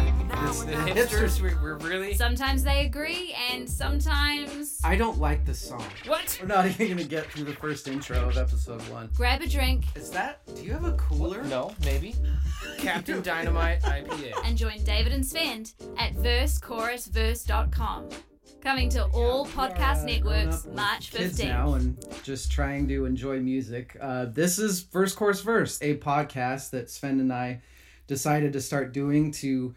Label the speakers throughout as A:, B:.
A: hipsters. The hipsters were, were really.
B: Sometimes they agree, and sometimes.
C: I don't like this song.
B: What?
C: We're not even gonna get through the first intro of episode one.
B: Grab a drink
C: Is that? Do you have a cooler?
A: No, maybe. Captain Dynamite IPA.
B: and join David and Sven at versechorusverse.com. Coming to all podcast
C: Yeah, grown
B: networks
C: up with
B: March
C: kids now
B: 15th.
C: and just trying to enjoy music. Uh, this is First Course Verse, a podcast that Sven and I decided to start doing to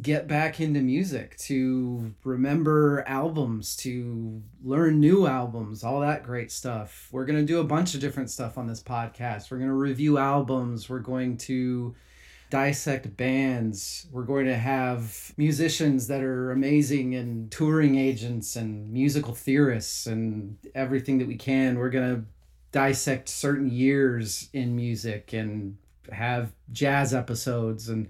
C: get back into music, to remember albums, to learn new albums, all that great stuff. We're going to do a bunch of different stuff on this podcast. We're going to review albums, we're going to dissect bands. We're going to have musicians that are amazing and touring agents and musical theorists and everything that we can. We're going to dissect certain years in music and have jazz episodes and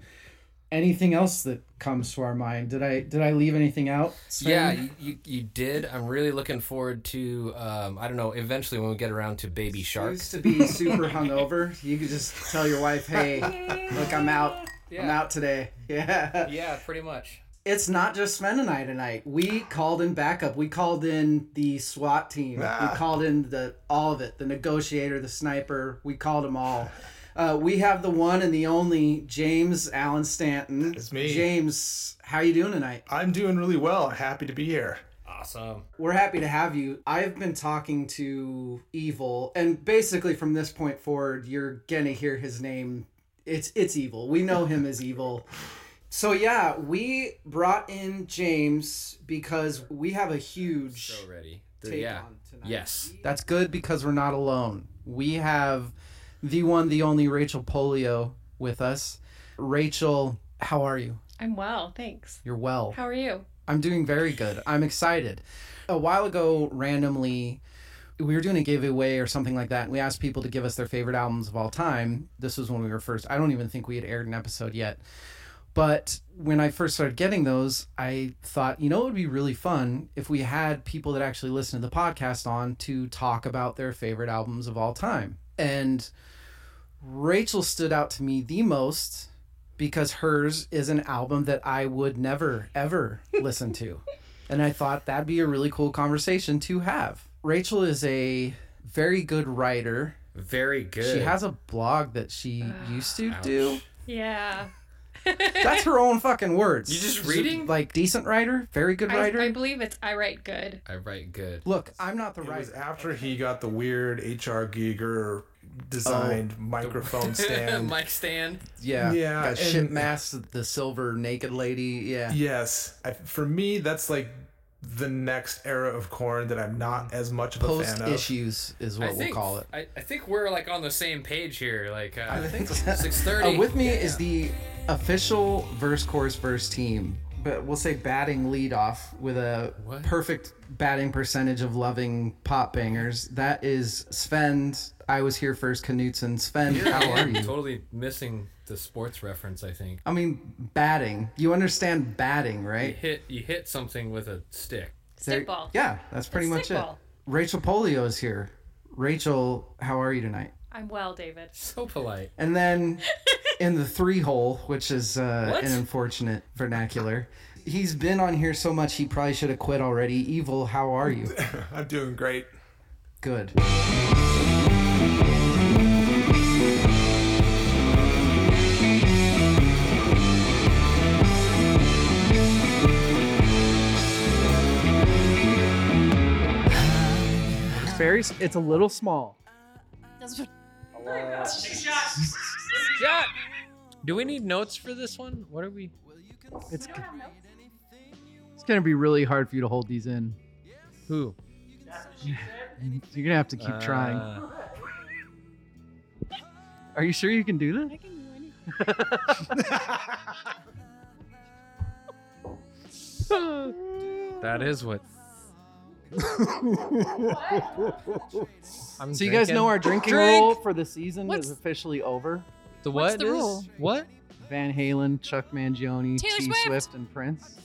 C: anything else that comes to our mind. Did I did I leave anything out? Sven?
A: Yeah, you, you, you did. I'm really looking forward to, um, I don't know, eventually when we get around to Baby Shark.
C: Used to be super hungover. You could just tell your wife, "Hey, look, I'm out. I'm
A: Yeah.
C: out today." Yeah.
A: Yeah, pretty much.
C: it's not just Sven and I tonight. We called in backup. We called in the SWAT team. We called in the all of it. The negotiator, the sniper. We called them all. Uh, we have the one and the only James Allen Stanton.
D: It's me.
C: James, how you doing tonight?
D: I'm doing really well. Happy to be here.
A: Awesome.
C: We're happy to have you. I've been talking to Evil, and basically from this point forward, you're gonna hear his name. It's it's Evil. We know him as Evil. So yeah, we brought in James because we have a huge
A: So ready.
C: take
A: yeah.
C: on tonight.
A: Yes.
C: That's good because we're not alone. We have the one, the only Rachel Polio with us. Rachel, how are you?
E: I'm well, thanks.
C: You're well.
E: How are you?
C: I'm doing very good. I'm excited. A while ago, randomly, we were doing a giveaway or something like that, and we asked people to give us their favorite albums of all time. This was when we were first, I don't even think we had aired an episode yet. But when I first started getting those, I thought, you know, it would be really fun if we had people that actually listen to the podcast on to talk about their favorite albums of all time. And Rachel stood out to me the most because hers is an album that I would never ever listen to. And I thought that'd be a really cool conversation to have. Rachel is a very good writer.
A: Very good.
C: She has a blog that she used to do.
E: Yeah.
C: That's her own fucking words.
A: You just
C: She's a,
A: reading?
C: Like decent writer, very good
E: I,
C: writer.
E: I believe it's I write good.
A: I write good.
C: Look, I'm not the
D: It was
C: writer.
D: after he got the weird HR Giger designed microphone stand.
A: Mike Stand.
C: Yeah,
D: Yeah,
C: Got
D: and-
C: shit masked the silver naked lady. Yeah.
D: yes. I, for me, that's like the next era of corn that I'm not as much of a
C: Post
D: fan of.
C: issues is
A: I
C: what
A: think,
C: we'll call it.
A: I, I think we're like on the same page here. Like, uh, I
C: think so.
A: 630.
C: Uh, with me is the official verse course verse team, but we'll say batting lead off with a
A: What?
C: perfect batting percentage of loving pop bangers. That is Sven. I was here first, Knutson. Sven, how are
A: I'm
C: you?
A: totally missing the sports reference, I think.
C: I mean, batting. You understand batting, right?
A: You hit, you hit something with a stick.
C: There-
E: Stickball.
C: Yeah, that's pretty much
E: It's
C: it.
E: stickball.
C: Rachel Polio is here. Rachel, how are you tonight?
E: I'm well, David.
A: So polite.
C: And then in the three hole, which is uh,
A: What?
C: an unfortunate vernacular, he's been on here so much he probably should have quit already. Evil, how are you?
D: I'm doing great.
C: Good. Very, it's a little small.
A: Shot. Do we need notes for this one? What are we?
C: It's, it's gonna be really hard for you to hold these in.
A: Who?
C: You're gonna have to keep trying.
A: Uh.
C: Are you sure you can do this?
A: That is what. I'm
C: So you guys
A: drinking.
C: know our drinking
A: Drink!
C: rule for the season
E: What's-
C: is officially over.
A: the what
E: what's the
A: is-
E: rule?
A: What?
C: Van Halen, Chuck Mangione,
B: Taylor
C: T
B: Swift.
C: Swift, and Prince.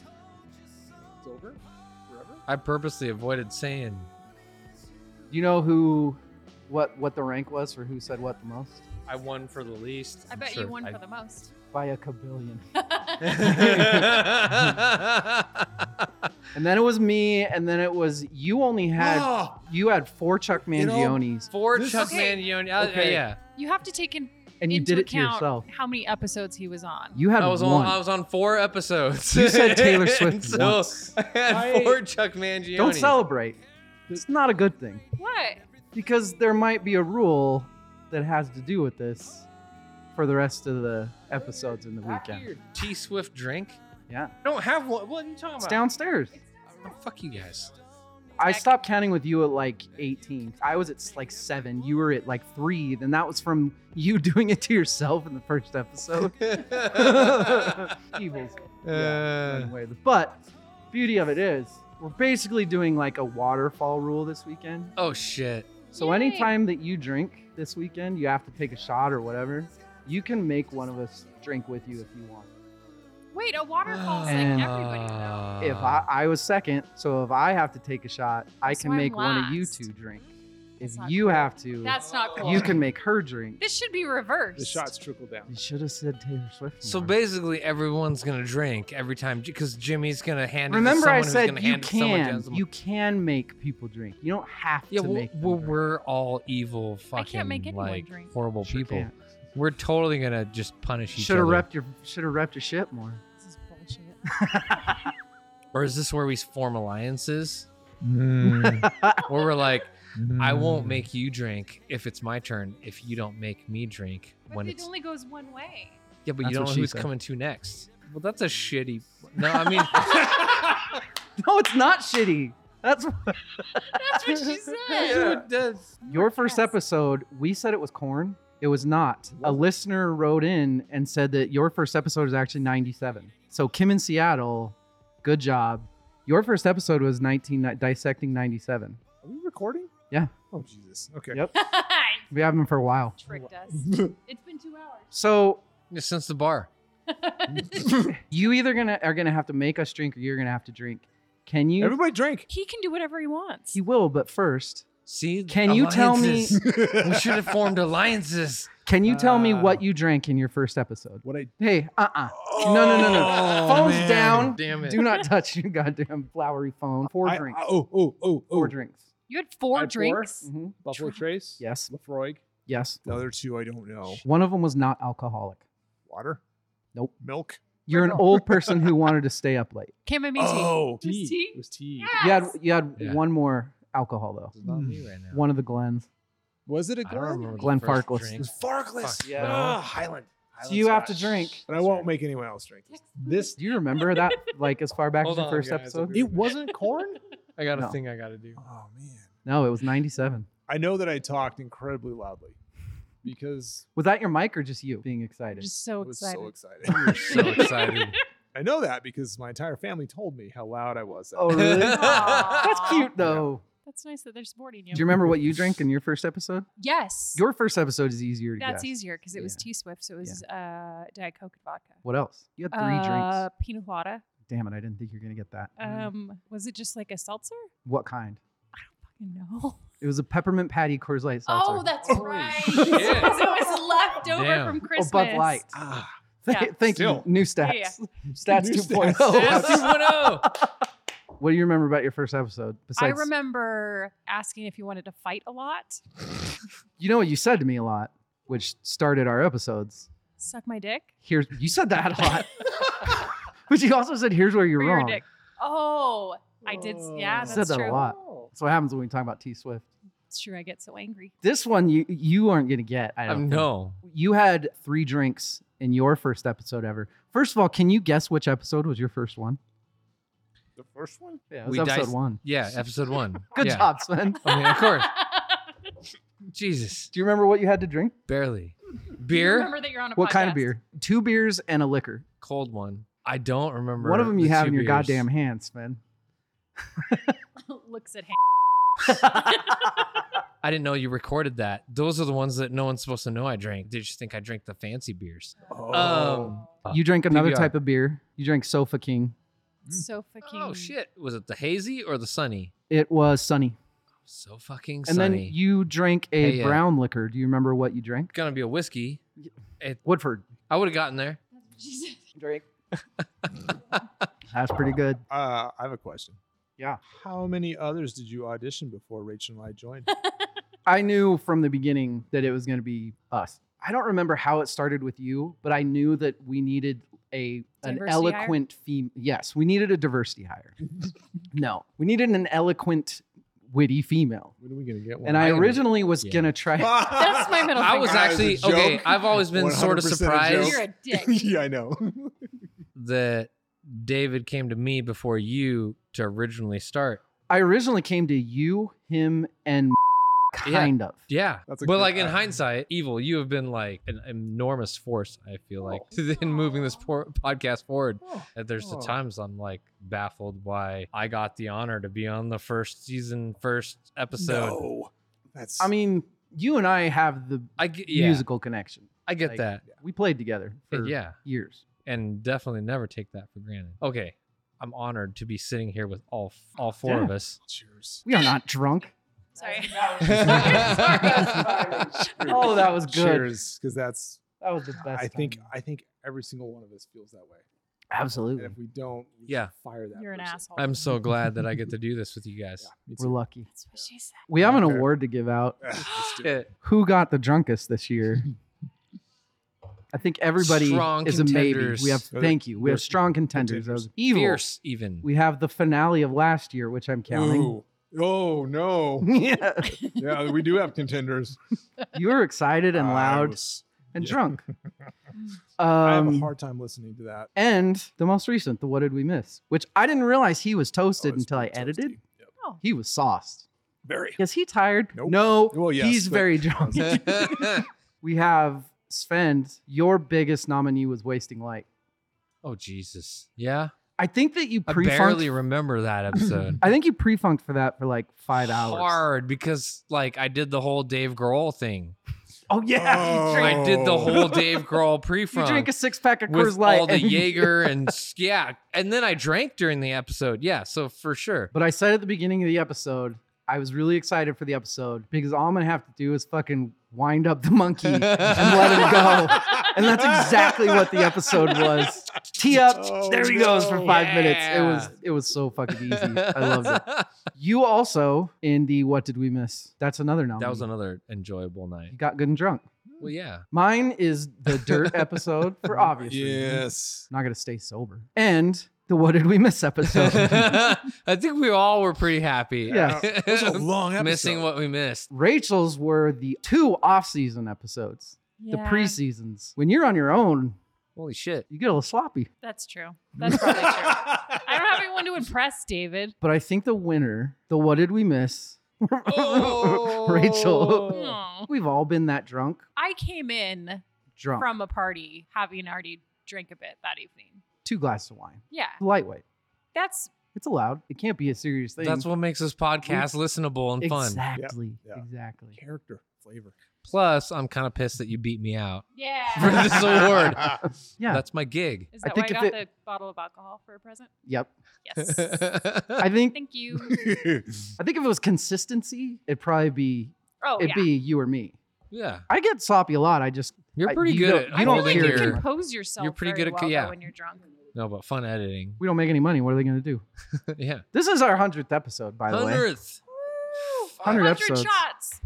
A: I purposely avoided saying.
C: You know who, what what the rank was for who said what the most
A: I won for the least.
E: I bet
A: Sure,
E: you won
A: I-
E: for the most.
C: by a cabillion. And then it was me, and then it was you. Only had
A: Oh.
C: you had four Chuck
A: You know,
C: Mangionis,
A: Four
D: This
A: Chuck
D: is-
A: Mangione. uh,
C: Okay.
A: yeah,
E: You have to take in,
C: and you
E: into
C: did it to
E: account
C: yourself.
E: how many episodes he was on.
C: You had
A: I was
C: one.
A: on. I was on four episodes.
C: You said Taylor
A: And
C: Swift
A: so
C: once.
A: I had
D: I-
A: four Chuck Mangione.
C: Don't celebrate. It's not a good thing
E: what?
C: because there might be a rule that has to do with this for the rest of the episodes in the weekend.
A: Your T Swift drink.
C: Yeah,
A: I don't have one. What are you talking
C: it's
A: about?
C: downstairs.
A: Oh, fuck you guys.
C: I stopped counting with you at like 18. I was at like seven. You were at like three. Then that was from you doing it to yourself in the first episode. Evils.
A: Uh,
C: Anyway, but beauty of it is we're basically doing like a waterfall rule this weekend.
A: oh shit.
C: So
E: Yay.
C: anytime that you drink this weekend, you have to take a shot or whatever. You can make one of us drink with you if you want.
E: Wait, a waterfall's like
C: And- uh,
E: everybody
A: uh,
E: though.
C: if
A: Ah.
C: I, I was second, so if I have to take a shot, I
E: That's
C: can
E: why I'm
C: make one of you
E: last.
C: two drink. If
E: That's not
C: you
E: cool.
C: have to,
E: That's not cool.
C: you can make her drink.
E: This should be reversed.
F: The shots trickle down.
C: You should have said Taylor Swift.
A: So
C: more.
A: basically, everyone's gonna drink every time because Jimmy's gonna hand.
C: remember, I
A: it to someone who's
C: said
A: gonna
C: you
A: hand it to someone,
C: can.
A: hand someone-
C: You can make people drink. You don't have
A: Yeah,
C: to
A: well,
C: make. them
A: well,
C: drink.
A: we're all evil,
E: I
A: fucking
E: can't make anyone
A: like
E: drink.
A: horrible
C: Sure
A: people.
C: can't.
A: We're totally gonna just punish each
C: Should have
A: other.
C: repped your should have repped your shit more.
E: This is bullshit.
A: or is this where we form alliances?
F: Mm-hmm.
D: Mm.
A: Where we're like, I won't
C: Hmm.
D: Mm.
A: make you drink if it's my turn. If you don't make me drink
E: But
A: when
E: it
A: it's
E: only goes one way.
A: yeah, but
C: That's
A: you don't
C: what
A: know
C: she
A: who's
C: said.
A: coming to next. Well, that's a shitty. No, I mean,
C: No, it's not shitty. That's what,
E: That's what she said.
A: dude, that's-
C: your first
E: Yes.
C: episode. We said it was corn. It was not. A listener wrote in and said that your first episode is actually 97. So Kim in Seattle, good job. Your first episode was 19 ni- dissecting 97.
F: Are we recording?
C: Yeah.
F: Oh Jesus. Okay.
C: Yep. We have been for a while.
E: Tricked us. It's been two hours.
C: So
A: just since the bar.
C: you either gonna are gonna have to make us drink or you're gonna have to drink. Can you?
F: Everybody drink.
E: He can do whatever he wants.
C: He will, but first,
A: See,
C: Can you tell me-
A: alliances. we should have formed alliances?
C: can you tell me
F: Ah.
C: what you drank in your first episode?
F: What I
C: Hey, uh uh No, no, no, no.
A: Oh,
C: Phone's
A: man.
C: down.
A: Damn it.
C: Do not touch your goddamn flowery phone. Four
F: I-
C: drinks.
F: I- oh oh oh oh.
C: Four drinks.
E: You had four
F: I had four.
E: drinks.
C: hmm
F: Buffalo Trace.
C: Yes.
F: Lafroig.
C: Yes.
F: The other two I don't know.
C: One of them was not alcoholic.
F: Oh, Water.
C: Nope.
F: Milk.
C: You're an old person who wanted to stay up late.
E: Chamomile
F: Oh,
E: tea. Just tea?
F: It was tea.
C: You had you had
A: Yeah.
C: one more alcohol though.
A: It's not me right now.
C: One of the Glens.
F: Was it a
A: I don't remember
F: Glen?
A: the
C: Glenn
A: first
C: Farkless.
A: drink.
F: It was Farkless.
A: Fuck,
C: Yeah.
F: Ah, Highland.
C: So
F: Highland
C: you have to
F: Scotch.
C: drink.
F: And I won't make anyone else drink. This
C: Do you remember that like as far back
A: Hold
C: as the
A: on,
C: first
A: guys,
C: episode?
A: I'll
F: it wasn't corn.
A: I got a
C: No.
A: thing I got to do.
F: Oh man.
C: No, it was 97.
F: I know that I talked incredibly loudly because
C: Was that your mic or just you being
E: I'm
C: excited?
E: just so
F: I was
E: excited.
F: so excited.
A: So excited.
F: I know that because my entire family told me how loud I was. that
C: Oh,
F: day.
C: really?
E: Aw.
C: That's cute though.
E: That's nice that they're supporting you.
C: Do you remember what you drank in your first episode?
E: Yes.
C: Your first episode is easier to
E: That's
C: guess.
E: easier because it was T Swift, so it was uh, Diet Coke and vodka.
C: What else? You had three
E: uh,
C: drinks. Mm-hmm.
E: Pina colada.
C: Damn it, I didn't think you were gonna get that. Mm,
E: Um, was it just like a seltzer?
C: What kind?
E: Fucking no.
C: It was a peppermint patty Coors Light seltzer.
G: Oh, that's
A: Holy
G: right.
A: shit.
G: 'Cause it was left over
A: Damn.
G: from
C: Oh,
E: Christmas.
C: Bud Light.
F: Ah,
C: Th-
E: Yeah.
C: Thank
F: Still.
C: you. New stats.
E: Yeah,
C: Stats
F: New
C: 2.0.
F: stats.
A: Yes,
H: oh.
A: 2.0.
C: What do you remember about your first episode?
E: I
C: Besides,
E: remember asking if you wanted to fight a lot.
C: you know what you said to me a lot, which started our episodes.
E: Suck my dick.
C: Here's you said that a lot. Which you also said, here's where you're
E: Or
C: wrong.
E: dick. Oh, I did. Yeah,
C: You
E: that's
C: said that
E: true.
C: a lot. That's what happens when we talk about T Swift.
E: It's true. I get so angry.
C: This one you you aren't gonna get. I don't
A: Um,
C: think.
A: no.
C: You had three drinks in your first episode ever. First of all, can you guess which episode was your first one?
F: the first one.
C: Yeah, it
A: We
C: was episode
A: diced-
C: one.
A: Yeah, episode one.
C: Good
A: Yeah.
C: job, Sven.
A: I mean, of course. Jesus,
C: Do you remember what you had to drink?
A: barely.
E: You
A: Beer,
E: remember that you're on a
C: What kind
E: podcast.
C: of beer? Two beers and a liquor.
A: cold one. I don't remember.
C: One of them you
A: the
C: have
A: two
C: in your
A: beers.
C: goddamn hands, Sven.
E: Looks
C: Mm.
E: at him.
A: I didn't know you recorded that. Those are the ones that no one's supposed to know I drank. They just think I drank the fancy beers.
F: Oh,
A: Um,
C: You drank another
A: PBR.
C: type of beer. You drank Sofa King.
E: So fucking.
A: oh shit, was it the hazy or the sunny?
C: It was sunny.
A: So fucking
C: And
A: sunny.
C: then you drank a
A: Hey, uh,
C: brown liquor. Do you remember what you drank?
A: gonna be a whiskey.
C: Woodford.
A: I would have gotten there.
E: Jesus.
C: Drink. That's pretty good.
F: Uh, I have a question.
C: Yeah.
F: How many others did you audition before Rachel and I joined?
C: I knew from the beginning that it was going to be us. I don't remember how it started with you, but I knew that we needed a an
E: Diversity hire?
C: eloquent female. Yes, we needed a diversity hire. no, we needed an eloquent, witty female.
F: when are we gonna get one?
C: And I
H: I am-
C: originally was
H: yeah.
C: gonna try.
I: That's my middle
H: I was
I: finger.
H: actually
F: Oh That was a
H: okay.
F: joke.
H: I've always been sort of
F: 100% a
H: surprised
I: You're a dick.
F: yeah, I know.
H: that David came to me before you to originally start.
C: I originally came to you, him, and
H: Yeah.
C: kind of.
H: Yeah,
F: That's a
H: but
F: good
H: like in
F: eye.
H: hindsight, evil, you have been like an enormous force. I feel like
F: Oh.
H: in moving this por- podcast forward. That there's the times I'm like baffled why I got the honor to be on the first season, first episode.
F: No. That's
C: I mean, you and I have the
H: I get, yeah,
C: musical connection.
H: I get
C: Like,
H: that.
C: We played together for
H: Yeah,
C: years.
H: and definitely never take that for granted. Okay, I'm honored to be sitting here with all all four of us.
F: cheers.
C: We are not drunk.
E: Sorry.
C: Oh, that was good.
F: Cheers, because that's
C: That was the best.
F: I think
C: time.
F: I think every single one of us feels that way. And
C: absolutely.
F: if we don't, we should
H: Yeah.
F: fire that.
E: You're an
F: person.
E: asshole.
H: I'm so glad that I get to do this with you guys.
F: Yeah, me
C: We're
F: too.
C: lucky.
E: That's what she said.
C: We have an
F: Okay.
C: award to give out.
F: Ugh, let's do it.
H: Shit.
C: Who got the drunkest this year? I think everybody
H: Strong
C: is a maybe.
H: contenders.
C: We have
F: They're-
C: thank you. We have
F: they're
C: strong contenders. That
F: contenders.
C: was evil.
H: Fierce, even.
C: We have the finale of last year, which I'm counting.
F: Ooh. Oh no!
C: yeah,
F: Yeah, we do have contenders.
C: you were excited and
F: I
C: loud
F: was-
C: and
F: yeah.
C: drunk.
F: I have
C: Um,
F: a hard time listening to that.
C: and the most recent, the what did we miss? Which I didn't realize he was toasted
F: Oh, it's
C: until I
F: pretty
C: edited.
F: toasty. Yep.
C: He was sauced.
F: Very.
C: Is he tired?
F: Nope.
C: No.
F: Well, yes,
C: he's
F: but-
C: very drunk. we have Sven. Your biggest nominee was Wasting Light.
H: oh Jesus! Yeah,
C: I think that you
H: I
C: pre
H: barely remember that episode.
C: I think you pre-funked for that for like five hours.
H: Hard because like I did the whole Dave Grohl thing.
C: Oh yeah, you drink,
H: I did the
F: Oh.
H: whole Dave Grohl pre
C: you drink a
H: front
C: six pack of Coors
H: with
C: Light.
H: all the
C: and-
H: Jaeger and s- yeah, and then I drank during the episode. Yeah, so for sure.
C: But I said at the beginning of the episode, I was really excited for the episode because all I'm gonna have to do is fucking wind up the monkey and let him go. And that's exactly what the episode was. Tee up,
F: Oh,
C: there he goes for
F: no.
C: five minutes. It was
H: Yeah.
C: it was so fucking easy. I loved it. You also in the what did we miss? That's another nominee.
H: That was another enjoyable night.
C: You got good and drunk.
H: Well, yeah.
C: Mine is the dirt episode for obvious reasons.
F: Yes.
C: Not gonna stay sober. And the what did we miss episode.
H: I think we all were pretty happy.
C: Yeah.
F: It was a long episode.
H: missing what we missed.
C: Rachel's were the two off-season episodes, the pre-seasons. When you're on your own,
H: Holy shit.
C: you get a little sloppy.
E: That's true. That's probably true. I don't have anyone to impress, David.
C: But I think the winner, the what did we miss?
H: Oh.
C: Rachel.
E: Aw.
C: We've all been that drunk.
E: Oh, I came in
C: Drunk.
E: from a party having already drank a bit that evening.
C: two glasses of wine.
E: Yeah,
C: Lightweight.
E: that's
C: It's allowed. It can't be a serious thing.
H: That's what makes this podcast listenable and fun.
C: Exactly.
F: Yeah.
C: Exactly.
F: Character, flavor.
H: Plus, I'm kind of pissed that you beat me out
E: yeah.
H: for this award.
C: Yeah.
H: That's my gig.
E: Is
C: I
E: that why I
C: think
E: got
C: if
E: the bottle of alcohol for a present?
C: yep.
E: Yes.
C: I think
E: Thank you.
C: Oh, I think if it was consistency, it'd probably be
E: Oh
C: it'd
E: yeah.
C: be you or me.
H: yeah,
C: I get sloppy a lot. I just
H: you're
C: I-
H: pretty
C: you don't-
H: good
C: you
H: at
E: I feel
H: holding
E: like you
C: hear-
H: your.
E: compose yourself.
H: You're pretty
E: very
H: good at-
E: well, though,
H: yeah.
E: when you're drunk.
H: No, but fun editing.
C: we don't make any money. What are they gonna do?
H: yeah,
C: This is our hundredth episode, by the way.
H: hundredth.
C: 100 episodes.
E: shots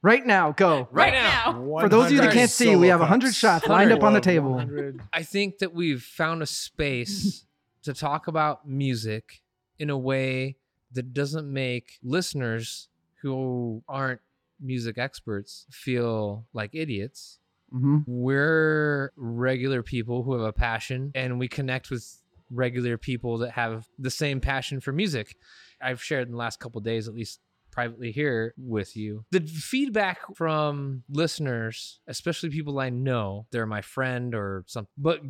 C: Right now, go.
E: right,
H: Right
E: now.
C: For those of you that
F: 100
C: can't see, we have
F: solo
C: 100
F: cups.
C: shots lined up on the table.
F: 100.
H: I think that we've found a space to talk about music in a way that doesn't make listeners who aren't music experts feel like idiots.
C: hmm
H: we're regular people who have a passion and we connect with regular people that have the same passion for music i've shared in the last couple days at least privately here with you the feedback from listeners especially people i know they're my friend or something but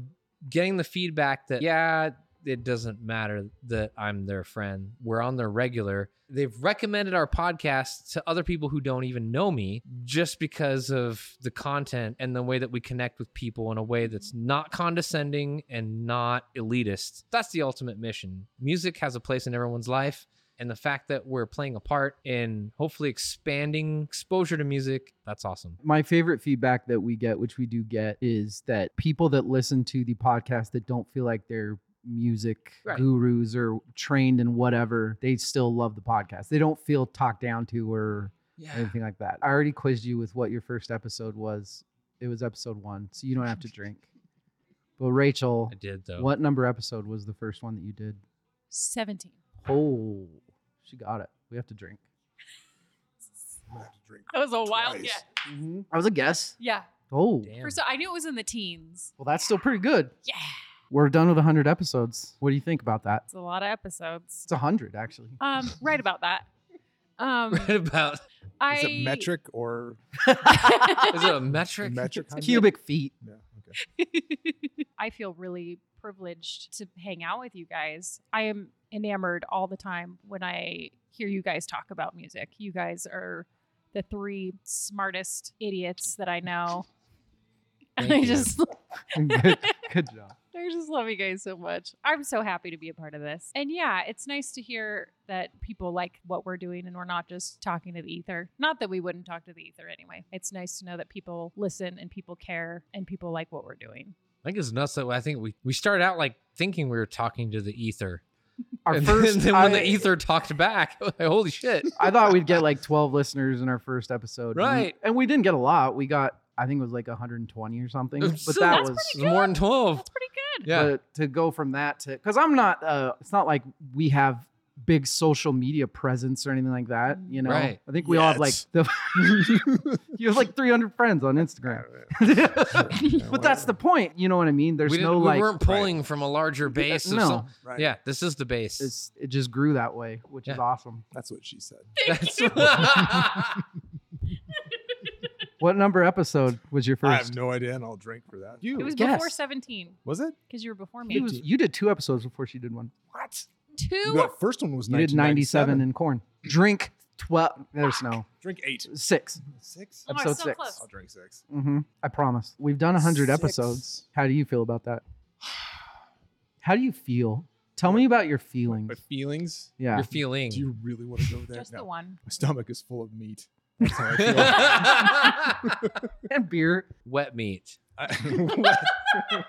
H: getting the feedback that yeah it doesn't matter that i'm their friend we're on their regular they've recommended our podcast to other people who don't even know me just because of the content and the way that we connect with people in a way that's not condescending and not elitist that's the ultimate mission music has a place in everyone's life and the fact that we're playing a part in hopefully expanding exposure to music, that's awesome.
C: My favorite feedback that we get, which we do get, is that people that listen to the podcast that don't feel like they're music
H: Right.
C: gurus or trained in whatever, they still love the podcast. They don't feel talked down to or
H: Yeah.
C: anything like that. I already quizzed you with what your first episode was. It was episode one, so you don't have to drink. But Rachel,
H: I did though.
C: what number episode was the first one that you did?
E: 17.
C: Oh, she got it. We have to drink.
D: I'm gonna have to drink.
E: That was a wild
D: Twice.
E: guess.
F: Mm-hmm.
C: That was a guess.
E: Yeah.
C: Oh,
H: Damn.
E: First, of all, I knew it was in the teens.
C: well, that's still pretty good.
E: Yeah.
C: We're done with 100 episodes. What do you think about that?
E: It's a lot of episodes.
C: It's 100, actually.
E: Um, right about that. Um,
H: Right about
E: I
F: Is it metric or
H: is it a metric?
F: metric?
C: It's
F: 100?
C: cubic feet.
F: Yeah. Okay.
E: I feel really privileged to hang out with you guys. I am enamored all the time when I hear you guys talk about music. You guys are the three smartest idiots that I know. And I
H: Thank you.
E: just
C: good, good job.
E: I just love you guys so much. I'm so happy to be a part of this. And yeah, it's nice to hear that people like what we're doing and we're not just talking to the ether. Not that we wouldn't talk to the ether anyway. It's nice to know that people listen and people care and people like what we're doing.
H: I think it's nuts that I think we we started out like thinking we were talking to the ether.
C: Our
H: and
C: first,
H: then, when
C: I-
H: the ether talked back, holy shit.
C: I thought we'd get like 12 listeners in our first episode. and we-
H: Right.
C: And we, didn't get a lot. We got, I think it was like 120 or something. But
H: So
C: that
E: that's
C: was.
E: pretty
H: It's more than 12.
E: That's pretty good.
H: Yeah.
C: But to go from that to, because I'm not, uh, it's not like we have big social media presence or anything like that. You know,
H: Right.
C: I think we all have like
F: Yet.
C: the, you have like 300 friends on Instagram. but that's the point. You know what I mean? There's
H: we, didn't-
C: no
H: we
C: like, uh,
H: weren't pulling from a larger base. Of
C: no.
H: some,
F: Right.
H: Yeah, this is the base.
C: it's, it just grew that way, which is
H: Yeah.
C: awesome.
F: That's what she said.
H: That's-
C: What number episode was your
F: I
C: first?
F: have no idea, and I'll drink for that.
E: It
F: You
E: was
C: Yes.
E: before 17
F: was it?
E: because you were before me.
C: You was- you did two episodes before she did one.
F: What?
E: two.
F: You got first one was
C: You did 97 in corn. Drink 12. There's no
F: Drink eight.
C: six.
F: Six.
E: Oh,
C: episode
E: so
C: six.
E: close.
F: I'll drink six.
C: hmm I promise. We've done 100
F: Six.
C: episodes. How do you feel about that? How do you feel? Tell me about your feelings.
F: My feelings.
C: Yeah.
H: You're feeling.
F: Do you really want to go there?
E: Just
F: No.
E: the one.
F: My stomach is full of meat. That's how I feel.
C: And beer.
H: Wet meat.
F: I- A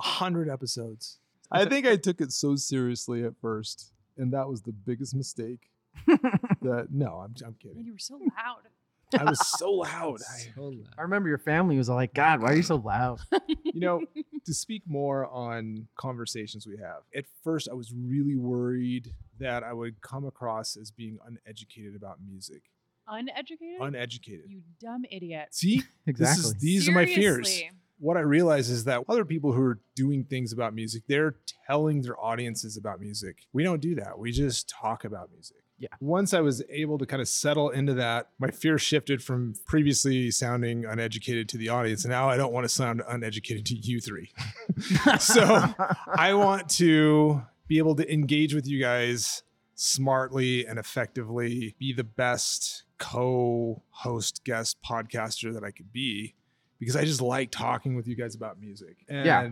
F: hundred episodes. I think I took it so seriously at first, and that was the biggest mistake. that no, I'm, I'm kidding.
E: You were so loud.
F: I was so loud. I,
C: I remember your family was all like, God, why are you so loud?
F: you know, to speak more on conversations we have. At first, I was really worried that I would come across as being uneducated about music.
E: Uneducated?
F: Uneducated.
E: you dumb idiot.
F: See,
C: Exactly.
F: this is, these are my fears.
E: Seriously.
F: What I realize is that other people who are doing things about music, they're telling their audiences about music. We don't do that. We just talk about music.
C: Yeah.
F: Once I was able to kind of settle into that, my fear shifted from previously sounding uneducated to the audience. And now I don't want to sound uneducated to you three. so I want to be able to engage with you guys smartly and effectively, be the best co host guest podcaster that I could be because I just like talking with you guys about music. And
C: Yeah.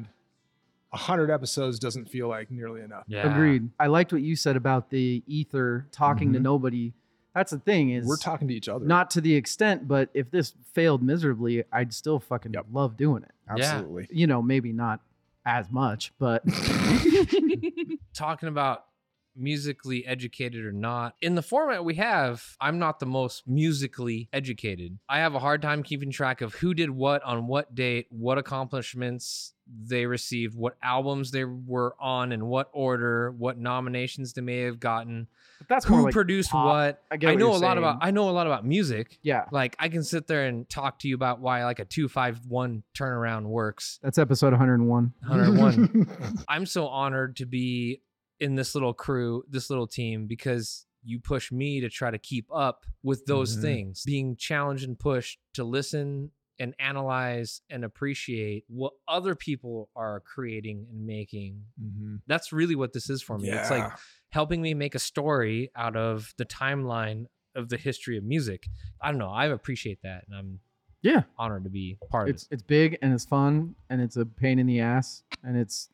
F: 100 episodes doesn't feel like nearly enough.
H: Yeah.
C: Agreed. I liked what you said about the ether talking to
F: Mhm.
C: nobody. That's the thing is
F: We're talking to each other.
C: not to the extent, but if this failed miserably, I'd still fucking
F: Yep.
C: love doing it.
F: Absolutely.
C: You know, maybe not as much, but
H: Talking about musically educated or not, in the format we have, I'm not the most musically educated. I have a hard time keeping track of who did what on what date, what accomplishments they received, what albums they were on, in what order, what nominations they may have gotten,
C: but that's
H: who
C: more like
H: produced
C: pop.
H: what.
C: get
H: I
C: what
H: know a
C: you're
H: lot about
C: saying.
H: I know a lot about music.
C: yeah,
H: Like I can sit there and talk to you about why like a 251 turnaround works.
C: that's episode 101.
H: 101. I'm so honored to be in this little crew, this little team because you push me to try to keep up with those
F: Mhm.
C: Mm-hmm.
H: things, being challenged and pushed to listen and analyze and appreciate what other people are creating and making.
C: Mm.
F: Mhm.
H: That's really what this is for me. It's like
F: Yeah.
H: helping me make a story out of the timeline of the history of music. I don't know. I appreciate that, and I'm
C: Yeah.
H: honored to be part
C: It's it's big and it's fun and it's a pain in the ass and it's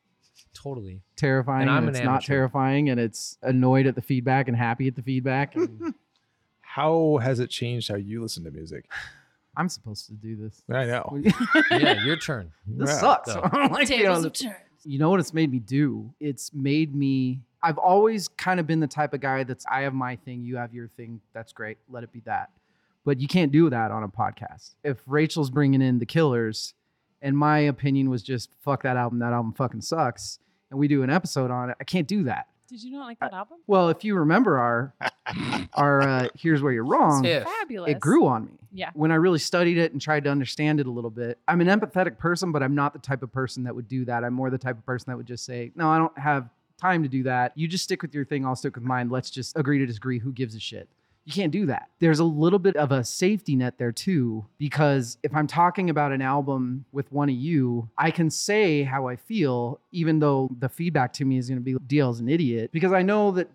H: Totally.
C: terrifying.
H: And
C: And
H: I'm an
C: it's not
H: amateur.
C: terrifying, and it's annoyed at the feedback and happy at the feedback. and
F: How has it changed how you listen to music?
C: I'm supposed to do this.
F: I know.
H: Yeah, your turn.
C: this
F: Yeah.
C: sucks.
H: So-
C: I don't like being on
B: Tables
C: the
B: of turns.
C: you know what it's made me do? It's made me. I've always kind of been the type of guy that's I have my thing, you have your thing. That's great. Let it be that. But you can't do that on a podcast. If Rachel's bringing in the killers, and my opinion was just fuck that album, that album fucking sucks, and we do an episode on it, I can't do that.
E: Did you not like that album?
C: Well, if you remember our our uh, here's where you're wrong,
H: If.
E: Fabulous.
C: it grew on me
E: Yeah.
C: when I really studied it and tried to understand it a little bit, I'm an empathetic person, but I'm not the type of person that would do that. I'm more the type of person that would just say, no, I don't have time to do that. You just stick with your thing. I'll stick with mine. Let's just agree to disagree. Who gives a shit? You can't do that. There's a little bit of a safety net there too, because if I'm talking about an album with one of you, I can say how I feel, even though the feedback to me is going to be DL's an idiot, because I know that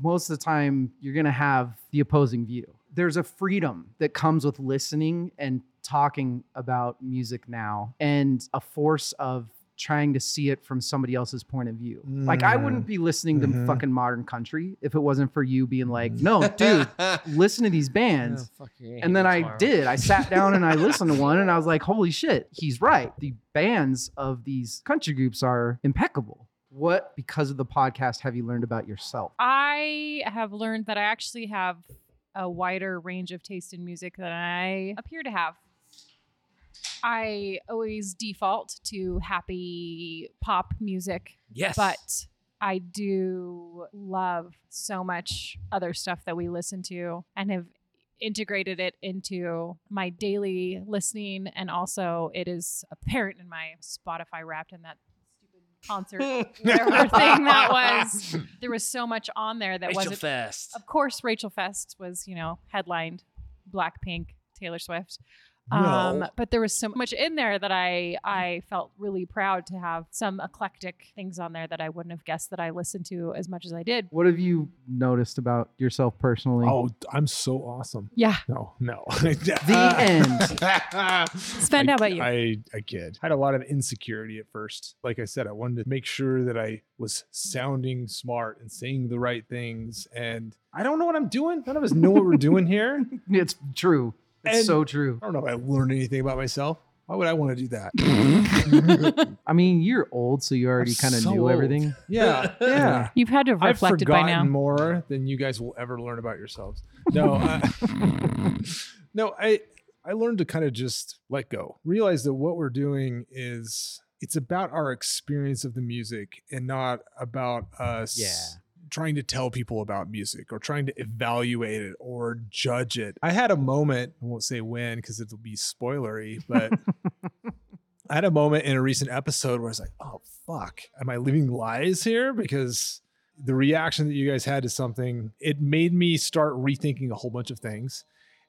C: most of the time you're going to have the opposing view. There's a freedom that comes with listening and talking about music now and a force of trying to see it from somebody else's point of view. Like I
F: Mm.
C: wouldn't be listening to
F: Mhm.
C: fucking modern country if it wasn't for you being like, "No, dude, listen to these bands." And then I did. I sat down and I listened to one and I was like, holy shit, he's right. The bands of these country groups are impeccable. What, because of the podcast, have you learned about yourself?
E: I have learned that I actually have a wider range of taste in music than I appear to have. I always default to happy pop music,
H: Yes.
E: but I do love so much other stuff that we listen to and have integrated it into my daily listening. And also, it is apparent in my Spotify wrapped in that stupid concert whatever thing that was. There was so much on there that wasn't.
H: fast.
E: Of course, Rachel Fest was, you know, headlined Blackpink, Taylor Swift. Um,
F: No.
E: but there was so much in there that I I felt really proud to have some eclectic things on there that I wouldn't have guessed that I listened to as much as I did.
C: What have you noticed about yourself personally?
F: Oh, I'm so awesome.
E: Yeah.
F: No, no.
C: The end.
F: Sven,
E: how about you?
F: I, I kid. I had a lot of insecurity at first. Like I said, I wanted to make sure that I was sounding smart and saying the right things. And I don't know what I'm doing. None of us know what we're doing here.
C: It's true. It's
F: And-
C: so true.
F: I don't know if I learned anything about myself. Why would I want to do that?
C: I mean, you're old, so you already kind of
F: so
C: knew
F: old.
C: everything.
F: Yeah, yeah.
E: You've had to have
F: I've
E: reflected by
F: forgotten
E: now.
F: more than you guys will ever learn about yourselves. No, uh, no, I I learned to kind of just let go. Realize that what we're doing is it's about our experience of the music and not about us
C: Yeah.
F: trying to tell people about music or trying to evaluate it or judge it. I had a moment, I won't say when because it'll be spoilery, but I had a moment in a recent episode where I was like, oh, fuck, am I living lies here? Because the reaction that you guys had to something, it made me start rethinking a whole bunch of things.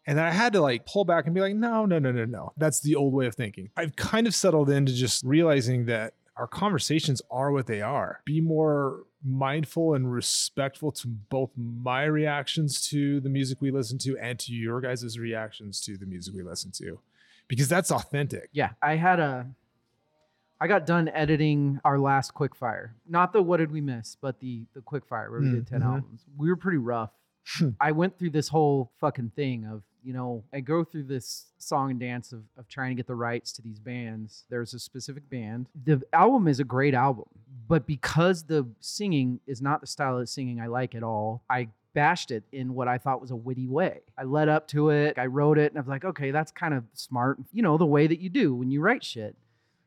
F: And then I had to like pull back and be like, no, no, no, no, no. That's the old way of thinking. I've kind of settled into just realizing that our conversations are what they are. Be more mindful and respectful to both my reactions to the music we listen to and to your guys' reactions to the music we listen to, because that's authentic.
C: Yeah, I had a. I got done editing our last quickfire. Not the what did we miss, but the the quickfire where we did 10
F: Mhm.
C: albums. We were pretty rough. I went through this whole fucking thing of you know I go through this song and dance of of trying to get the rights to these bands. There's a specific band. The album is a great album, but because the singing is not the style of singing I like at all, I bashed it in what I thought was a witty way. I led up to it, I wrote it, and I was like, okay, that's kind of smart, you know, the way that you do when you write shit.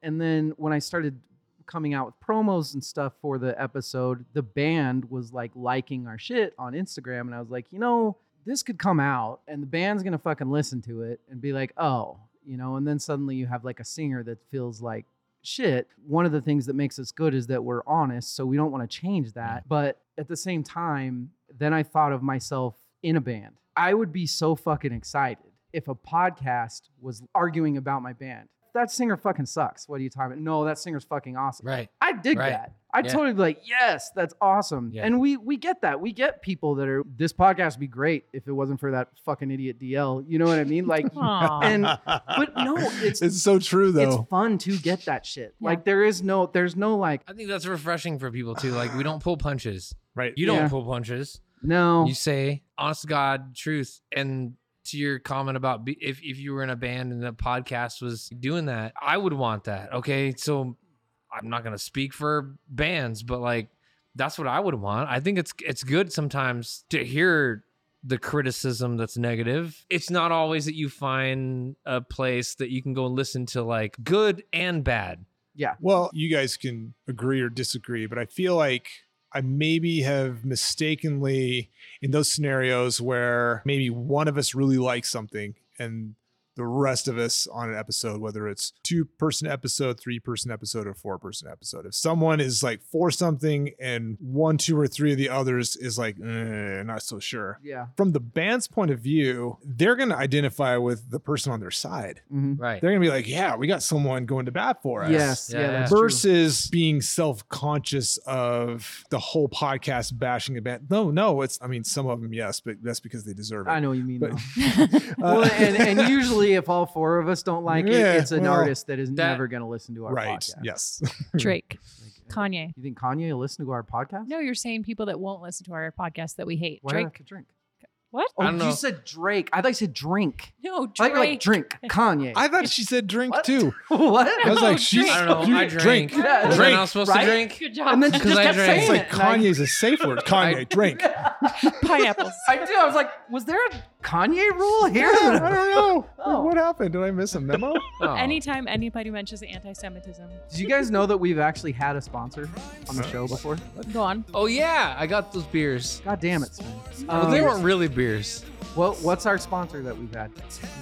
C: And then when I started coming out with promos and stuff for the episode, the band was like liking our shit on Instagram. And I was like, you know, this could come out and the band's going to fucking listen to it and be like, oh, you know, and then suddenly you have like a singer that feels like shit. One of the things that makes us good is that we're honest. So we don't want to change that. But at the same time, then I thought of myself in a band. I would be so fucking excited if a podcast was arguing about my band. that singer fucking sucks. What are you talking about? No, that singer's fucking awesome.
H: Right.
C: I dig
H: Right.
C: that. I'd
H: Yeah.
C: totally be like, yes, that's awesome.
H: Yeah.
C: And we we get that. We get people that are this podcast would be great if it wasn't for that fucking idiot DL. You know what I mean? Like
E: Aw.
C: and but no, it's
F: It's so true
C: it's
F: though.
C: fun to get that shit.
E: Yeah.
C: Like there is no there's no like
H: I think that's refreshing for people too. Like we don't pull punches.
F: right.
H: You don't
C: Yeah.
H: pull punches.
C: no
H: You say honest to God truth. And to your comment about be, if if you were in a band and the podcast was doing that, I would want that. Okay, so I'm not gonna speak for bands, but like that's what I would want. I think it's it's good sometimes to hear the criticism that's negative. It's not always that you find a place that you can go and listen to like good and bad.
F: Well, you guys can agree or disagree, but I feel like I maybe have mistakenly in those scenarios where maybe one of us really likes something and the rest of us on an episode, whether it's two person episode, three person episode, or four person episode. If someone is like for something and one, two, or three of the others is like, "Eh, not so sure.
C: yeah.
F: From the band's point of view, they're going to identify with the person on their side.
C: Mhm.
H: Right.
F: They're going to be like, yeah, we got someone going to bat for us
C: Yes, yeah,
H: Yeah.
C: that's true.
F: versus being self-conscious of the whole podcast bashing a band. No, no, it's I mean some of them yes, but that's because they deserve it.
C: I know what you mean.
F: But-
C: though.
F: Uh,
C: well, and, and usually if all four of us don't like
F: Yeah,
C: it, it's an
F: well,
C: artist that is
H: that-
C: never going to listen to our
F: right,
C: podcast. uh,
F: yes.
E: Drake, Kanye.
C: You think Kanye will listen to our podcast?
E: No, you're saying people that won't listen to our podcast that we hate.
C: Why
E: Drake.
C: Drake. drink?
E: What?
C: Oh,
H: I don't
C: you
H: know.
C: said Drake. I thought you said drink.
E: No,
C: I
E: Drake.
C: thought you were like drink Kanye.
F: I thought she said drink
C: What?
F: too. I
C: what?
F: was like, she's
H: I don't know.
F: you
H: I drank.
F: drink.
C: Oh, Yeah,
H: Was I
F: Drink,
H: not supposed
C: right?
H: to drink?
I: Good job.
C: And then she
H: Because
C: just
H: I
C: kept
H: drank.
F: It's
C: saying
F: like
C: it. and I-
F: Kanye's a safe word. Kanye, drink.
E: pineapples.
C: I do. I was like, was there a Kanye rule here?
F: Yeah, I don't know.
C: Oh.
F: What happened? Did I miss a memo?
H: Oh.
E: Anytime anybody mentions anti-Semitism,
C: Did you guys know that we've actually had a sponsor on the show before?
E: go on.
H: Oh yeah, I got those beers.
C: God damn it, Sven.
H: but they
C: Um,
H: weren't really beers.
C: what, what's our sponsor that we've had?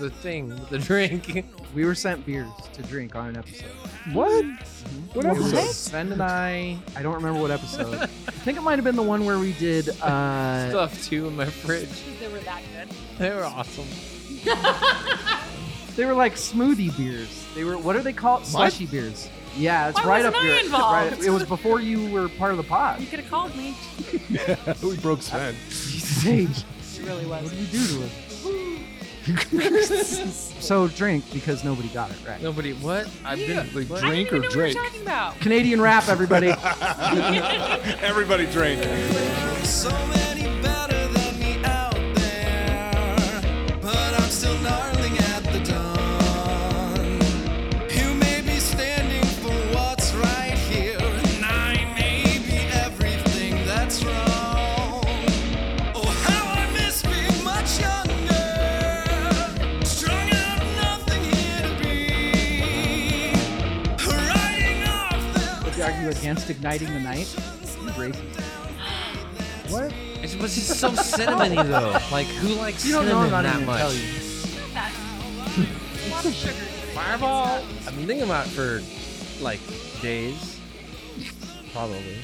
H: The thing, the drink.
C: We were sent beers to drink on an episode. Mm-hmm.
F: What? What
C: It was
F: episode?
C: Sven and I. I don't remember what episode. I think it might have been the one where we did. Uh,
H: Stuff too in my fridge.
E: They were that good.
H: They were awesome.
C: they were like smoothie beers. They were. What are they called? Slushy beers. Yeah, it's
E: Why
C: right
E: wasn't
C: up
E: I
C: your.
E: involved?
C: right- it was before you were part of the pod.
E: You could have called me.
F: we broke Sven.
C: Jesus H.
E: It really
C: What
E: was.
C: did you do to us? so drink because nobody got it right.
H: Nobody. What? I've been like
E: I don't
F: Drink
E: even
F: or
E: know
F: drink?
E: What you're talking about.
C: Canadian rap, everybody.
F: Everybody drink.
G: So many better than me out there, but I'm still gnarling at the dawn. You may be standing for what's right here, and I may be everything that's wrong. Oh, how I miss being much younger, strung out, nothing here to be, riding off them.
C: Would you argue against igniting the night? You racist.
F: What?
H: It was just so cinnamony though. Like who likes
C: You don't know. I'm not
H: cinnamon that
C: even gonna
H: much?
C: tell you.
H: Fireball. I mean, think about it for like days. Probably.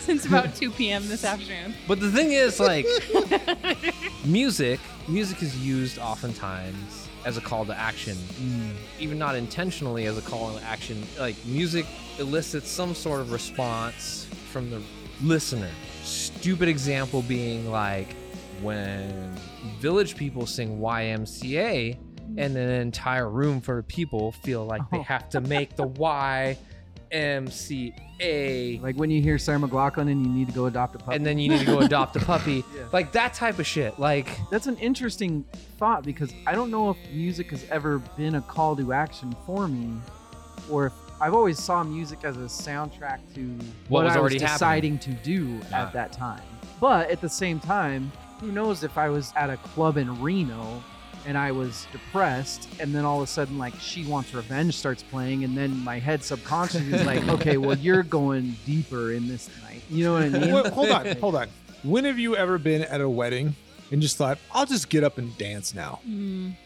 E: Since about 2 p.m. this afternoon.
H: But the thing is, like, music, music is used oftentimes as a call to action, even not intentionally as a call to action. Like, music elicits some sort of response from the listener. Stupid example being like when village people sing YMCA and an entire room full of people feel like they have to make the YMCA
C: Like when you hear Sarah McLaughlin and you need to go adopt a puppy.
H: and then you need to go adopt a puppy.
C: Yeah.
H: Like that type of shit. Like
C: That's an interesting thought because I don't know if music has ever been a call to action for me, or if I've always saw music as a soundtrack to what,
H: What
C: I was
H: was already happening.
C: deciding to do
H: Yeah.
C: at that time. But at the same time, who knows if I was at a club in Reno and I was depressed, and then all of a sudden, like "She Wants Revenge" starts playing, and then my head subconsciously is like, "Okay, well, you're going deeper in this night." You know what I mean?
F: Wait, hold on, hold on. When have you ever been at a wedding and just thought, I'll just get up and dance now?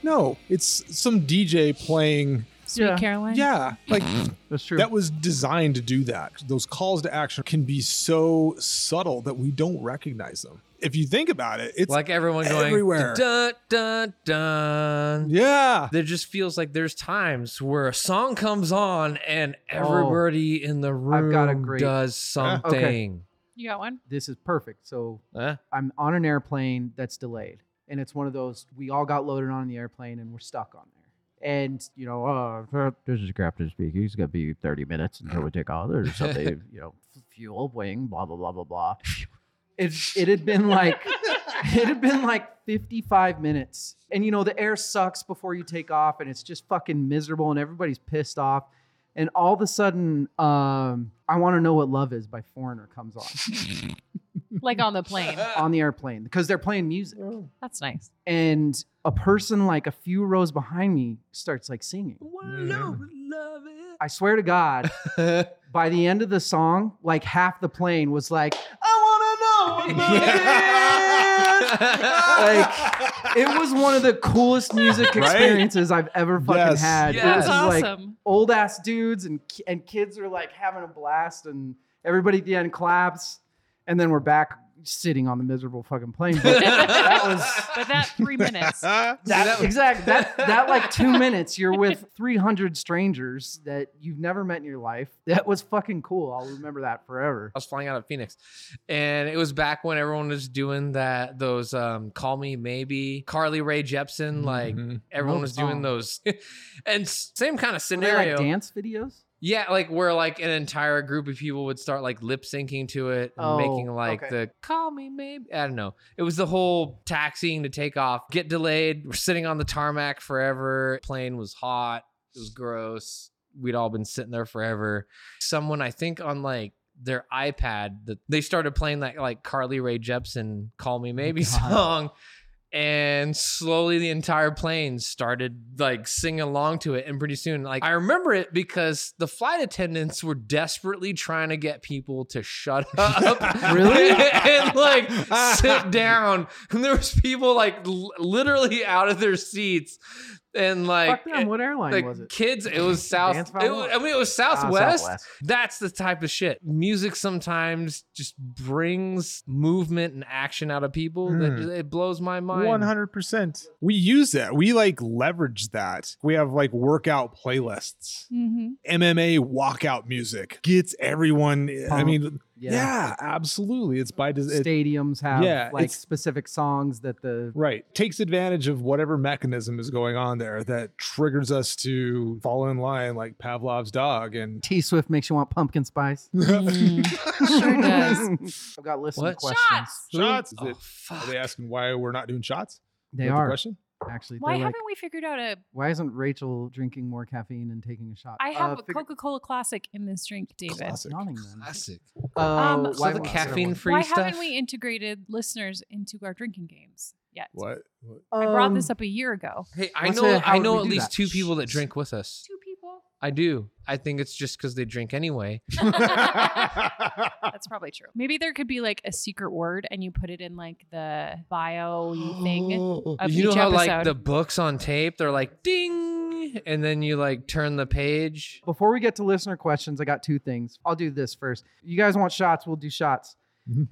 F: No, it's some DJ playing.
E: Sweet
C: Yeah.
E: Caroline.
F: Yeah, like
C: That's true.
F: that was designed to do that. Those calls to action can be so subtle that we don't recognize them. if you think about it, it's
H: like everyone going
F: everywhere.
H: Dun dun dun.
F: yeah.
H: There just feels like there's times where a song comes on and everybody in the room
C: Oh, I've got a great-
H: does
F: Huh?
C: Okay.
H: something.
E: You got one?
C: This is perfect. So
H: Huh?
C: I'm on an airplane that's delayed. And it's one of those we all got loaded on the airplane and we're stuck on there. And you know, uh, this is captain speaking. He's gonna be 30 minutes until we take off. There's something, you know, f- fuel wing, blah blah blah blah blah. It it had been like it had been like 55 minutes, and you know the air sucks before you take off, and it's just fucking miserable, and everybody's pissed off. And all of a sudden, um, I want to know what love is by Foreigner comes on
E: Like on the plane.
C: on the airplane because they're playing music
E: That's nice.
C: and a person like a few rows behind me starts like singing. I swear to God, by the end of the song, like half the plane was like, I wanna know what love is." Like, it was one of the coolest music
F: Right?
C: experiences I've ever fucking
F: Yes.
C: had. It was
H: Yes.
C: like
I: awesome.
C: old ass dudes and ki- and kids are like having a blast, and everybody at the end claps, and then we're back sitting on the miserable fucking plane. But that was
E: But that three minutes.
C: that, exactly that that like two minutes you're with 300 strangers that you've never met in your life that was fucking cool i'll remember that forever
H: I was flying out of Phoenix, and it was back when everyone was doing that those um, "Call Me Maybe" Carly Rae Jepsen. Like
C: Mm-hmm.
F: Mhm.
H: everyone
C: Love
H: was doing
C: song.
H: those, and s- same kind of
C: Were they
H: scenario.
C: Oh. like dance videos
H: yeah, like where like an entire group of people would start like lip syncing to it and
C: Oh,
H: making like
C: okay.
H: the "Call Me Maybe." I don't know. It was the whole taxiing to take off, get delayed. We're sitting on the tarmac forever. Plane was hot. It was gross. We'd all been sitting there forever someone I think on like their iPad that they started playing that like Carly Rae Jepsen "Call Me Maybe"
C: Oh
H: song, and slowly the entire plane started like singing along to it. And pretty soon, like I remember it because the flight attendants were desperately trying to get people to shut up,
C: Really?
H: and like sit down. And there was people like l- literally out of their seats, and
C: fuck
H: like
C: them what airline
H: like
C: was it
H: kids it was south
C: Dance
H: it was,
C: Valet?
H: i mean it was
C: Ah,
F: Uh,
H: southwest. that's the type of shit music sometimes just brings movement and action out of people
F: Hmm.
H: that it blows my mind
F: One hundred percent. We use that. We like leverage that. We have like workout playlists.
E: Mm-hmm.
F: MMA walkout music gets everyone. I
C: Pumped.
F: mean, yeah,
C: yeah,
F: absolutely. It's by design.
C: stadiums have
F: yeah,
C: like
F: it's-
C: specific songs that the
F: Right. Takes advantage of whatever mechanism is going on there that triggers us to fall in line like Pavlov's dog. And
C: T Swift makes you want pumpkin spice. Mm-hmm.
E: Sure does.
C: I've got listening
H: What?
C: questions.
B: Shots!
F: shots. Is
H: oh,
F: it,
H: fuck.
F: are they asking why we're not doing shots? Is
C: They
F: that the
C: are
F: question?
C: actually.
E: Why
C: Why, like,
E: haven't we figured out a?
C: why isn't Rachel drinking more caffeine and taking a shot?
E: I have
C: Uh,
E: a
C: figure-
E: Coca Cola Classic in this drink, David.
F: Classic.
C: Yawning, then.
H: classic
C: Uh,
E: Um,
C: why
E: So
H: so
C: haven't
H: the
C: we considered
H: caffeine
C: one?
H: free
E: Why
H: stuff
E: haven't we integrated listeners into our drinking games yet?
F: What? What?
E: I brought this
C: Um,
E: up a year ago.
H: hey i
C: Let's
H: know
C: say, how
H: i
C: would
H: know
C: we
H: at
C: do
H: least
C: that?
H: two people that drink with us
E: Two people.
H: i do i think it's just because they drink anyway
E: That's probably true. Maybe there could be like a secret word, and you put it in like the
C: Oh,
E: bio thing. Of
H: you know
E: each
H: how like
E: episode.
H: the books on tape they're like ding and then you like turn the page
C: Before we get to listener questions, I got two things. I'll do this first. You guys want shots? We'll do shots.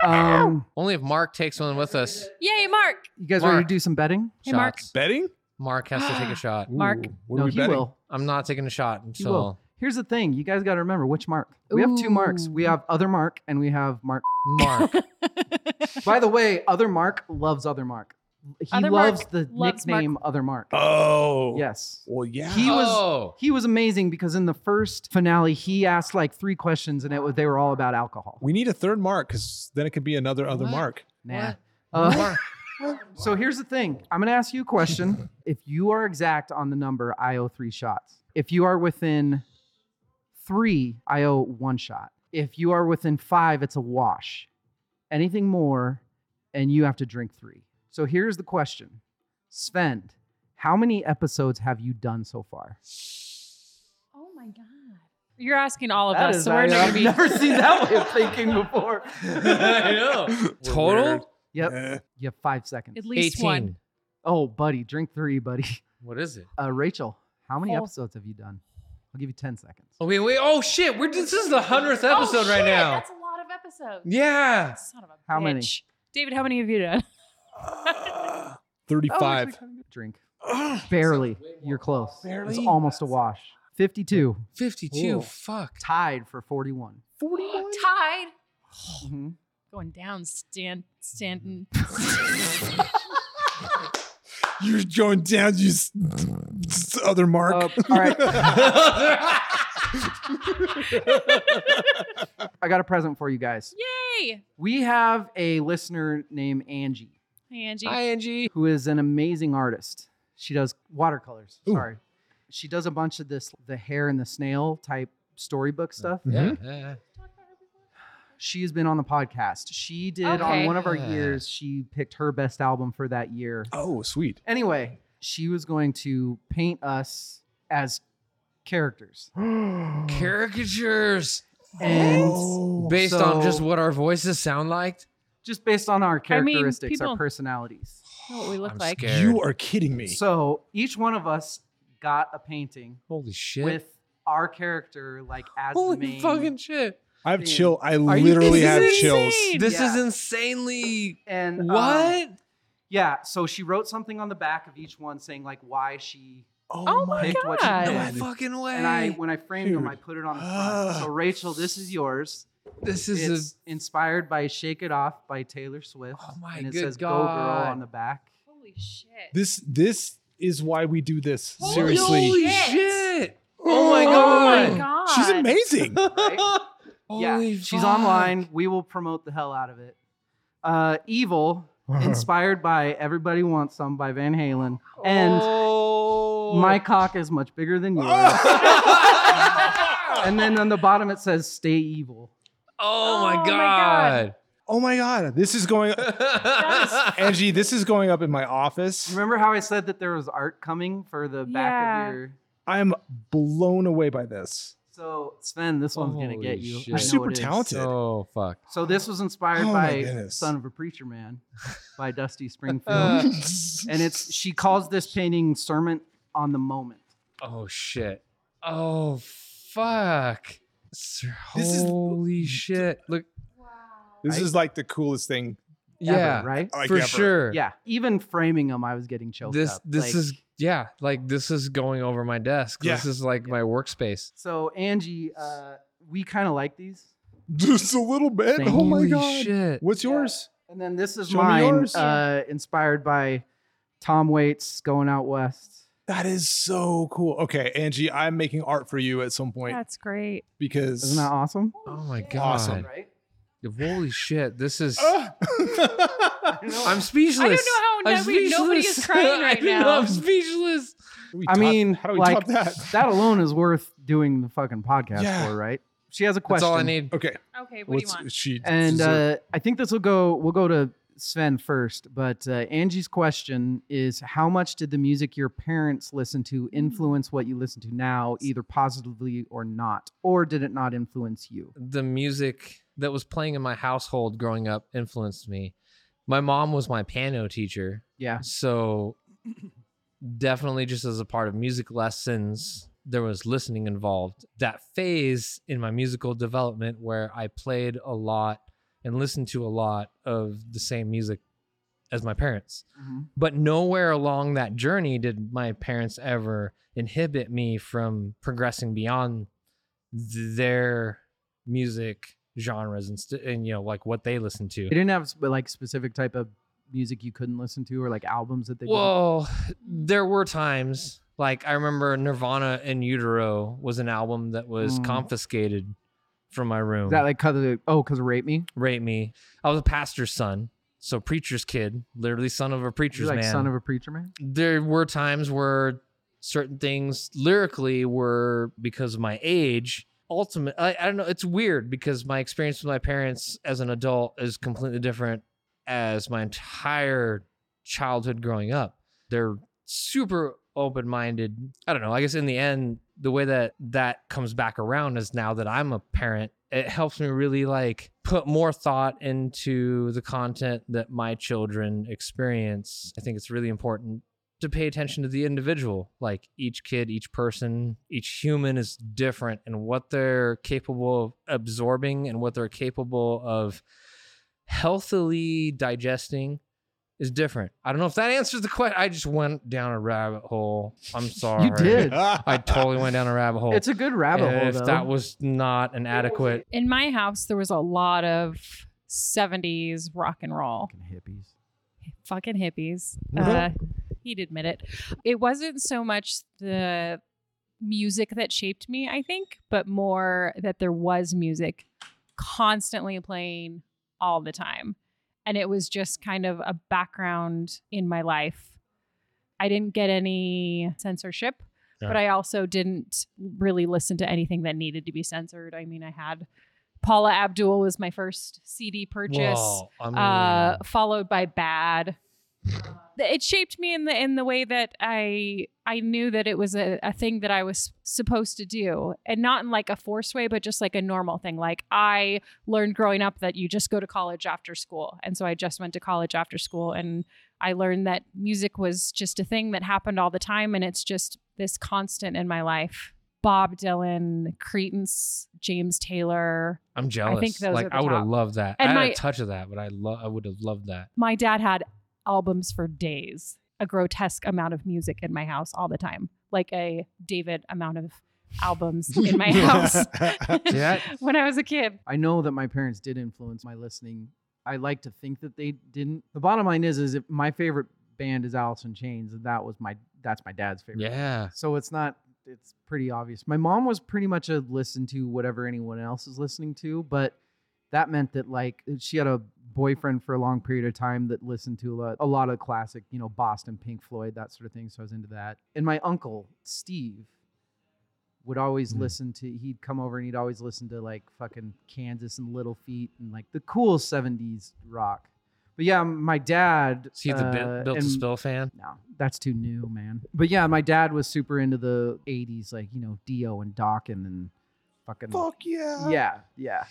C: Um,
H: only if mark takes one with us
E: Yay, Mark!
C: you guys ready
H: Mark.
C: to do some betting?
E: Hey, Mark.
H: Shots.
F: Betting?
H: Mark has to take a shot.
E: Mark.
F: Ooh, what
C: no,
F: are we
C: he
F: betting?
C: will.
H: I'm not taking a shot
C: He
H: until
C: will. Here's the thing. You guys got to remember which Mark. We have two marks. We
E: Ooh.
C: have other Mark and we have Mark.
H: Mark.
C: By the way, other Mark loves other Mark. He
E: Other Mark
C: loves the
E: loves Mark.
C: nickname other Mark.
F: Oh.
C: Yes.
F: Well, yeah.
C: He was-
H: Oh.
C: He was amazing because in the first finale, he asked like three questions and it was, they were all about alcohol.
F: we need a third mark because then it could be another other
H: What?
F: mark.
C: Nah. Uh,
H: Mark.
C: So here's the thing. I'm going to ask you a question. if you are exact on the number, I owe three shots. If you are within three, I owe one shot. If you are within five, it's a wash. Anything more, and you have to drink three. So here's the question Sven, how many episodes have you done so far?
E: Oh my god! You're asking all of
C: That
E: us,
C: is-
E: Oh, so we're
C: I-
E: not
C: I've
E: gonna be.
C: never seen that way of thinking before.
F: weird.
H: Total?
C: Yep.
F: Eh.
C: You have five seconds.
E: At least
H: 18.
E: one.
C: Oh, buddy, drink three, buddy.
H: What is it?
C: Uh, Rachel, how many
E: Four.
C: episodes have you done? I'll give you 10 seconds.
H: Oh, wait, wait. Oh, shit. We're, this is the 100th episode
E: oh,
H: right
E: shit,
H: now.
E: That's a lot of episodes.
H: Yeah.
E: Son of a
C: How many?
E: bitch. David, how many have you done?
F: Ah,
C: Oh, actually,
F: 35.
C: kinda good. Drink.
F: Ah,
C: Barely. You're close. It's almost a wash. 52.
H: 52.
C: Ooh.
H: Fuck.
C: Tied for 41.
B: Tied.
C: Mhm.
E: Going down, Stan Stanton.
F: You're going down, you s- s- other mark.
C: Uh, all right. Oh. I got a present for you guys.
E: Yay!
C: We have a listener named Angie
E: Hey, Angie.
H: Hi, Angie.
C: who is an amazing artist. She does watercolors.
F: Ooh.
C: Sorry. She does a bunch of this the hare and the snail type storybook stuff.
H: Yeah.
C: She's been on the podcast. She did on
I: Okay.
C: one of our
H: Yeah.
C: years, she picked her best album for that year.
F: Oh, sweet.
C: Anyway, she was going to paint us as characters.
H: Caricatures
C: And
F: Oh,
H: based on just
C: So-
H: what our voices sound like.
C: just based on our
E: I mean,
C: characteristics,
E: people-
C: our personalities.
E: Know what we look
H: I'm
E: like.
H: scared.
F: You are kidding me.
C: So each one of us got a painting
H: Holy shit.
C: with our character, like as
H: Holy
C: the main.
H: fucking shit.
F: I have
C: Dude.
F: chill. I
H: you
F: literally
H: kidding
F: have
H: me?
F: chills.
H: This is
C: Yeah.
H: insanely.
C: And um,
H: What?
C: yeah, so she wrote something on the back of each one saying like why she
E: Oh my
C: picked what she
E: God.
H: no
E: I-
C: did.
H: fucking way.
C: And I, when I framed them,
F: Dude.
C: I put it on the front. So Rachel, this is yours.
H: this is
C: It's
H: a.
C: inspired by "Shake It Off" by Taylor Swift,
H: Oh my
C: and it
H: good
C: says "Go
H: God.
C: Girl" on the back.
B: Holy shit.
F: This this is why we do this. Seriously.
H: Holy
B: shit.
H: shit. Oh my
E: Oh
H: god.
E: my god.
F: She's amazing.
C: Right? yeah,
H: Holy
C: she's
H: fuck.
C: online. We will promote the hell out of it. Uh, "Evil," inspired by "Everybody Wants Some" by Van Halen, and
H: Oh.
C: "My Cock Is Much Bigger Than Yours." and then on the bottom it says "Stay Evil."
H: Oh
E: Oh
H: my
E: my
H: god.
F: oh my god. This is going Angie, this is going up in my office.
C: Remember how I said that there was art coming for the back
E: Yeah.
C: of your.
F: I'm blown away by this.
C: So Sven, this one's gonna
H: Holy
C: get you. I
H: shit.
C: know
F: Super
C: it is.
F: talented.
H: oh fuck.
C: So this was inspired
F: Oh my
C: by
F: goodness.
C: "Son of a Preacher Man" by Dusty Springfield,
H: Uh,
C: and it's she calls this painting "Sermon on the Moment."
H: Oh shit. Oh fuck. Sir,
F: This is-
H: holy shit. Look.
F: this is like the coolest thing.
C: ever,
H: Yeah.
C: right.
F: Like
H: for
F: ever.
H: sure.
C: Yeah, even framing them, I was getting choked
H: This
C: up.
H: this
C: Like,
H: is yeah, like this is going over my desk.
F: Yeah.
H: This is like my workspace.
C: so Angie. Uh, we kind of like these,
F: Just a little bit.
C: Thank
F: Oh my
H: holy
F: god.
H: shit.
F: What's
C: Yeah.
F: yours?
C: and then this is
F: Show me
C: mine,
F: yours.
C: uh, inspired by Tom Waits "Going Out West."
F: That is so cool. Okay, Angie, I'm making art for you at some point
E: That's great.
F: because
C: Isn't that awesome?
H: Oh my god.
F: Awesome.
C: Right?
H: Holy shit. This is
E: Oh,
F: Ah.
H: I'm speechless.
E: I don't know how
H: I'm
E: nobody- nobody is
H: speechless.
E: crying
H: I
E: right
H: don't know,
E: now.
H: I'm speechless.
F: How do we
C: I
F: top-
C: mean,
F: how do we
C: like
F: top that?
C: alone is worth doing the fucking podcast
F: Yeah.
C: for, right? She has a question.
H: That's all I need.
F: Okay,
E: Okay, what
F: what's
E: do you want?
F: she?
C: And
F: deserve-
C: uh, I think this will go. We'll go to Sven first, but uh, Angie's question is: How much did the music your parents listened to influence what you listen to now, either positively or not, or did it not influence you?
H: the music that was playing in my household growing up influenced me. My mom was my piano teacher,
C: Yeah.
H: so definitely just as a part of music lessons, there was listening involved. That phase in my musical development where I played a lot and listened to a lot of the same music as my parents. But nowhere along that journey did my parents ever inhibit me from progressing beyond th- their music genres and, st- and you know like what they listen to.
C: They didn't have sp- like specific type of music you couldn't listen to, or like albums that they. couldn't-
H: Well, there were times like I remember Nirvana in Utero was an album that was
C: Mm.
H: confiscated from my room.
C: Is that like cause of, oh, cause of rape me?
H: Rate me. I was a pastor's son, so preacher's kid, literally son of a preacher's
C: You're like
H: man.
C: son of a preacher man.
H: there were times where certain things lyrically were because of my age ultimate I, I don't know it's weird because my experience with my parents as an adult is completely different as my entire childhood growing up they're super open-minded i don't know i guess in the end the way that that comes back around is now that i'm a parent it helps me really like put more thought into the content that my children experience i think it's really important to pay attention to the individual. Like each kid, each person, each human is different and what they're capable of absorbing and what they're capable of healthily digesting is different. I don't know if that answers the question. I just went down a rabbit hole. I'm sorry.
C: You did.
H: I totally went down a rabbit hole.
C: It's a good rabbit hole,
H: If
C: though.
H: that was not an adequate
E: In my house, there was a lot of 70s rock and roll.
C: Fucking hippies.
E: fucking hippies. Uh, he'd admit it. It wasn't so much the music that shaped me, I think, but more that there was music constantly playing all the time. And it was just kind of a background in my life. I didn't get any censorship, but I also didn't really listen to anything that needed to be censored. I mean, I had Paula Abdul was my first CD purchase
H: Whoa, I mean,
E: uh, followed by bad. it shaped me in the in the way that I I knew that it was a, a thing that I was supposed to do, and not in like a forced way, but just like a normal thing. Like I learned growing up that you just go to college after school, and so I just went to college after school, and I learned that music was just a thing that happened all the time, and it's just this constant in my life. Bob Dylan, Credence, James Taylor,
H: I'm jealous.
E: those
H: like
E: are the
H: I would have
E: top.
H: loved that.
E: And
H: I had
E: my-
H: a touch of that, but I lo- I would have loved that.
E: my dad had albums for days, a grotesque amount of music in my house all the time, like a David amount of albums in my house
H: Yeah.
E: when I was a kid.
C: I know that my parents did influence my listening. I like to think that they didn't. The bottom line is, is if my favorite band is Alice in Chains, and that was my that's my dad's favorite.
H: Yeah.
C: So it's not. It's pretty obvious. My mom was pretty much a listen to whatever anyone else is listening to, but that meant that like she had a boyfriend for a long period of time that listened to a lot, a lot of classic, you know, Boston, Pink Floyd, that sort of thing. So I was into that. And my uncle Steve would always
H: Mhm.
C: listen to. He'd come over and he'd always listen to like fucking Kansas and Little Feet and like the cool '70s rock. But yeah, my dad.
H: See the
C: uh,
H: Bil- built to
C: and-
H: spill fan.
C: no, that's too new, man. But yeah, my dad was super into the 80s, like, you know, Dio and Dawkins and fucking.
D: Fuck yeah.
C: Yeah, yeah.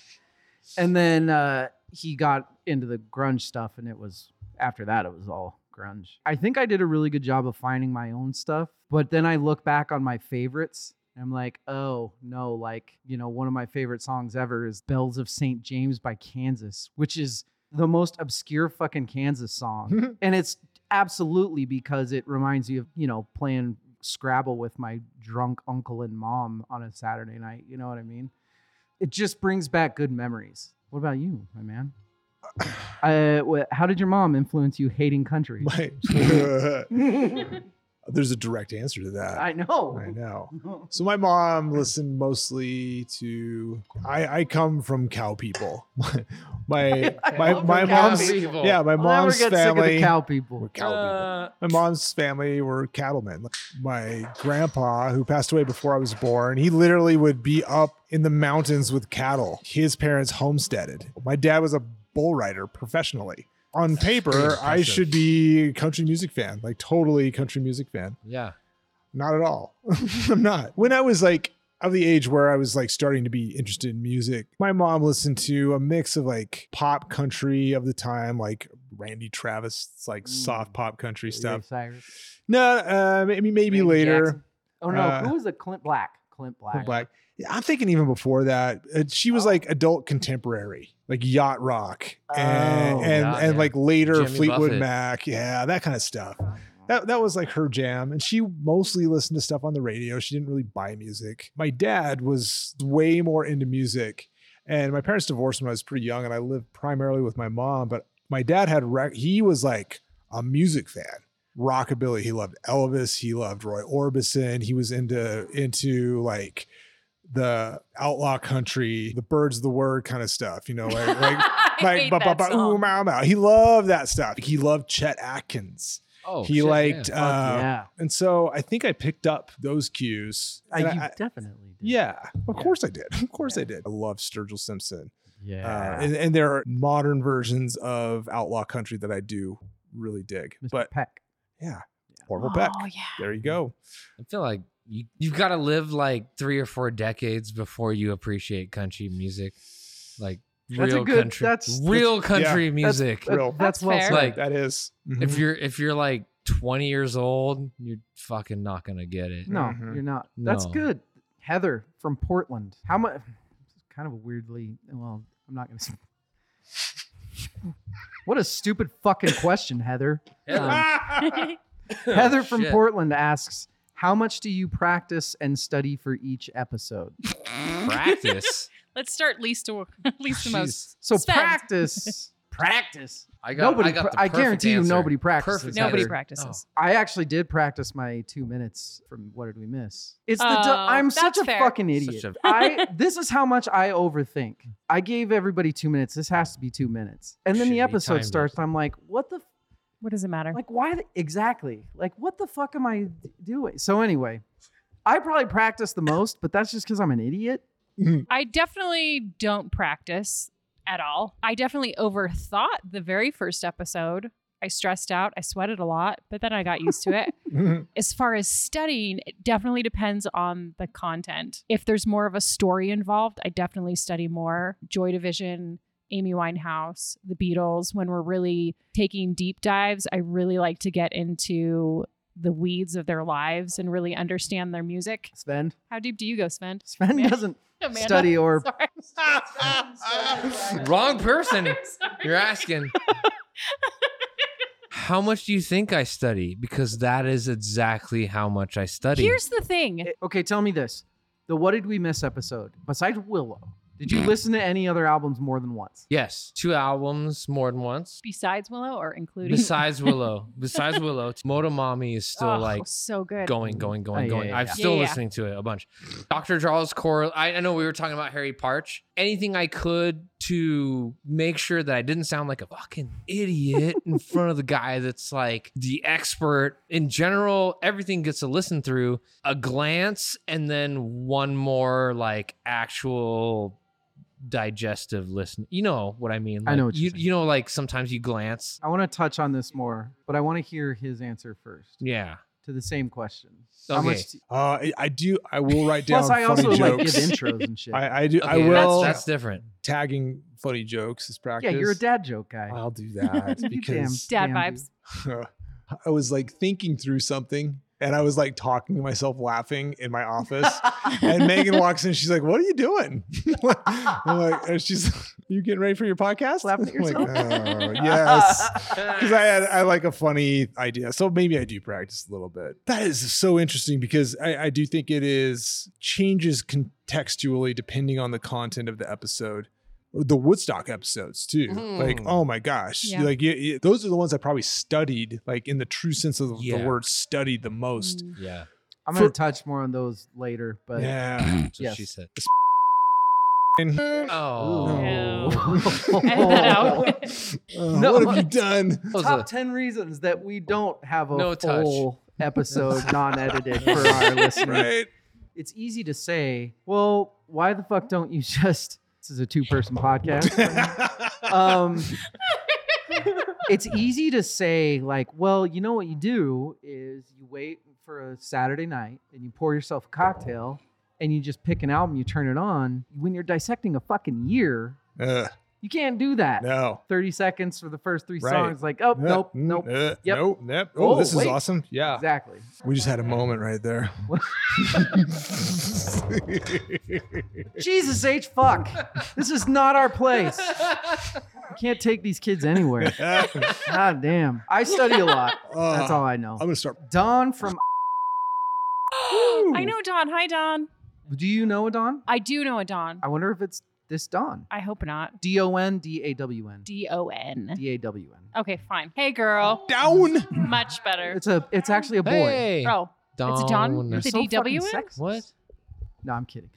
C: And then uh, he got into the grunge stuff, and it was after that, it was all grunge. I think I did a really good job of finding my own stuff, but then I look back on my favorites. and I'm like, oh no, like, you know, one of my favorite songs ever is Bells of St. James by Kansas, which is the most obscure fucking Kansas song. and it's absolutely because it reminds you of, you know, playing Scrabble with my drunk uncle and mom on a Saturday night. You know what I mean? It just brings back good memories. What about you, my man? Uh, wh- how did your mom influence you hating country?
F: My- There's a direct answer to that.
C: uh, I know.
F: I know. So my mom listened mostly to. I, I come from cow people. My my my,
C: come
F: my
C: from cow
F: mom's
C: people.
F: yeah my
C: Well, now we're
F: mom's
C: getting sick of the
F: family.
C: cow people.
F: were cow people. My mom's family were cattlemen. My grandpa, who passed away before I was born, he literally would be up in the mountains with cattle. His parents homesteaded. My dad was a bull rider professionally. On paper, I
H: impressive.
F: should be a country music fan, like totally country music fan
H: Yeah.
F: not at all. I'm not. When I was like of the age where I was like starting to be interested in music, my mom listened to a mix of like pop country of the time, like Randy Travis, it's like
C: Mm.
F: soft pop country
C: Miley
F: stuff.
C: Cyrus.
F: No, uh, maybe
C: Randy
F: maybe later.
C: Jackson. Oh no,
F: Uh,
C: who was it? Clint Black. Clint Black.
F: Black. Yeah, I'm thinking even before that, uh, she was
C: Oh.
F: like adult contemporary, like yacht rock, and
C: Oh,
F: and,
H: yeah,
F: and
H: yeah.
F: like later
H: Jimmy
F: Fleetwood
H: Buffett.
F: Mac, yeah, that kind of stuff. That that was like her jam, and she mostly listened to stuff on the radio. She didn't really buy music. My dad was way more into music, and my parents divorced when I was pretty young, and I lived primarily with my mom. But my dad had rec- he was like a music fan rockabilly. He loved Elvis. He loved Roy Orbison. He was into into like the outlaw country, the birds of the word kind of stuff. You know, like like
E: I
F: like
E: hate
F: ba- ba-
E: that
F: ba- ooh,
E: song.
F: mow, mow. He loved that stuff. He loved Chet Atkins.
H: Oh.
F: he
H: shit, yeah.
F: liked,
C: Fuck
F: uh,
C: yeah.
F: and so I think I picked up those cues.
C: Uh,
F: and
C: you
F: I- I-
C: definitely did.
F: yeah, of
C: Yeah.
F: course I did. Of course I
C: Yeah.
F: did. I love Sturgill Simpson.
C: Yeah.
F: Uh, and, and there are modern versions of outlaw country that I do really dig.
C: Mr.
F: But
C: Peck.
F: Orville Peck.
E: Oh yeah.
F: There you go.
H: I feel like you you've got to live like three or four decades before you appreciate country music, like
C: That's a
H: real
C: good-
H: country,
C: that's-
H: real country
F: yeah,
C: That's-
H: music.
C: that-
F: Real.
C: That's,
E: That's
C: well
E: fair.
C: said.
H: Like-
F: That is-
H: if
F: Mhm.
H: you're if you're like 20 years old, you're fucking not gonna get it.
C: No,
F: Mhm.
C: you're not. That's
H: No.
C: good. Heather from Portland. How much? Kind of weirdly. Well, I'm not gonna. s- What a stupid fucking question, Heather. Um,
H: Yeah.
C: Heather from
H: Shit.
C: Portland asks, "How much do you practice and study for each episode?"
H: Practice.
E: Let's start least to least to most.
H: Jeez.
C: So
E: Spend.
C: practice, practice.
H: I got.
C: nobody.
H: I,
C: I,
H: got the
C: I
H: perfect
C: guarantee you,
H: answer.
C: nobody practices.
H: Perfect
E: Nobody
H: answer.
E: practices.
C: I actually did practice my two minutes from what did we miss? It's the du-
E: Oh,
C: I'm such
E: that's
C: a
E: fair.
C: fucking
H: Such
C: idiot.
H: a-
C: I this is how much I overthink. I gave everybody two minutes. This has to be two minutes, and then
H: Shitty
C: the episode
H: timed
C: starts. and I'm like, what the f-
E: What does it matter?
C: like? Why the- exactly? Like, what the fuck am I d- doing? So anyway, I probably practice the most, but that's just because I'm an idiot.
E: I definitely don't practice at all. I definitely overthought the very first episode. I stressed out, I sweated a lot, but then I got used to it. as far as studying, it definitely depends on the content. If there's more of a story involved, I definitely study more. Joy Division, Amy Winehouse, The Beatles, when we're really taking deep dives, I really like to get into the weeds of their lives and really understand their music.
C: Sven,
E: How deep do you go, Sven?
C: Sven
E: Man.
C: doesn't
E: Amanda?
C: study or
E: Sorry.
H: Wrong person.
E: I'm sorry.
H: You're asking. how much do you think I study? Because that is exactly how much I study.
E: Here's the thing.
C: Eh, Okay, tell me this. The What Did We Miss episode, besides Willow, did you listen to any other albums more than once?
H: yes, two albums more than once.
E: Besides Willow or including
H: Besides Willow, besides Willow, Motomami is still
E: Oh,
H: like
E: so good.
H: going, going, going,
C: Oh, yeah,
H: going.
C: yeah,
H: I'm
C: yeah.
H: still
E: Yeah, yeah.
H: listening to it a bunch. Dr. Charles Cor. I, I know we were talking about Harry Parch. Anything I could to make sure that I didn't sound like a fucking idiot in front of the guy that's like the expert in general. Everything gets to listen through a glance and then one more like actual digestive listen. You know what I mean?
C: I know
H: Like,
C: what you're
H: you
C: saying.
H: you know like sometimes you glance.
C: I want to touch on this more, but I want to hear his answer first
H: Yeah.
C: to the same question.
H: Okay.
C: t-
F: Uh, I, I do. I will write down
C: Plus, I
F: funny
C: also like give
F: jokes.
C: intros and shit.
F: I, I do. I
H: Okay, that's-
F: will
H: That's, different.
F: tagging funny jokes as
C: yeah,
F: practice. Uh,
C: you're a dad joke guy.
F: I'll do that
C: You damn-
F: because
E: Dad
C: damn dude.
E: vibes.
F: I was like thinking through something and I was like talking to myself laughing in my office. and Megan walks in, she's like, What are you doing? I'm like, and she's you getting ready for your podcast?
C: Laughing at
F: I'm like,
C: yourself?
F: "Oh, yes. Because I had I like a funny idea. So maybe I do practice a little bit. That is so interesting because I, I do think it is changes contextually depending on the content of the episode. The Woodstock episodes too,
H: Mm.
F: like oh my gosh,
E: Yeah.
F: like you, you- those are the ones I probably studied, like in the true sense of the,
H: Yeah.
F: word, studied the most.
E: Mm.
H: Yeah.
C: I'm going
F: For-
C: to touch more on those later, but
F: Yeah,
H: That's what
C: Yes.
H: she said.
F: And-
H: Oh.
E: No.
C: Edit
E: Edit that out.
F: Oh,
C: No.
F: what have you done?
H: That was
C: Top
H: a-
C: 10 reasons that we don't have a
H: No touch.
C: full episode non-edited for our listeners.
F: Right?
C: it's easy to say, well, why the fuck don't you just this is a two-person podcast.
F: Uh,
C: um it's easy to say like, well, you know what you do is you wait for a Saturday night and you pour yourself a cocktail and you just pick an album, you turn it on. When you're dissecting a fucking year,
F: Ugh,
C: you can't do that.
F: no.
C: 30 seconds for the first three
F: Right.
C: songs like, oh, nope,
F: Mm,
C: nope.
F: uh,
C: Yep.
F: Nope. Nope. Oh,
C: Oh,
F: this is
C: wait.
F: awesome. Yeah.
C: Exactly.
F: We just had a moment right there.
C: Jesus H fuck. This is not our place. You can't take these kids anywhere. God damn. I study a lot. That's all I know.
F: Uh, I'm gonna start.
C: Don from
E: I know Don. Hi, Don.
C: Do you know a Don?
E: I do know a Don.
C: I wonder if it's this Don.
E: I hope not.
C: D O N D A W N.
E: D O N.
C: D A W N.
E: Okay, fine. Hey, girl.
F: Down.
E: Much better.
C: It's a it's actually a boy.
H: Hey.
E: Oh, it's a Don.
H: Don.
E: It's a
C: So fucking
E: DW.
C: sexist.
H: What?
C: No, I'm kidding.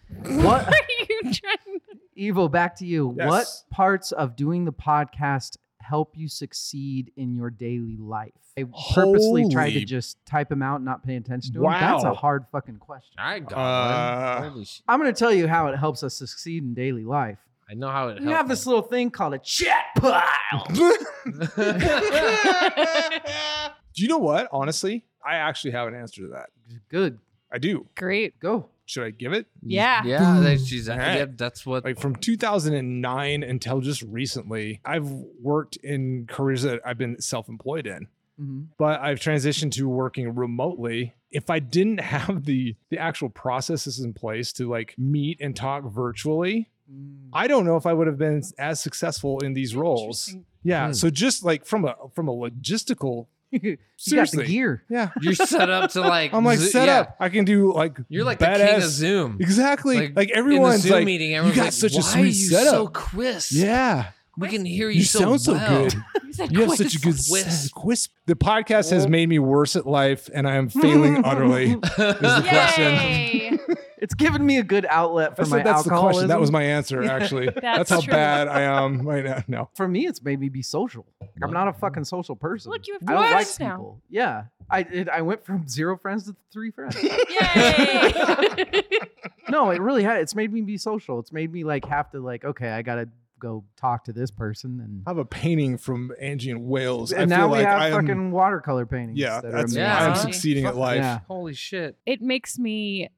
C: What
E: Are you trying?
C: Evo, back to you.
F: Yes.
C: What parts of doing the podcast help you succeed in your daily life? I purposely tried to
F: Holy-
C: just type them out, and not pay attention to them.
F: Wow.
C: That's a hard fucking question.
H: I got
F: Uh,
H: one. Holy sh-
C: I'm going to tell you how it helps us succeed in daily life.
H: I know how it
C: We have this
H: helps.
C: little thing called a chat pile.
F: Do you know what? Honestly, I actually have an answer to that.
C: Good.
F: I do.
E: Great.
C: Go.
F: Should I give it?
E: Yeah.
H: Yeah. That, she's,
F: All right.
H: yep, that's what.
F: Like from 2009 until just recently, I've worked in careers that I've been self-employed in.
C: hmm
F: but I've transitioned to working remotely. If I didn't have the the actual processes in place to like meet
C: Mm.
F: and talk virtually, I don't know if I would have been as successful in these roles
E: Interesting.
F: Yeah.
H: Hmm.
F: So just like from a from a logistical
C: you
F: seriously.
C: got the gear.
F: Yeah.
H: You're set up to like.
F: I'm like
H: zo-
F: set
H: yeah.
F: up. I can do like
H: You're like the
F: badass
H: king of Zoom.
F: Exactly.
H: Like, in
F: Like,
H: the in
F: everyone's
H: the Zoom
F: like
H: meeting,
F: you
H: everyone's
F: got
H: like,
F: such a
H: "Why
F: sweet
H: are you
F: setup.
H: so crisp?
F: yeah.
H: we can hear you,
F: You sound so
H: well.
F: good.
E: You said
F: You have
E: quit.
F: such a good
H: Quisp.
F: quisp. quisp. The podcast
C: Oh.
F: has made me worse at life, and I am failing utterly. Is the question.
E: Yay!
C: It's given me a good outlet for
F: That's,
C: my
F: that's the
C: alcoholism.
F: question. That was my answer, actually. that's how
E: true.
F: bad I am right now. No.
C: for me, it's made me be social. Like, I'm not a fucking social person.
E: Look, you have
C: I don't like
E: friends now.
C: people. Yeah, I it, I went from zero friends to three friends.
E: Yay!
C: no, it really had. It's made me be social. It's made me like have to like okay, I gotta go talk to this person and.
F: I have a painting from Angie in Wales.
C: And
F: I
C: now
F: feel
C: we
F: like
C: have
F: I am,
C: fucking watercolor paintings.
F: yeah,
C: that are
F: that's,
C: amazing.
H: Yeah,
F: I am
H: huh?
F: succeeding at life.
C: Yeah.
H: Holy shit.
E: it makes me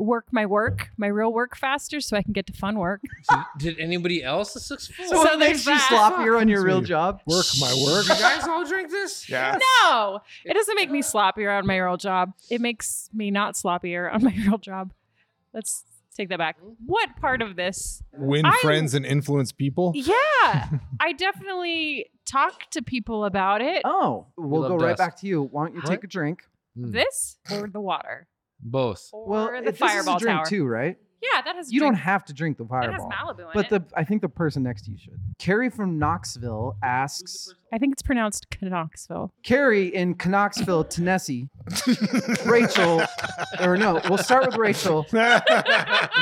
E: work my work, my real work faster, so I can get to fun work.
H: So did anybody else this looks full?
C: So,
E: So
C: it
E: there's
C: makes you
E: that.
C: sloppier on your real
F: Fuck.
C: job.
F: Work my work.
H: you guys all drink this?
F: Yeah.
E: No, it doesn't make me sloppier on my real job. It makes me not sloppier on my real job. Let's take that back. What part of this?
F: Win
E: I'm-
F: friends and influence people.
E: Yeah, I definitely talk to people about it.
C: Oh, we'll
H: love
C: go right
H: dust.
C: back to you. Why don't you take a drink?
E: This or the water
H: Hmm. Both.
E: or
C: Well,
E: the
C: if this is
E: fireball
C: a drink
E: tower.
C: too, right?
E: Yeah, that has.
C: You don't
E: drink-
C: have to drink the
E: That has
C: fireball.
E: Malibu in
C: But
E: it.
C: the I think the person next to you should. Carrie from Knoxville asks
E: I think it's pronounced Knoxville.
C: Carrie in Knoxville, Tennessee. Rachel, or no, we'll start with Rachel.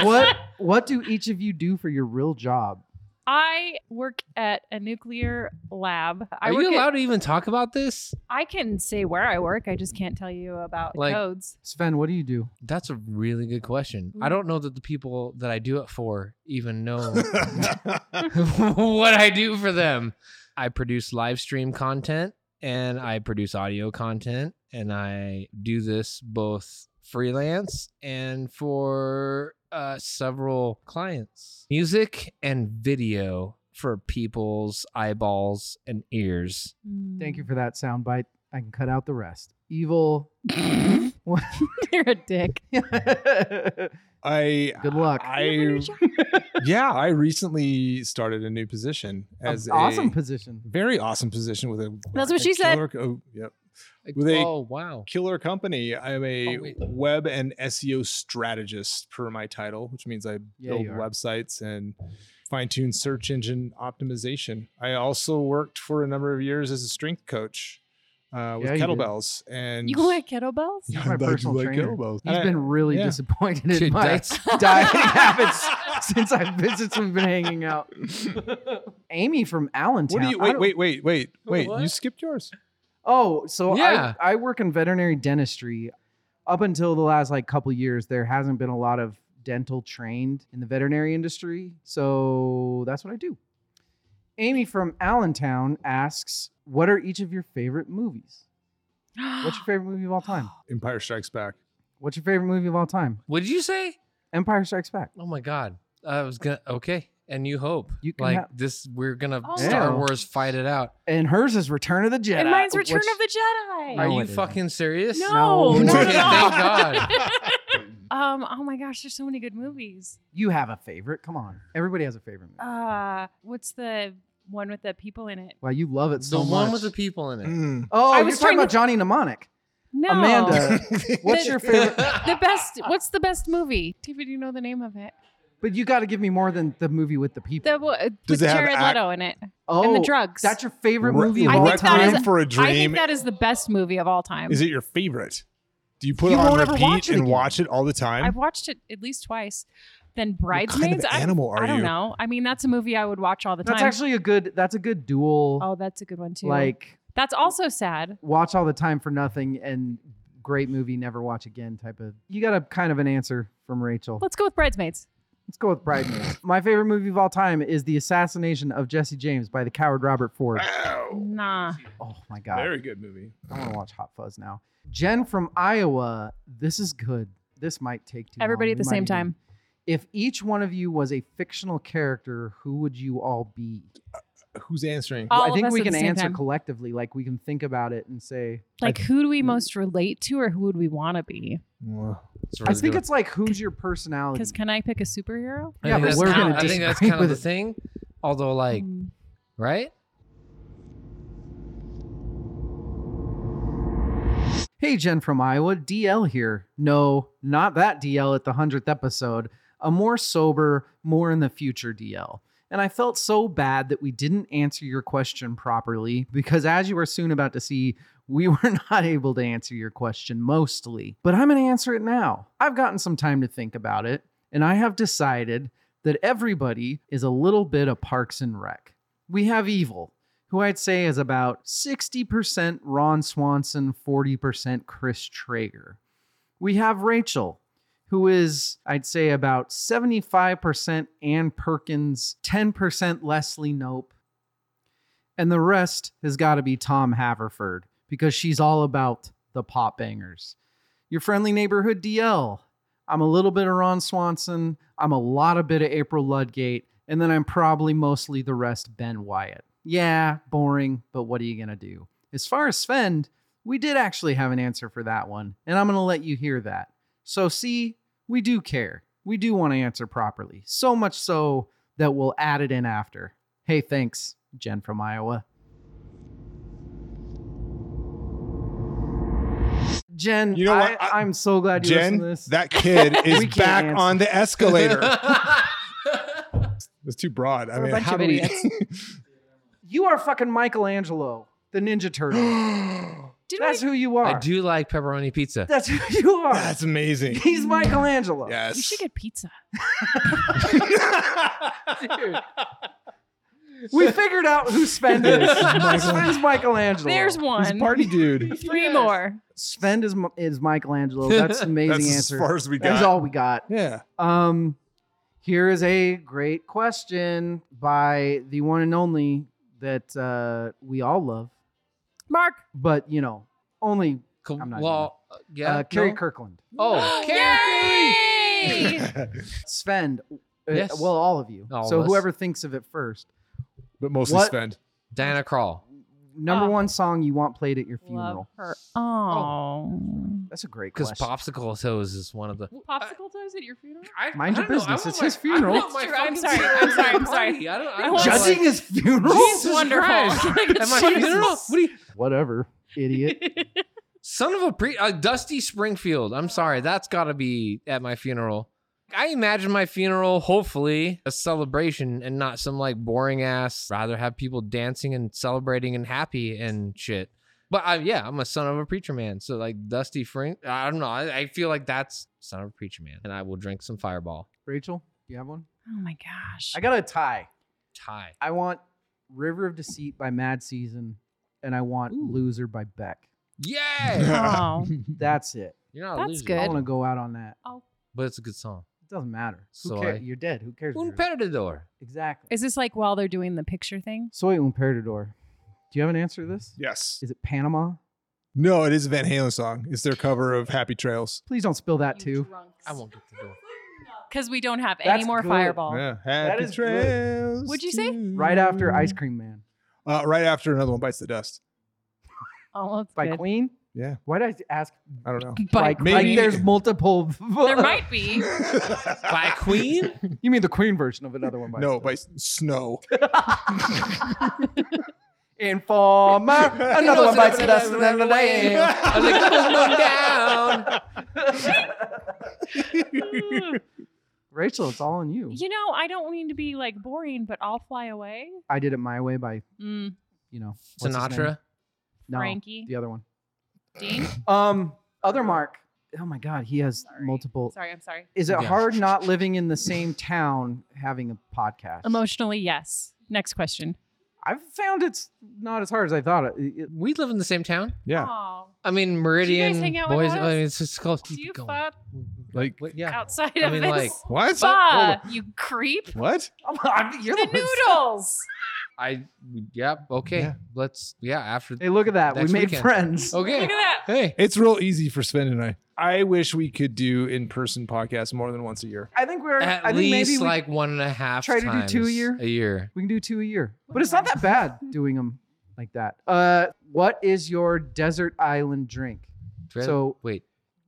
C: What what do each of you do for your real job?
E: I work at a nuclear lab. I
H: Are
E: work
H: you
E: at-
H: allowed to even talk about this?
E: I can say where I work. I just can't tell you about the
H: Like-
E: codes.
C: Sven, what do you do?
H: That's a really good question. I don't know that the people that I do it for even know what I do for them. I produce live stream content and I produce audio content and I do this both freelance and for uh, several clients. Music and video for people's eyeballs and ears.
C: Thank you for that soundbite. I can cut out the rest. Evil. What-
E: You're a dick.
C: Good
F: I
C: luck.
F: I yeah, I recently started a new position as
C: An awesome
F: a
C: position.
F: very awesome position with a
E: That's what
F: a
E: she said.
F: killer co- oh, yep.
H: Like,
F: Were they-
H: oh, wow.
F: Killer company. I am a
H: Oh, wait.
F: web and SEO strategist per my title, which means I
C: Yeah,
F: build
C: you are.
F: websites and fine tune search engine optimization. I also worked for a number of years as a strength coach uh, with
C: Yeah, you did.
F: kettlebells and
E: You can wear kettlebells?
F: Yeah,
C: My
F: I do
C: personal
F: like
C: trainer.
F: kettlebells.
C: He's
F: I-
C: been really
F: yeah.
C: disappointed in
H: Dude,
C: my
H: that's-
C: dieting habits since I since we've been hanging out. Amy from Allentown.
F: What do you
C: I
F: wait,
C: don't-
F: wait, wait, wait, wait, you
H: What?
F: skipped yours.
C: Oh, so
H: Yeah.
C: I, I work in veterinary dentistry. Up until the last like couple years, there hasn't been a lot of dental trained in the veterinary industry. So that's what I do. Amy from Allentown asks, "What are each of your favorite movies? What's your favorite movie of all time?
F: Empire Strikes Back.
C: What's your favorite movie of all time?
H: What did you say?
C: Empire Strikes Back.
H: Oh my god. I was gonna okay. And New Hope.
C: You can
H: like
C: have-
H: this we're gonna
E: Oh.
H: Star
C: Ew.
H: Wars fight it out.
C: And hers is Return of the Jedi.
E: and mine's Return
C: which-
E: of the Jedi.
C: No,
H: Are
C: it
H: you
C: isn't.
H: fucking serious?
E: No,
C: No.
E: not
H: Okay, thank
E: at
H: God.
E: all. um, oh my gosh, there's so many good movies.
C: You have a favorite? Come on, everybody has a favorite movie.
E: Uh, what's the one with the people in it?
C: wow, you love it so
H: the
C: much.
H: one with the people in it.
C: oh,
E: I
C: you're
E: was
C: talking
E: trying to-
C: about Johnny Mnemonic.
E: No,
C: Amanda, what's
E: The-
C: your favorite?
E: The best. What's the best movie? David, you know the name of it.
C: But you got to give me more than the movie with the people.
E: The uh,
F: Does
E: with
F: it have
E: Jared
F: act-
E: Leto in it
C: oh,
E: and the drugs.
C: That's your favorite
F: Re-
C: movie of
E: I
C: all
E: think that
F: Requiem
C: time.
E: is-
F: for a
E: I think
F: Dream.
E: that is the best movie of all time.
F: Is it your favorite? Do you put
C: You
F: it on
C: won't ever
F: repeat
C: watch it
F: and
C: again.
F: watch it all the time?
E: I've watched it at least twice. Then
F: What kind
E: Bridesmaids.
F: of animal
E: I,
F: are
E: I don't
F: you?
E: know. I mean, that's a movie I would watch all the
C: that's
E: time.
C: actually a good. That's a good duel.
E: oh, that's a good one too.
C: like
E: that's also sad.
C: watch all the time for nothing and great movie never watch again type of. You got a kind of an answer from Rachel.
E: Let's go with Bridesmaids.
C: Let's go with Bridesmaids. My favorite movie of all time is The Assassination of Jesse James by the coward Robert Ford.
F: Wow.
E: Nah.
C: Oh my god.
F: Very good movie.
C: I want to watch Hot Fuzz now. Jen from Iowa. This is good. This might take too
E: Everybody
C: long.
E: at
C: We might
E: the same
C: need-
E: time.
C: If each one of you was a fictional character, who would you all be?
F: Who's answering?
E: All
C: I
E: of
C: think
E: us
C: we
E: at the
C: can
E: same
C: answer
E: time.
C: collectively. Like we can think about it and say.
E: Like, who do we most relate to, or who would we want to be?
H: It's
C: I
H: really
C: think
H: good.
C: it's like who's your personality?
E: Because can I pick a superhero?
H: I
C: yeah,
H: think
C: but
H: that's
C: we're
H: kind
C: gonna
H: of- I think that's
C: disagree
H: kind
C: with
H: of the
E: Hmm.
C: it.
H: thing. Although, like,
E: Mm.
H: right?
C: Hey, Jen from Iowa, DL here. No, not that DL at the 100th episode, a more sober, more in the future DL. And I felt so bad that we didn't answer your question properly because, as you are soon about to see, we were not able to answer your question mostly. But I'm going to answer it now. I've gotten some time to think about it, and I have decided that everybody is a little bit of Parks and Rec. We have evil, who I'd say is about 60% Ron Swanson, 40% Chris Traeger. We have Rachel, who is, I'd say, about 75% Ann Perkins, 10% Leslie Nope. And the rest has got to be Tom Haverford because she's all about the pop bangers. Your friendly neighborhood DL. I'm a little bit of Ron Swanson. I'm a lot of bit of April Ludgate. And then I'm probably mostly the rest Ben Wyatt. Yeah, boring, but what are you going to do? As far as Sven, we did actually have an answer for that one. And I'm going to let you hear that. So, see, we do care. We do want to answer properly. So much so that we'll add it in after. Hey, thanks, Jen from Iowa. Jen,
F: You know what?
C: I, am so glad you listened
F: Jen,
C: to this.
F: that kid is
C: can't
F: back
C: answer.
F: on the escalator. It's too broad. I
C: We're a
F: mean,
C: bunch
F: how
C: of
F: do we?
C: idiots. you are fucking Michelangelo, the Ninja Turtle.
E: Did
C: That's who you are.
H: I do like pepperoni pizza.
C: That's who you are.
F: That's amazing.
C: He's Michelangelo.
E: we, we
F: Yes.
E: should get pizza.
C: We figured out who Sven is. Sven's Michelangelo.
E: There's
F: He's
E: one.
F: party dude.
E: Three more.
C: Sven is, is Michelangelo. That's an amazing
F: That's
C: answer.
F: as far as we got.
C: That's all we got.
F: Yeah.
C: Um, here is a great question by the one and only that uh, we all love,
E: Mark.
C: but you know, only
H: Cool.
C: I'm not
H: Well, uh, yeah.
C: uh, Carrie
H: no?
C: Kirkland.
H: Oh, Carrie.
C: Sven, uh,
H: Yes.
C: well, all of you.
H: All of
C: so
H: us.
C: whoever thinks of it first.
F: But mostly
C: What?
F: spend.
H: Diana Krall.
C: Number
E: Oh.
C: one song you want played at your funeral.
E: Love her. Oh.
C: That's a great
H: Because
C: question.
H: popsicle toes is one of the.
E: Popsicle toes at your funeral?
H: I,
C: Mind your
H: I don't know. I
C: business.
H: want
C: It's
H: my-
C: his funeral.
H: I want my
E: That's true. I'm
H: fucking
E: sorry.
H: funeral
E: I'm sorry. I'm
H: party.
E: sorry.
H: I don't. I
E: I
H: don't
E: want-
H: want-
C: Judging his funeral?
H: Jesus
E: Wonderful.
H: Christ. At my
C: Jesus.
H: funeral? What do you?
C: Whatever, idiot.
H: Son of a pre, uh, Dusty Springfield. I'm sorry, that's got to be at my funeral. I imagine my funeral, hopefully, a celebration and not some like boring ass. Rather have people dancing and celebrating and happy and shit. But I, yeah, I'm a son of a preacher man. So like Dusty Spring, I don't know. I, I feel like that's son of a preacher man, and I will drink some Fireball.
C: Rachel, do you have one?
E: Oh my gosh.
C: I got a tie.
H: Tie.
C: I want River of Deceit by Mad Season, and I want
H: Ooh.
C: Loser by Beck.
H: Yay!
E: Oh.
C: That's it.
H: You're not a
E: That's
H: loser.
E: good.
C: I want to go out on that.
H: But it's a good song.
C: It doesn't matter. Who
H: Soy.
C: cares? You're dead. Who cares?
H: Un
C: River?
H: perdedor.
C: exactly.
E: Is this like while they're doing the picture thing?
C: Soy un perdedor. Do you have an answer to this?
F: Yes.
C: Is it Panama?
F: No, it is a Van Halen song. It's their cover of Happy Trails.
C: Please don't spill that too.
H: I won't get the door.
E: Because we don't have any
C: That's
E: more
C: good.
E: fireball.
F: Yeah. Happy
C: Oh. is good.
F: Trails.
E: What'd you say?
F: to-
C: Right after Ice
E: Mm-hmm.
C: Cream Man
F: Uh, right after another one bites the dust.
E: Oh, that's
C: by
E: good.
C: Queen.
F: Yeah.
C: Why did I ask?
F: I don't know.
E: By
C: like,
E: Queen.
C: like
F: Maybe-
C: there's multiple.
E: There might be.
H: By Queen?
C: You mean the Queen version of another one? By
F: no, by s- snow.
C: Informer. Another one bites the dust. da, da, da, da.
H: I was like, "Come on down.
C: Rachel, it's all on you.
E: Mm, You know, I don't mean to be like boring, but I'll fly away.
C: I did it my way by
E: Mm,
C: you know what's his name?
H: Sinatra.
C: No,
E: Frankie.
C: the other one.
E: Dean?
C: Um, other Mark. Oh my God, he has
E: Sorry.
C: multiple.
E: Sorry, I'm sorry.
C: Is it
H: Yeah.
C: hard not living in the same town having a podcast?
E: Emotionally, yes. Next question.
C: I've found it's not as hard as I thought. It, it-
H: We live in the same town.
F: Yeah.
E: Oh,
H: I mean, Meridian.
E: hang out
H: boys,
E: without
H: I mean,
E: us?
H: it's just close.
E: do you
H: Keep going.
E: fuck
F: Like
H: Wait, yeah.
E: outside
H: I
E: of
H: mean,
E: this?
H: like-
F: what?
E: Bah, you creep.
F: What?
C: I'm- you're
E: The
C: the one-
E: noodles.
H: I. Yep. Okay.
F: Yeah.
H: Let's. Yeah. After.
C: Hey, look at that.
H: Next
C: we made
H: weekend.
C: friends.
E: Look
H: Okay.
E: at that.
H: Hey.
F: It's real easy for Sven and I. I wish we could do in-person podcasts more than once a year.
C: I think we're.
H: At
C: I think
H: least
C: maybe we,
H: like one and a half.
C: try to do
H: times
C: two a year?
H: A year.
C: we can do two a year, but it's not that bad doing them like that. Uh, what is your desert island drink?
H: Do I-
C: So-
H: wait.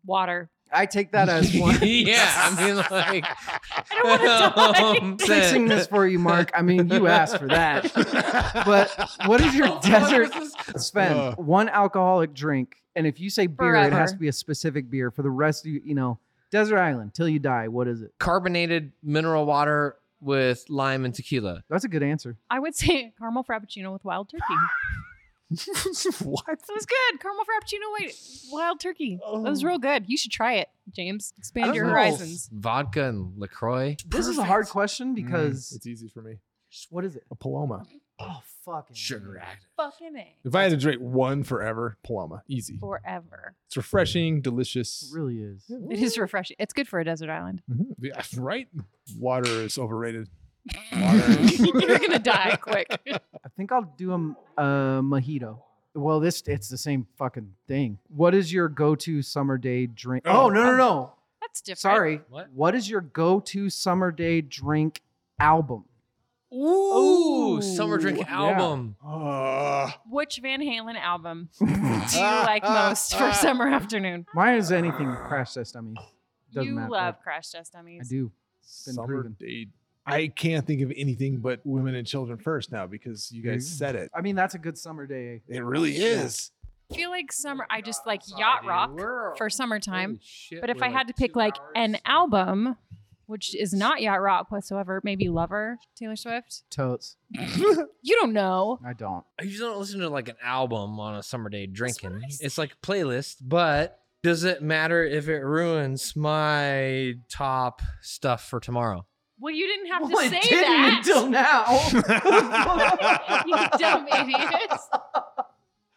E: Water.
C: I take that as one.
H: yeah. I mean, like.
E: I don't wanna die.
H: um,
C: fixing this for you, Mark. I mean, you asked for that. But what is your
H: Oh, fuck,
C: desert?
H: this is-
C: Sven,
F: Uh.
C: one alcoholic drink, and if you say beer, it has
E: Forever.
C: to be a specific beer for the rest of you. You know, desert island till you die. What is it?
H: Carbonated mineral water with lime and tequila.
C: That's a good answer.
E: I would say caramel frappuccino with wild turkey.
F: what?
E: That was good. Caramel frappuccino with wild turkey. That was real good. You should try it, James.
C: I
E: Expand
C: don't
E: your
C: know.
E: horizons.
H: Vodka and LaCroix.
C: This is a hard
H: Mm.
C: question because
F: Mm, It's easy for me.
C: what is it?
F: A Paloma.
C: Oh fucking
H: Sugar act.
E: Fucking it.
F: If I had to drink one forever, Paloma. Easy.
E: Forever.
F: It's refreshing, delicious.
C: It really is.
E: It is refreshing. It's good for a desert island.
F: Mhm. Yeah, right? Water is overrated.
E: You're gonna die quick.
C: I think I'll do a m- a mojito. Well, this it's the same fucking thing. What is your go-to summer day drink?
F: Oh.
C: Oh, no no no.
E: That's different.
C: Sorry.
H: What?
C: What is your go-to summer day drink album?
F: Oh,
H: Ooh, summer
C: Ooh,
H: drink
C: yeah.
H: album.
F: Uh,
E: Which Van Halen album do you like most for summer afternoon?
C: Mine is anything with Crash Test Dummies. Doesn't
E: you
C: matter.
E: love Crash Test
C: I
E: Dummies.
C: do. been
F: summer
C: proven.
F: date. I can't think of anything but women and children first now because you guys
C: Mhm.
F: said it.
C: I mean, that's a good summer day.
F: It really is.
E: I feel like summer. I just like yacht rock for summertime. But if I had to pick like an album, which is not yacht rock whatsoever, maybe Lover, Taylor Swift.
C: Totes.
E: You don't know.
C: I don't.
H: I usually don't listen to like an album on a summer day drinking. It's like a playlist, but does it matter if it ruins my top stuff for tomorrow?
E: Well, you didn't have to
C: Well, it
E: say
C: didn't
E: that.
C: until now.
E: you dumb idiot.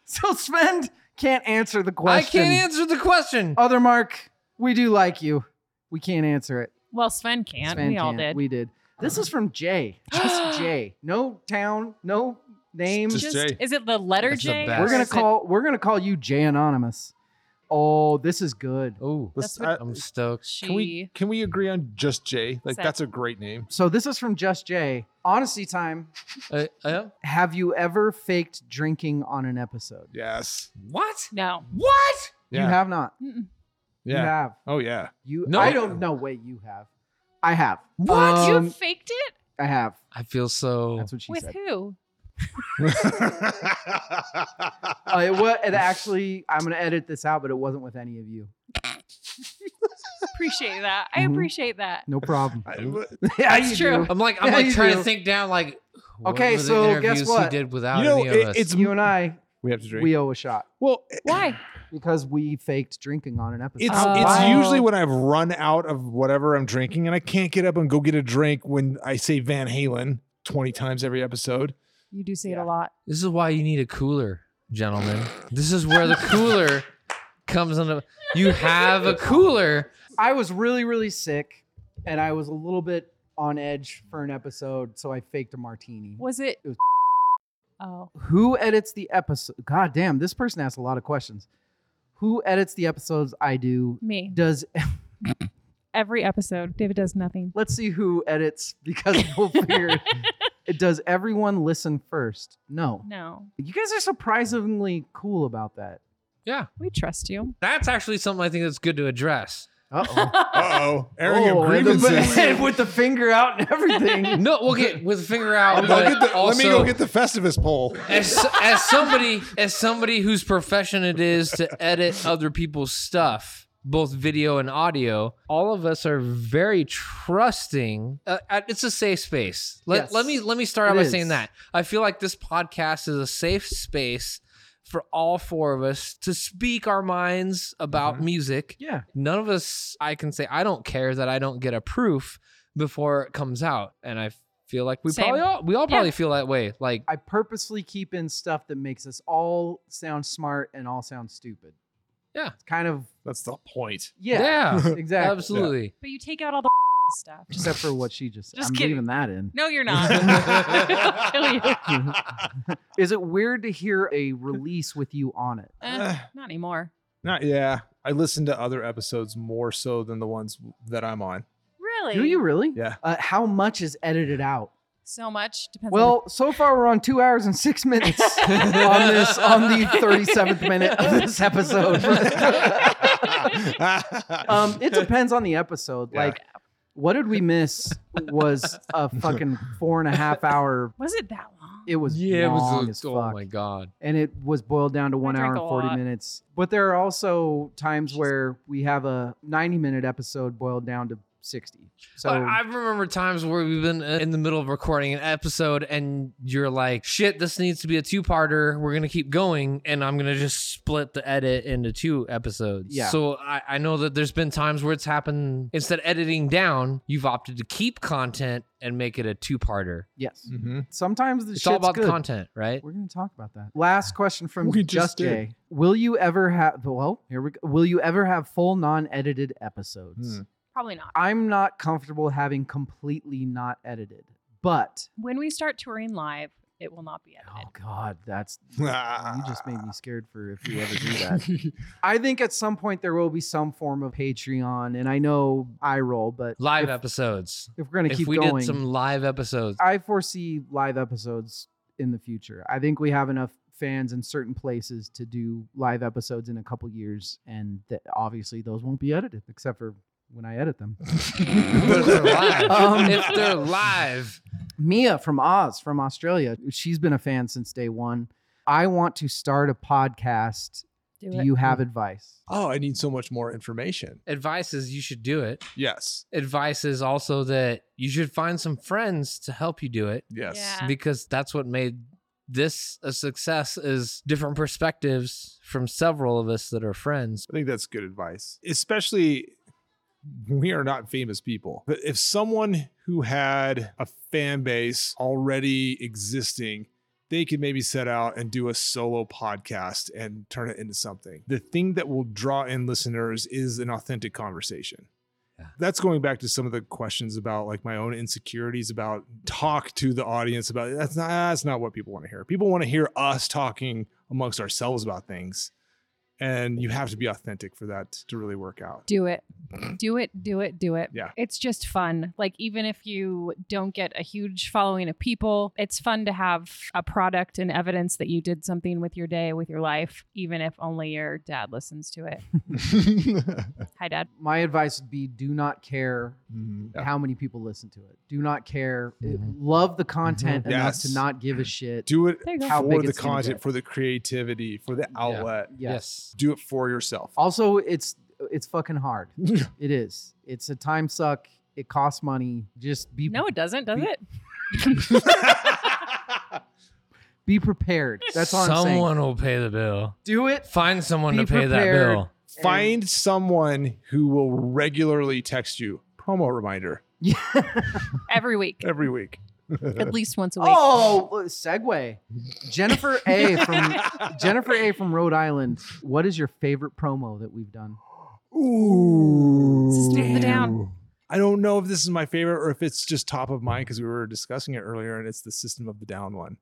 C: so Sven can't answer the
H: I
C: question.
H: can't answer the question.
C: Other Mark, we do like you. We can't answer it.
E: Well, Sven can't.
C: Sven
E: we all
C: can't.
E: did.
C: We did. This is from Jay. Just Jay. No town. No name.
F: Just Jay.
E: Is it the letter
H: That's the
E: J?
H: best.
C: we're gonna
E: Is it-
C: call. We're gonna call you Jay Anonymous. Oh, this is good.
H: Oh,
F: Let's-
E: what-
F: I-
C: Uh,
H: I'm stoked.
E: She.
F: can we can we agree on just Jay? Like
E: Said-
F: that's a great name.
C: So this is from Just Jay. Honesty time.
H: Uh, uh,
C: Have you ever faked drinking on an episode?
F: Yes.
H: what?
E: No.
H: What?
F: Yeah.
C: You have not.
E: Mm-mm.
F: yeah.
C: You have.
F: Oh yeah.
C: You.
H: No.
C: I don't know. Wait, you have. I have.
E: What?
C: Um,
E: you faked it?
C: I have.
H: I feel so.
C: That's what she
E: With
C: said.
E: who?
C: Uh, it was. It actually. I'm gonna edit this out, but it wasn't with any of you.
E: Appreciate that. I
C: Mhm.
E: appreciate that.
C: No problem.
F: I- what-
C: yeah,
E: That's
C: you
E: true.
H: I'm like I'm
C: Yeah,
H: like
C: you
H: trying
C: do.
H: to think down like. what
C: Okay,
H: were the
C: so guess
H: interviews he
C: what?
H: did without
F: you know,
H: any of
F: it-
H: us.
F: it's
C: do. You and I,
F: we have to drink.
C: we owe a shot
F: well,
E: Why?
C: because we faked drinking on an episode.
F: It's
E: Oh.
F: it's
E: Wow.
F: usually when I've run out of whatever I'm drinking and I can't get up and go get a drink when I say Van Halen 20 times every episode.
E: You do say
C: it a
E: it a lot.
H: This is why you need a cooler, gentlemen. This is where the cooler comes in. the- You have a cooler.
C: I was really, really sick, and I was a little bit on edge for an episode, so I faked a martini.
E: Was it?
C: It was-
E: Oh.
C: Who edits the episode? God damn, this person asks a lot of questions. Who edits the episodes I do?
E: Me.
C: Does e-,
E: Every episode, David does nothing.
C: let's see who edits because we'll figure. it does everyone listen first? No.
E: No.
C: You guys are surprisingly cool about that.
H: Yeah,
E: We trust you.
H: that's actually something I think that's good to address.
C: Uh oh.
F: Uh-oh. Airing of
C: Oh, and the-
F: grievances.
C: with the finger out and everything.
H: No, we'll get with finger out.
F: I'll go
H: But
F: get the-
H: also,
F: let me go get the Festivus poll.
H: as as somebody as somebody whose profession it is to edit other people's stuff both video and audio all of us are very trusting uh, uh, it's a safe space let,
C: Yes.
H: let me let me start out
C: It
H: by
C: is.
H: saying that i feel like this podcast is a safe space for all four of us to speak our minds about music
C: yeah.
H: none of us i can say i don't care that i don't get a proof before it comes out and i feel like we
E: Same.
H: probably all we all probably
E: Yeah.
H: feel that way like
C: I purposely keep in stuff that makes us all sound smart and all sound stupid.
H: Yeah.
C: It's kind of
F: That's the point.
C: yeah,
H: yeah.
C: exactly.
H: absolutely
E: But you take out all the stuff.
C: Except for what she just said.
E: Just
C: I'm
E: kidding.
C: leaving that in.
E: No, you're not. I'll kill you.
C: Is it weird to hear a release with you on it?
E: Eh, not anymore.
F: Not yeah. I listen to other episodes more so than the ones that I'm on.
E: Really?
C: Do you really?
F: Yeah.
C: Uh, how much is edited out?
E: so much depends. on
C: Well, so far we're on two hours and six minutes on this on the thirty seventh minute of this episode. um, it depends on the episode.
F: Yeah.
C: Like, what did we miss was a fucking four and a half hour.
E: the- was it that long?
C: It was
H: yeah, it was
C: long
H: a,
C: as
H: oh
C: fuck.
H: my god.
C: and it was boiled down to one hour
E: drank a
C: and 40
E: lot.
C: minutes. But there are also times where we have a 90 minute episode boiled down to 60. So
H: But I remember times where we've been in the middle of recording an episode and you're like, shit, this needs to be a two parter. We're going to keep going. And I'm going to just split the edit into two episodes.
C: Yeah.
H: So I, I know that there's been times where it's happened. Instead of editing down, you've opted to keep content and make it a two parter.
C: yes,
D: Mm-hmm.
C: sometimes the
H: Mm. It's
C: shit's
H: all about
C: good.
H: content, right?
C: We're going to talk about that. Last question from
D: We
C: Just
D: just did.
C: Jay. Will you ever have well, here we go. Will you ever have full non-edited episodes?
D: Hmm.
E: Probably not.
C: I'm not comfortable having completely not edited. But
E: When we start touring live, it will not be edited.
C: oh god, that's you just made me scared for if we ever do that. I think at some point there will be some form of Patreon, and I know I roll, but
H: Live
C: if,
H: episodes.
C: if we're gonna
H: If
C: keep
H: we
C: going,
H: did some live episodes,
C: I foresee live episodes in the future. I think we have enough fans in certain places to do live episodes in a couple years, and that obviously those won't be edited, except for when I edit them.
H: but if they're live,
C: Um,
H: if they're live,
C: Mia from Oz from Australia, she's been a fan since day one. I want to start a podcast. Do you have advice?
D: oh, I need so much more information.
H: advice is you should do it.
D: Yes.
H: advice is also that you should find some friends to help you do it
D: Yes.
A: Yeah.
H: because that's what made this a success is different perspectives from several of us that are friends.
D: I think that's good advice, especially we are not famous people. But if someone who had a fan base already existing, they could maybe set out and do a solo podcast and turn it into something. The thing that will draw in listeners is an authentic conversation.
H: Yeah.
D: That's going back to some of the questions about like my own insecurities about talk to the audience about that's not that's not what people want to hear. People want to hear us talking amongst ourselves about things and you have to be authentic for that to really work out.
E: Do it. Do it, do it, do it.
D: Yeah.
E: It's just fun. Like, even if you don't get a huge following of people, it's fun to have a product and evidence that you did something with your day, with your life, even if only your dad listens to it. Hi, Dad.
C: My advice would be do not care how many people listen to it. Do not care. Love the content enough
D: Yes.
C: to not give a shit.
D: Do it
E: There you go.
C: How
D: for
C: big
D: the
C: it's gonna
D: content,
C: get.
D: for the creativity, for the outlet.
H: Yes.
D: Do it for yourself.
C: Also, it's it's fucking hard. it is. It's a time suck. It costs money. Just be
E: No, it doesn't, does
C: Be-
E: it?
C: be prepared. That's all I'm
H: Someone
C: saying.
H: will pay the bill.
C: Do it.
H: Find someone
C: Be
H: to pay
C: prepared.
H: that bill.
D: Find someone who will regularly text you promo reminder
C: Yeah.
E: Every week,
D: every week.
E: at least once a week.
C: Oh, segue. Jennifer A from Jennifer A from Rhode Island. What is your favorite promo that we've done?
D: Ooh.
E: Stamp it down.
D: I don't know if this is my favorite or if it's just top of mind because we were discussing it earlier and it's the system of the down one.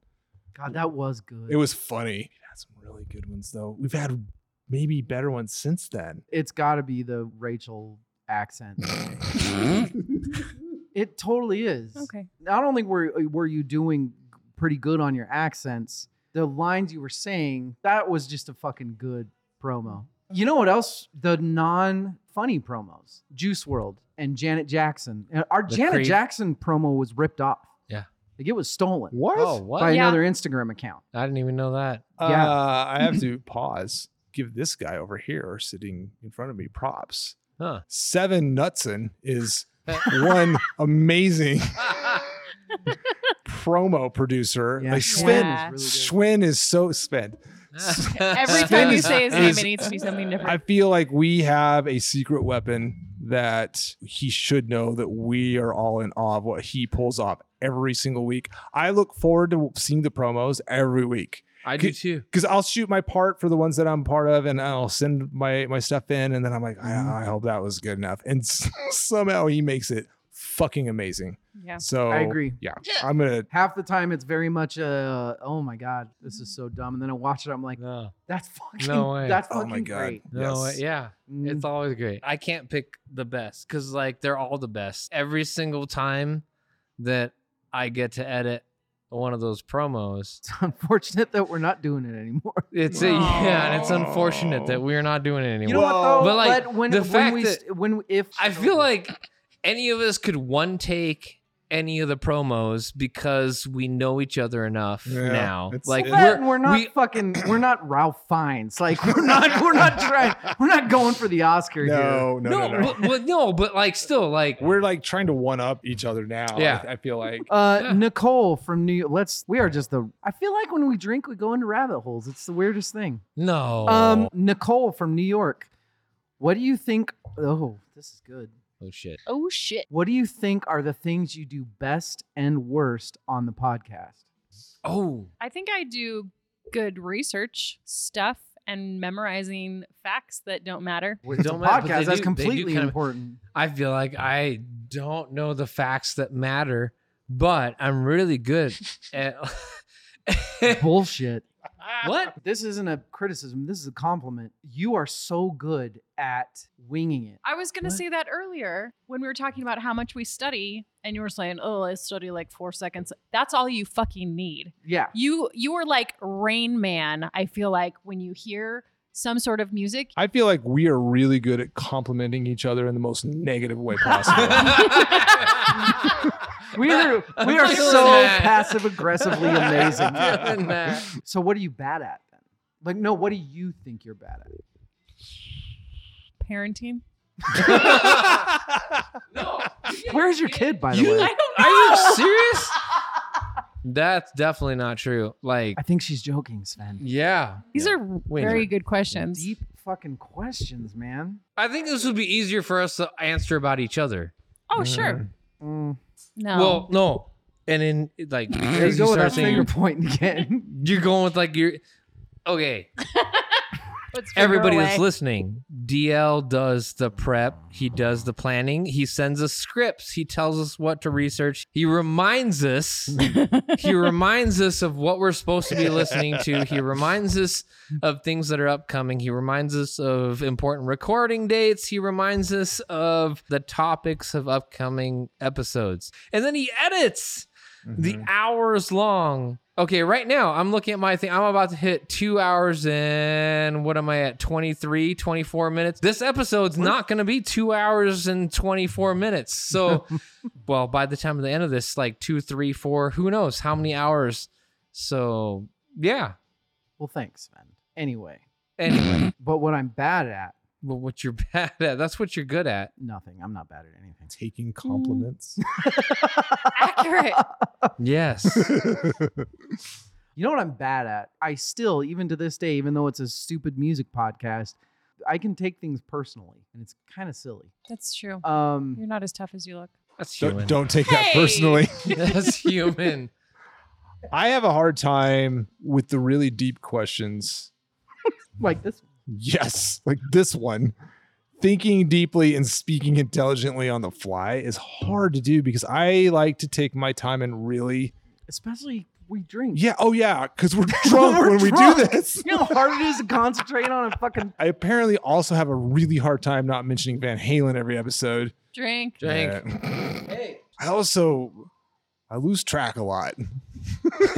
C: God, that was good.
D: It was funny. We've had some really good ones though. We've had maybe better ones since then.
C: it's got to be the Rachel accent. it totally is.
E: Okay.
C: Not only were uh, were you doing pretty good on your accents, the lines you were saying that was just a fucking good promo. You know what else? The non funny promos, Juice World and Janet Jackson. And Our
H: The
C: Janet
H: Creep.
C: Jackson promo was ripped off.
H: Yeah.
C: like it was stolen
D: What?
H: Oh, what?
C: by
A: Yeah.
C: another Instagram account.
H: I didn't even know that.
C: Yeah.
D: Uh, I have to pause. Give this guy over here sitting in front of me props.
H: Huh.
D: Seven Nutson is one amazing promo producer. Like
C: Schwinn
D: Sven,
C: is
E: Yeah.
C: really good.
D: Schwinn is so Sven.
E: Every
D: Sven
E: time you
D: is-
E: say his name,
D: is-
E: it needs to be something
D: I
E: different.
D: feel like we have a secret weapon that he should know that we are all in awe of what he pulls off every single week. I look forward to seeing the promos every week.
H: I do too.
D: because I'll shoot my part for the ones that I'm part of, and I'll send my my stuff in, and then I'm like, I, I hope that was good enough, and somehow he makes it fucking amazing.
E: Yeah.
H: Oh.
D: So
C: I agree.
D: Yeah, I'm gonna.
C: Half the time, it's very much a oh my god, this is so dumb, and then I watch it, I'm like,
H: No.
C: That's fucking.
H: No way.
C: That's
D: Oh
C: fucking
D: my god.
C: great.
H: No,
D: yes.
H: yeah.
C: Mm.
H: It's always great. I can't pick the best because like they're all the best. Every single time that I get to edit one of those promos,
C: It's unfortunate that we're not doing it anymore.
H: it's yeah, and it's unfortunate that we're not doing it anymore.
C: You know what though?
H: But, like,
C: Let- when,
H: the
C: when
H: fact
C: we
H: that-
C: st- when if
H: I feel like any of us could one take any of the promos because we know each other enough
F: Yeah,
H: now.
F: it's-
H: Like
F: it-
C: We're,
H: we're
C: we're not
H: we-
C: fucking. We're not Ralph Fiennes. Like we're not. We're not trying. We're not going for the Oscar here.
F: No, no, no, no.
H: But, but no, but like still like
F: We're like trying to one up each other now.
H: Yeah.
F: I, I feel like.
C: Uh, Nicole from New. Let's. We are just the. I feel like when we drink, we go into rabbit holes. It's the weirdest thing.
H: no.
C: Um, Nicole from New York. What do you think? Oh, this is good.
H: oh shit.
E: Oh shit.
C: What do you think are the things you do best and worst on the podcast?
H: Oh,
E: I think I do good research stuff and memorizing facts that don't matter.
C: It's a
H: don't matter, but they
C: podcast. That's
H: do- they do
C: completely
H: kind of-
C: important.
H: I feel like I don't know the facts that matter, but I'm really good at
C: Bullshit.
H: what?
C: This isn't a criticism. This is a compliment. You are so good at winging it.
E: I was going to
C: What?
E: say that earlier when we were talking about how much we study and you were saying, "Oh, I study like 4 seconds." That's all you fucking need.
C: Yeah.
E: You you are like Rain Man. I feel like when you hear some sort of music,
F: I feel like we are really good at complimenting each other in the most negative way possible.
C: We are we
H: I'm
C: are
H: feeling
C: so
H: that.
C: passive aggressively amazing.
H: Feeling that.
C: So what are you bad at then? Like no, what do you think you're bad at?
E: parenting.
C: Where's your kid by the
H: You-
C: way?
H: Are you serious? That's definitely not true. Like,
C: I think she's joking, Sven.
H: yeah.
E: These
H: Yeah.
E: are
H: Wait a
E: very
H: minute.
E: good questions.
C: Deep fucking questions, man.
H: I think this would be easier for us to answer about each other.
E: Oh, sure.
C: Mm.
E: No.
H: Well, no. And then, like,
C: There
H: as
C: you go
H: you
C: with
H: start
C: that
H: saying,
C: finger pointing again.
H: you're going with like your. Okay,
E: Let's figure
H: everybody
E: away.
H: that's listening, DL does the prep. He does the planning. He sends us scripts. He tells us what to research. He reminds us. he reminds us of what we're supposed to be listening to. He reminds us of things that are upcoming. He reminds us of important recording dates. He reminds us of the topics of upcoming episodes. And then he edits the hours long. Okay, right now I'm looking at my thing. I'm about to hit two hours and what am I at? 23, 24 minutes. This episode's not going to be two hours and 24 minutes. So, well, by the time of the end of this, like two, three, four, who knows how many hours. So, yeah.
C: well, thanks, Sven. Anyway,
H: Anyway,
C: but what I'm bad at,
H: well, what you're bad at, that's what you're good at.
C: nothing. I'm not bad at anything.
F: Taking compliments.
E: Accurate.
H: Yes.
C: You know what I'm bad at? I still, even to this day, even though it's a stupid music podcast, I can take things personally, and it's kind of silly.
E: That's true.
C: Um,
E: You're not as tough as you look.
H: That's human.
F: don't, don't take that personally.
H: That's human.
F: I have a hard time with the really deep questions.
C: like this.
F: Yes, like this one. Thinking deeply and speaking intelligently on the fly is hard to do because I like to take my time and really.
C: Especially we drink.
F: Yeah, oh yeah, because we're drunk
C: We're
F: when we do
C: drunk.
F: this.
C: You know how hard it is to concentrate on a fucking.
F: I apparently also have a really hard time not mentioning Van Halen every episode.
E: Drink.
H: Drink.
F: Yeah.
J: Hey.
F: I also I lose track a lot.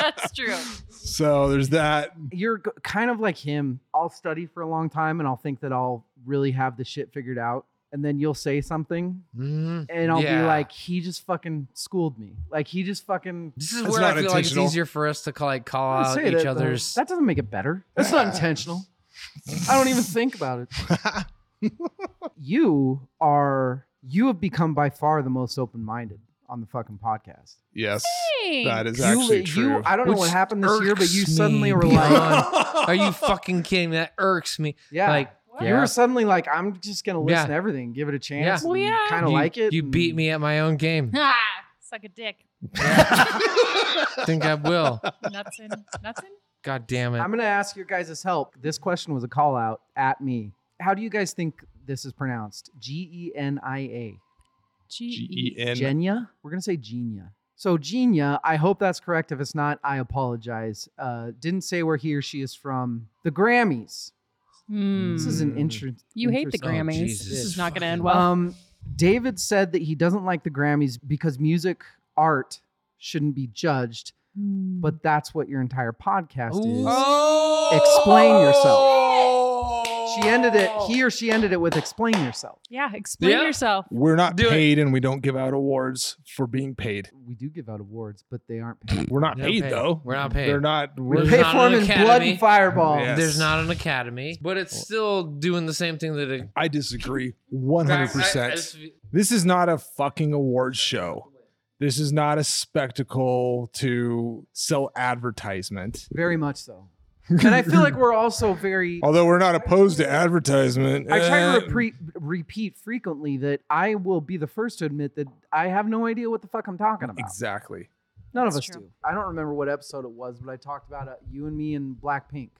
E: That's true.
F: so there's that.
C: You're g- kind of like him. I'll study for a long time, and I'll think that I'll really have the shit figured out, and then you'll say something,
H: Mhm.
C: and I'll
H: Yeah.
C: be like, "He just fucking schooled me. Like he just fucking."
H: This is
F: That's
H: where I
F: not
H: feel like it's
F: intentional.
H: easier for us to call, like call
C: I
H: out
C: wouldn't
H: each
C: say that, though.
H: other's.
C: That doesn't make it better. That's not intentional. I don't even think about it. you are you have become by far the most open-minded on the fucking podcast.
F: Yes. That is
C: You-
F: actually
C: you,
F: true.
C: I don't know what
H: Which
C: happened this year, but you
H: irks
C: suddenly
H: me
C: were like,
H: beyond. Are you fucking kidding me? That irks me.
C: yeah.
H: Like,
C: You
H: yeah.
C: were suddenly like, I'm just gonna listen
H: Yeah.
C: to everything, give it a chance,
E: Well, yeah.
C: kind of
H: you,
C: like it. Mm.
H: You
C: and-
H: beat me at my own game.
E: Ah, suck a dick.
H: I think I will.
E: Nuts in. Nuts in.
H: God damn it.
C: I'm gonna ask your guys' help. This question was a call out at me. How do you guys think this is pronounced? G E N I A.
F: G E N.
C: Genia? We're going to say Genia. So, Genia, I hope that's correct. If it's not, I apologize. Uh, didn't say where he or she is from. The Grammys. This is an
H: Mm.
C: interest.
E: You hate the
H: Oh,
C: interesting-
E: Grammys.
H: Jesus.
E: This is not going to end
H: Fucking-
E: well.
C: Um, David said that he doesn't like the Grammys because music, art shouldn't be judged,
E: Hmm.
C: but that's what your entire podcast is.
H: Oh!
C: Explain yourself. she ended it. He or she ended it with "Explain yourself."
E: Yeah, explain
H: Yeah.
E: yourself.
F: We're not
H: Do it.
F: paid and we don't give out awards for being paid.
C: We do give out awards, but they aren't paid.
F: We're not
H: No
F: paid
H: pay.
F: though.
H: We're not paid.
F: They're not.
H: We're
F: We're,
C: Pay
H: not
C: for them
H: an
C: in blood
H: academy.
C: and fireballs.
F: Yeah.
H: There's
F: Yes.
H: not an academy, but it's still doing the same thing that it.
F: I disagree 100%. This is not a fucking award show. This is not a spectacle to sell advertisement.
C: Very much so. And I feel like we're also very.
F: Although we're not opposed to advertisement.
C: I try
F: eh,
C: to repre- repeat frequently that I will be the first to admit that I have no idea what the fuck I'm talking about.
F: Exactly.
C: None of us
E: That's true.
C: do. I don't remember what episode it was, but I talked about uh, you and me and Blackpink.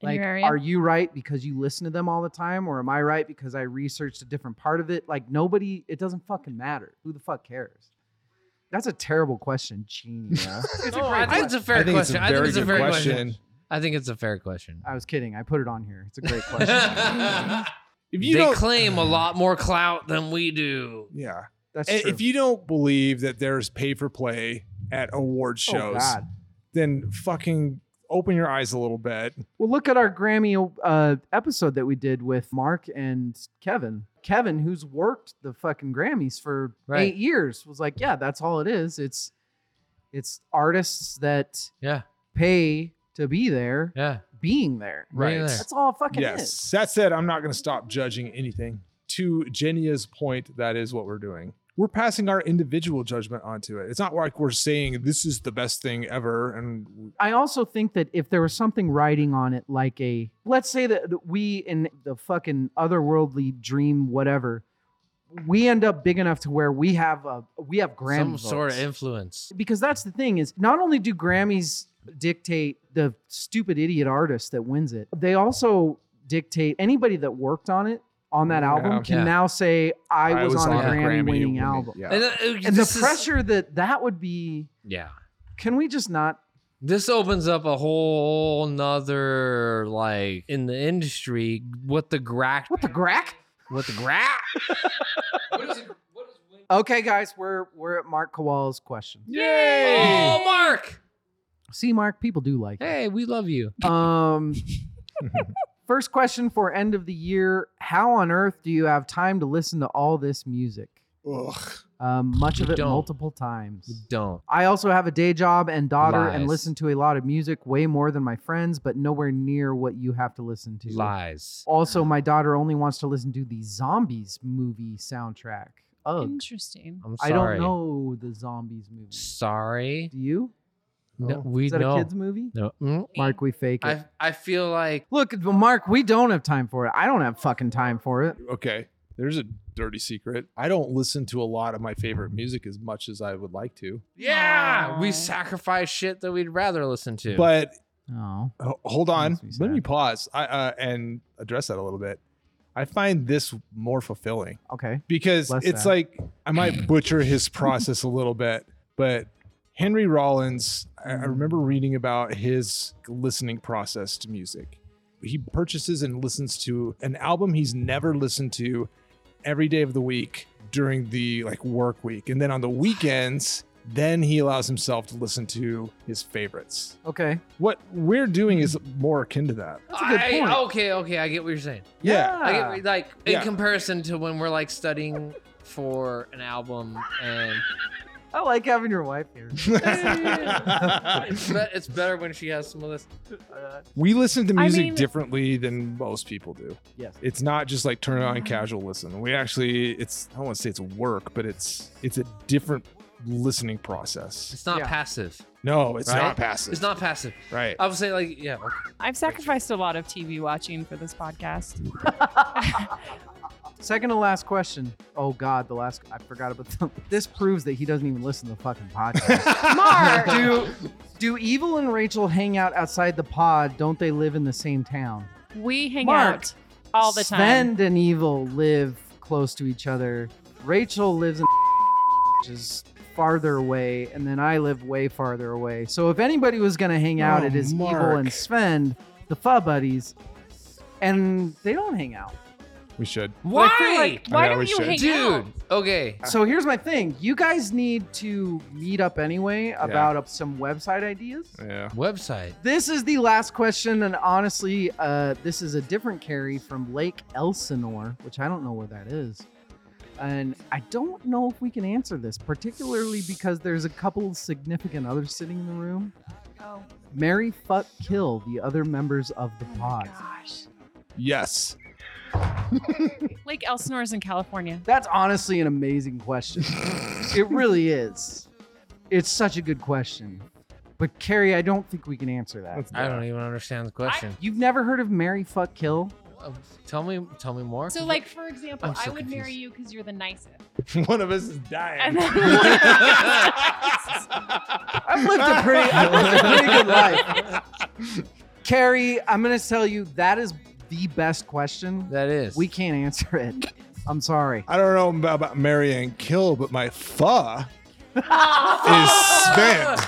E: In
C: Like,
E: your area?
C: are you right because you listen to them all the time, or am I right because I researched a different part of it? Like, nobody, it doesn't fucking matter. Who the fuck cares? That's a terrible question, Genia.
H: It's a I think it's a fair
F: I think it's
H: question.
F: a
H: I think
F: very
H: it's a
F: good
H: fair question.
F: question.
H: I think it's a fair question.
C: I was kidding. I put it on here. It's a great question.
F: If you
H: they
F: don't,
H: claim a lot more clout than we do.
F: yeah.
C: That's
F: And
C: true.
F: If you don't believe that there's pay for play at award
C: oh,
F: shows,
C: God.
F: then fucking open your eyes a little bit.
C: Well, look at our Grammy uh, episode that we did with Mark and Kevin. Kevin, who's worked the fucking Grammys for
H: Right.
C: eight years, was like, "Yeah, that's all it is. It's it's artists that
H: Yeah.
C: pay to be there,
H: Yeah.
C: being there.
H: Right. there.
C: That's all it fucking
F: Yes.
C: is.
F: That said, I'm not going to stop judging anything. To Jenya's point, that is what we're doing. We're passing our individual judgment onto it. It's not like we're saying this is the best thing ever. And
C: I also think that if there was something writing on it, like a let's say that we in the fucking otherworldly dream, whatever, we end up big enough to where we have a we have Grammy
H: Some sort
C: votes.
H: of influence.
C: because that's the thing is not only do Grammys dictate the stupid idiot artist that wins it, they also dictate anybody that worked on it on that album
F: Yeah.
C: can
H: Yeah.
C: now say I was, on, a Grammy, winning
F: winning-
C: album.
F: Yeah.
H: And, uh,
C: And
H: this
C: the
H: is-
C: pressure that that would be
H: yeah.
C: can we just not
H: This opens up a whole nother like in the industry what the grack
C: what the grack?
H: what the grack
C: Okay guys, we're we're at Mark Kowal's question.
F: Yay!
H: Oh Mark.
C: See Mark, people do like it.
H: Hey, we love you.
C: Um First question for end of the year. How on earth do you have time to listen to all this music?
F: Ugh.
C: Um, much
H: You
C: of it
H: don't.
C: multiple times.
H: Don't.
C: I also have a day job and daughter and
H: Lies.
C: listen to a lot of music, way more than my friends, but nowhere near what you have to listen to.
H: Lies.
C: Also, my daughter only wants to listen to the Zombies movie soundtrack. Ugh.
E: Interesting.
H: I'm
C: I
H: sorry.
C: don't know the Zombies movie.
H: Sorry.
C: Do you?
H: No,
F: Oh.
H: we
C: Is that
H: know.
C: a kids movie?
H: no. Mm.
C: Mark, we fake it.
H: I I feel like
C: Look, but Mark, we don't have time for it. I don't have fucking time for it.
F: Okay. There's a dirty secret. I don't listen to a lot of my favorite music as much as I would like to.
H: yeah,
E: Aw.
H: we sacrifice shit that we'd rather listen to.
F: But
C: Oh.
F: Ho- hold on
C: Makes me
F: let me
C: sad.
F: pause I, uh, and address that a little bit i find this more fulfilling
C: Okay.
F: because
C: Bless
F: it's
C: that.
F: like i might butcher his process a little bit but henry rollins I, I remember reading about his listening process to music he purchases and listens to an album he's never listened to every day of the week during the like work week and then on the weekends then he allows himself to listen to his favorites
C: Okay.
F: what we're doing is more akin to that.
C: That's a good
H: I-
C: point. Ah.
H: okay, okay, I get what you're saying.
F: Yeah.
H: I get what- like in
F: Yeah.
H: comparison to when we're like studying for an album and
C: I like having your wife here.
F: Ah.
H: it's, be- it's better when she has some of this.
C: Uh,
F: we listen to
E: I
F: music
E: mean-
F: differently than most people do.
C: yes.
F: It's not just like turn it on casual listen. We actually it's I don't want to say it's work, but it's it's a different listening process.
H: It's not
C: Yeah.
H: passive.
F: No, it's
H: Right?
F: not passive.
H: It's not passive.
F: right.
H: I would say like yeah. okay.
E: I've sacrificed a lot of TV watching for this podcast.
C: Second to last question. Oh God, the last I forgot about the, this proves that he doesn't even listen to the fucking podcast.
E: Mark.
C: do do Evil and Rachel hang out outside the pod? Don't they live in the same town?
E: We hang
C: Mark.
E: out all the time.
C: Sven and Evil live close to each other. Rachel lives in which is farther away, and then I live way farther away. So if anybody was gonna hang out,
F: Oh,
C: it is Evil
F: Mark.
C: and Sven, the Fa buddies, and they don't hang out.
F: We should.
E: But
H: Why?
E: I feel like, why
F: Yeah,
E: don't
F: we
E: you
F: should.
E: hang out?
H: Dude, okay.
F: Uh.
C: So here's my thing. You guys need to meet up anyway about up some website ideas.
F: Yeah.
H: Website.
C: This is the last question, and honestly, uh, this is a different carry from Lake Elsinore, which I don't know where that is. And I don't know if we can answer this, particularly because there's a couple significant others sitting in the room.
E: Oh,
C: Mary, fuck, kill the other members of the pod.
E: gosh.
F: Yes.
E: Lake Elsinore's in California.
C: That's honestly an amazing question. it really is. It's such a good question. But Carrie, I don't think we can answer that.
F: That's
H: I
F: bad.
H: don't even understand the question.
C: You've never heard of Mary Fuck Kill?
H: Uh, tell me, tell me more.
E: So, like for example,
H: I'm so
E: I would marry
H: confused.
E: you because you're the nicest.
F: One of us is
E: And
F: dying.
E: then-
C: I've lived a pretty, I've lived a pretty good life. Carrie, I'm gonna tell you that is the best question.
H: that is.
C: We can't answer it. I'm sorry.
F: I don't know about, about Mary and Kill, but my pho is spent.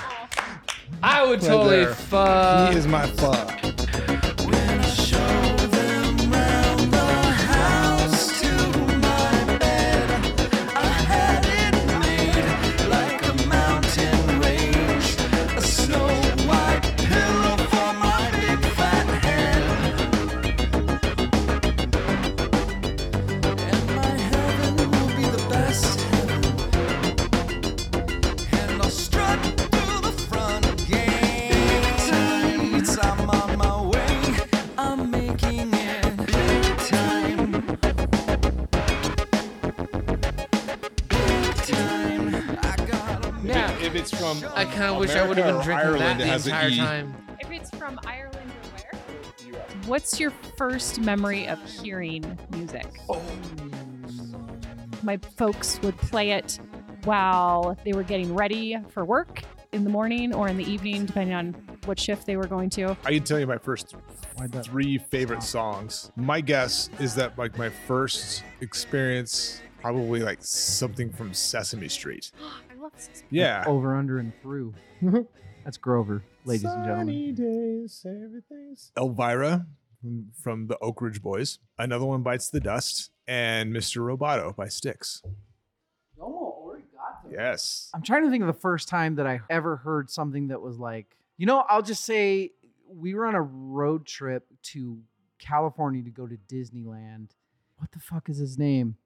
H: I would totally
F: there.
H: fuck.
F: he is my pho.
G: Strut through the front again. I'm on my way. I'm making it big time. Big time. I gotta make
H: Yeah.
F: If it's from
H: I kind of wish I would have been
F: America or
H: drinking
F: Ireland, it
H: that
F: has
H: the
F: an E.
H: entire time.
E: if it's from Ireland or where? What's your first memory of hearing music?
C: Oh.
E: My folks would play it while they were getting ready for work in the morning or in the evening, depending on what shift they were going to.
F: I can tell you my first three favorite songs. My guess is that like my first experience, probably like something from Sesame Street.
E: I love this.
F: Yeah.
C: Over, under, and through. That's Grover, oh, ladies and gentlemen.
F: Days, everything's... Elvira from- from the Oak Ridge Boys. Another one bites the dust, and Mr. Roboto by Styx. Yes.
C: I'm trying to think of the first time that I ever heard something that was like, you know, I'll just say we were on a road trip to California to go to Disneyland. What the fuck is his name?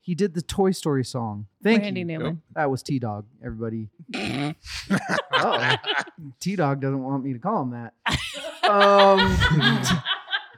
C: He did the Toy Story song. Thank
E: Randy
C: you.
E: Newman.
C: That was T Dog, everybody. T Dog doesn't want me to call him that. Um,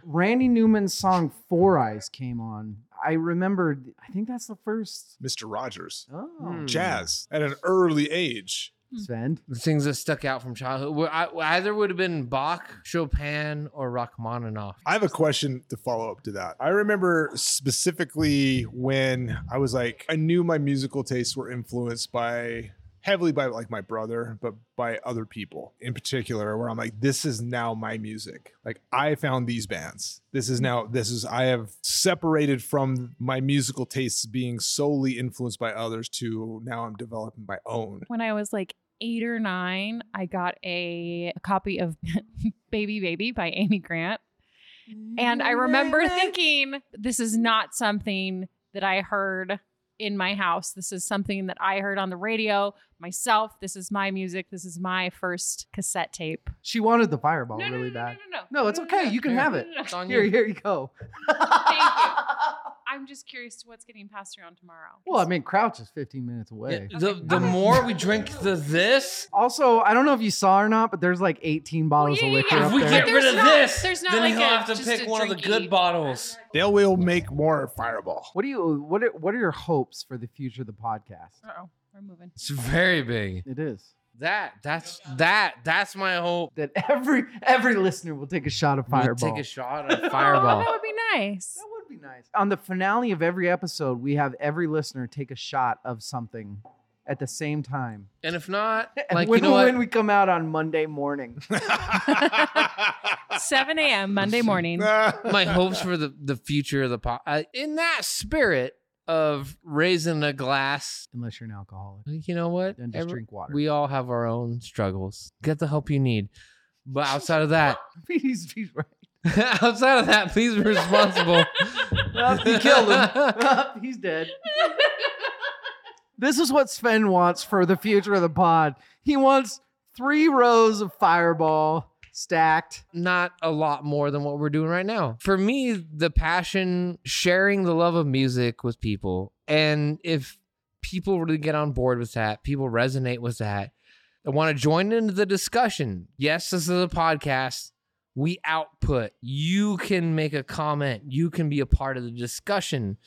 C: Randy Newman's song Four Eyes came on. I remembered, I think that's the first.
F: Mr. Rogers.
C: Oh,
H: Hmm.
F: Jazz at an early age.
C: Sven.
H: The things that stuck out from childhood Well, I, either would have been Bach, Chopin, or Rachmaninoff.
F: I have a question to follow up to that. I remember specifically when I was like, I knew my musical tastes were influenced by heavily by like my brother, but by other people in particular, where I'm like, this is now my music. Like I found these bands. This is now, this is, I have separated from my musical tastes being solely influenced by others to now I'm developing my own.
E: When I was like eight or nine, I got a, a copy of Baby Baby by Amy Grant. And I remember thinking, this is not something that I heard in my house. This is something that I heard on the radio myself. This is my music. This is my first cassette tape.
C: She wanted the fireball really bad.
E: No, no,
C: No, it's okay. You can have it.
E: no, no,
H: It's
E: no.
H: on
C: Here,
H: you.
C: here you go.
E: I'm just curious to what's getting passed around tomorrow.
C: Well, I mean, Crouch is 15 minutes away.
H: Yeah, The, the more we drink the this,
C: Also, I don't know if you saw or not, but there's like 18 bottles
E: yeah,
C: of
E: yeah,
C: liquor
E: yeah.
C: up
H: if we
C: there.
H: get
E: But
H: rid
E: there's
H: of
E: not-
H: this,
E: there's not
H: then
E: like
H: he'll
E: a-
H: have to
E: just
H: pick
E: a
H: one of the
E: drinky-
H: good bottles.
F: They will make more fireball.
C: What do you? What are, What are your hopes for the future of the podcast?
E: Uh-oh, we're moving.
H: It's very big.
C: It is
H: That that's that that's my hope.
C: that every every listener will take a shot of
H: We'll
C: fireball.
H: Take a shot of
E: Oh, that
H: fireball.
E: would be nice.
C: that would be nice. On the finale of every episode, we have every listener take a shot of something at the same time.
H: and if not,
C: And
H: like
C: when,
H: you know
C: when
H: what?
C: we come out on Monday morning,
E: 7 a.m. Monday morning.
H: my hopes for the the future of the pot. Uh, in that spirit of raising a glass,
C: unless you're an alcoholic,
H: you know what?
C: then just
H: Every-
C: drink water.
H: we all have our own struggles. Get the help you need. But outside of that,
C: Please be right.
H: outside of that, please be responsible
C: Well, he killed him. Well, he's dead. This is what Sven wants for the future of the pod. He wants three rows of fireball stacked.
H: not a lot more than what we're doing right now. For me, the passion, sharing the love of music with people. And if people really get on board with that, people resonate with that, and want to join into the discussion. Yes, this is a podcast. We output. You can make a comment. You can be a part of the discussion.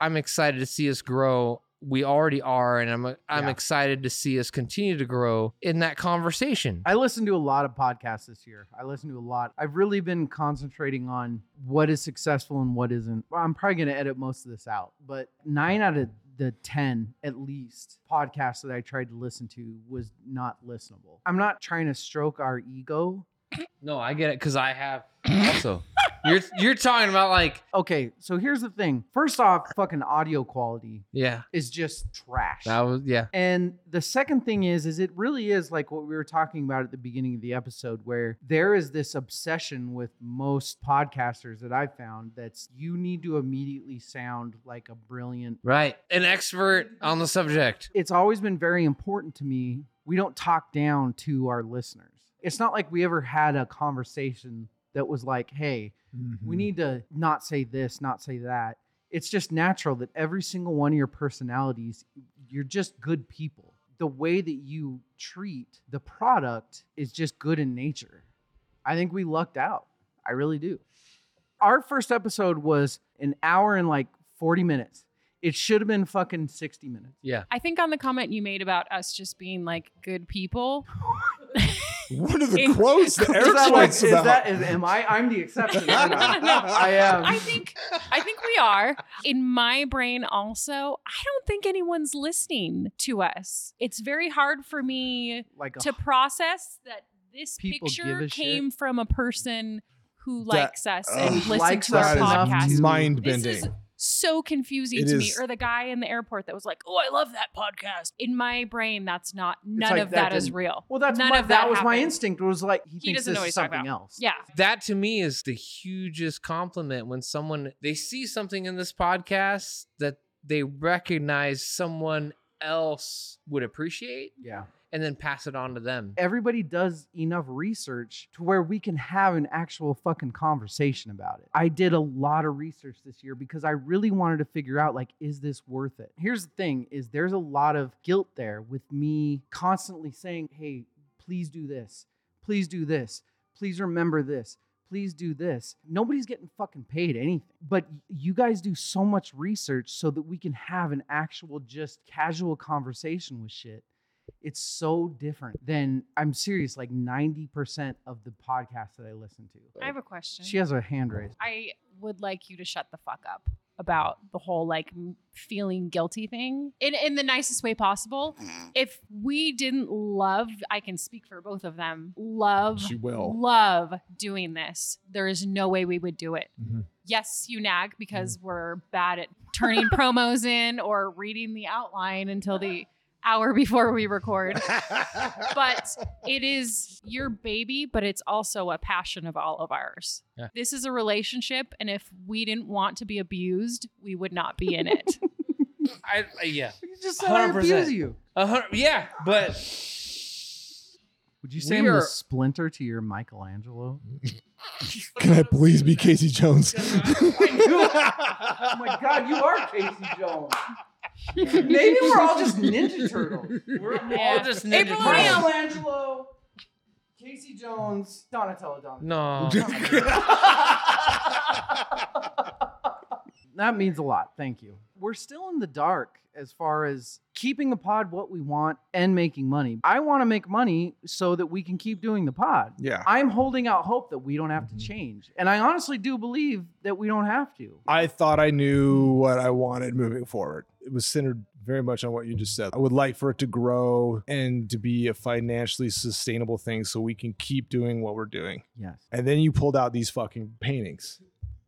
H: I'm excited to see us grow. We already are, and I'm I'm
C: Yeah.
H: excited to see us continue to grow in that conversation.
C: I listened to a lot of podcasts this year. I listened to a lot. I've really been concentrating on what is successful and what isn't. Well, I'm probably going to edit most of this out, but nine out of the 10 at least podcasts that I tried to listen to was not listenable. I'm not trying to stroke our ego.
H: No, I get it because I have also. you're you're talking about like
C: Okay, so here's the thing. First off, fucking audio quality
H: yeah.
C: is just trash.
H: That was yeah.
C: And the second thing is, is it really is like what we were talking about at the beginning of the episode, where there is this obsession with most podcasters that I've found that's you need to immediately sound like a brilliant.
H: Right. An expert on the subject.
C: It's always been very important to me. We don't talk down to our listeners. It's not like we ever had a conversation that was like, hey,
F: Mm-hmm.
C: we
F: Hmm.
C: need to not say this, not say that. It's just natural that every single one of your personalities, you're just good people. The way that you treat the product is just good in nature. I think we lucked out. I really do. Our first episode was an hour and like 40 minutes. It should have been fucking 60 minutes.
E: I think on the comment you made about us just being like good people,
F: What are the
E: In-
F: quotes that
C: Is
F: Eric
C: that like,
F: writes
C: is
F: about?
C: that, is, am I? I'm the exception. aren't I? I am.
E: I think I think we are. In my brain also, I don't think anyone's listening to us. It's very hard for me
C: like a
E: to process that this
C: People give
E: picture
C: a shit. Oh,
E: came from a person who
F: That-
E: likes us and
F: Ugh,
E: listens
C: likes
E: to our
C: us enough
E: podcast.
C: to-
F: mind
E: This is-
F: bending.
E: so confusing
F: It
E: to me.
F: is-
E: Or the guy in the airport that was like, "Oh, I love that podcast." In my brain, that's not. None
C: like,
E: of
C: that
E: that is
C: didn't-
E: real.
C: Well, that's
E: none
C: my,
E: of
C: that,
E: that,
C: was my
E: happened.
C: instinct. It was like he, thinks
E: doesn't
C: this
E: know what
C: is
E: he's talking
C: something
E: about.
C: else.
E: Yeah,
H: That to me is the hugest compliment when someone they see something in this podcast that they recognize someone else would appreciate
C: Yeah.
H: and then pass it on to them.
C: Everybody does enough research to where we can have an actual fucking conversation about it. I did a lot of research this year because I really wanted to figure out like is this worth it? Here's the thing is there's a lot of guilt there with me constantly saying, "Hey, please do this. Please do this. Please remember this. Please do this." Nobody's getting fucking paid anything. But you guys do so much research so that we can have an actual just casual conversation with shit it's so different than I'm serious, like 90% of the podcasts that I listen to.
E: I have a question.
C: she has a hand raised.
E: I would like you to shut the fuck up about the whole like m- feeling guilty thing in in the nicest way possible. If we didn't love, I can speak for both of them. Love
F: She will.
E: love doing this. There is no way we would do it.
F: Mhm.
E: Yes, you nag because
F: Mm-hmm.
E: we're bad at turning promos in or reading the outline until the hour before we record. but it is your baby, but it's also a passion of all of ours.
H: Yeah.
E: This is a relationship, and if we didn't want to be abused, we would not be in it.
H: I, I yeah.
C: You just said I
H: 100%.
C: abuse you.
H: A hundred, yeah, but
C: Would you say
H: We
C: I'm
H: are-
C: the splinter to your Michelangelo?
F: Can I please be Casey Jones?
C: oh my God, you are Casey Jones. Maybe we're all just Ninja Turtles. We're
H: all just Ninja
E: April
H: Turtles.
E: O'Neil.
C: Michelangelo, Casey Jones, Donatello, Donatello.
H: No.
C: That means a lot. Thank you. We're still in the dark as far as keeping the pod what we want and making money. I want to make money so that we can keep doing the pod.
F: yeah.
C: I'm holding out hope that we don't have to
F: Mm-hmm.
C: change. And I honestly do believe that we don't have to.
F: I thought I knew what I wanted moving forward. It was centered very much on what you just said. I would like for it to grow and to be a financially sustainable thing so we can keep doing what we're doing.
C: Yes.
F: And then you pulled out these fucking paintings.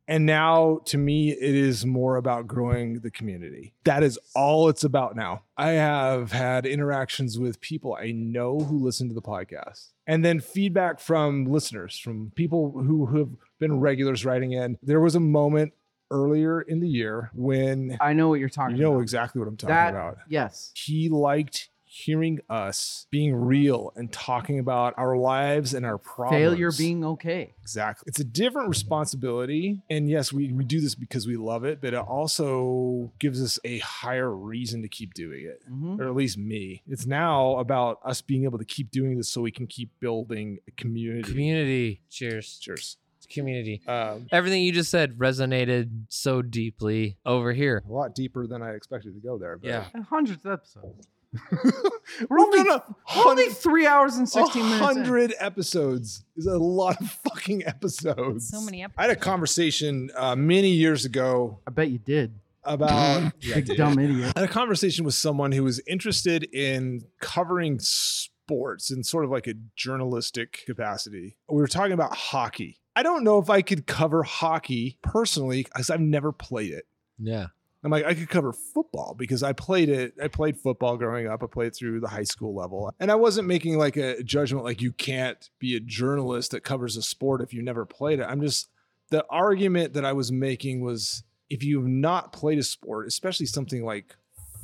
F: And now to me, it is more about growing the community. That is all it's about now. I have had interactions with people I know who listen to the podcast, and then feedback from listeners, from people who have been regulars writing in. There was a moment earlier in the year when
C: I know what you're talking
F: you know
C: about.
F: exactly what I'm talking
C: That-
F: about.
C: Yes.
F: He liked hearing us being real and talking about our lives and our problems.
C: Failure being okay.
F: Exactly. It's a different responsibility. And yes, we, we do this because we love it, but it also gives us a higher reason to keep doing it,
C: Mhm.
F: or at least me. It's now about us being able to keep doing this so we can keep building a community.
H: Community. Cheers.
F: Cheers.
H: It's community.
F: Um,
H: Everything you just said resonated so deeply over here.
F: a lot deeper than I expected to go there. But
A: Yeah.
C: A hundredth episode.
F: We're
C: only-
F: only, a
C: Only
F: hundred-
C: three hours and 16
F: a
C: minutes. in.
F: hundred episodes is a lot of fucking episodes.
E: So many episodes.
F: I had a conversation uh, many years ago
C: I bet you did.
F: about Yeah,
C: Big
F: dude.
C: dumb idiot.
F: I had a conversation with someone who was interested in covering sports in sort of like a journalistic capacity. We were talking about hockey. I don't know if I could cover hockey personally because I've never played it.
H: Yeah.
F: I'm like, I could cover football because I played it. I played football growing up. I played through the high school level. And I wasn't making like a judgment like you can't be a journalist that covers a sport if you never played it. I'm just, the argument that I was making was if you've not played a sport, especially something like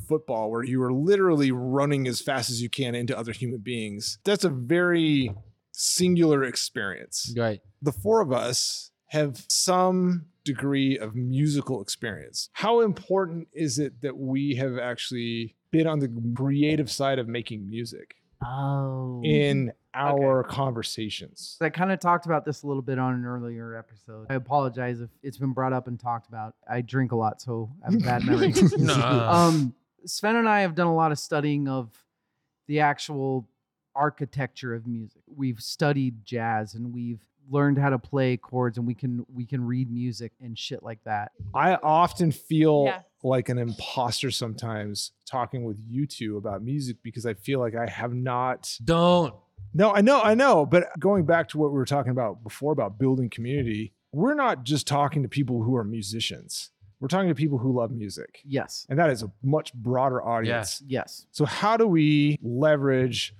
F: football, where you are literally running as fast as you can into other human beings, that's a very singular experience
H: Right.
F: the four of us have some degree of musical experience. How important is it that we have actually been on the creative side of making music
C: Oh.
F: in our conversations?
C: I kind of talked about this a little bit on an earlier episode. I apologize if it's been brought up and talked about. I drink a lot, so I have a bad memory.
H: Nah.
C: um, Sven and I have done a lot of studying of the actual architecture of music. We've studied jazz and we've learned how to play chords and we can we can read music and shit like that.
F: I often feel
E: Yeah.
F: like an imposter sometimes talking with you two about music because I feel like I have not
H: Don't.
F: No, I know, I know. But going back to what we were talking about before about building community, we're not just talking to people who are musicians. We're talking to people who love music.
C: Yes.
F: And that is a much broader audience.
C: Yes.
F: So, how do we leverage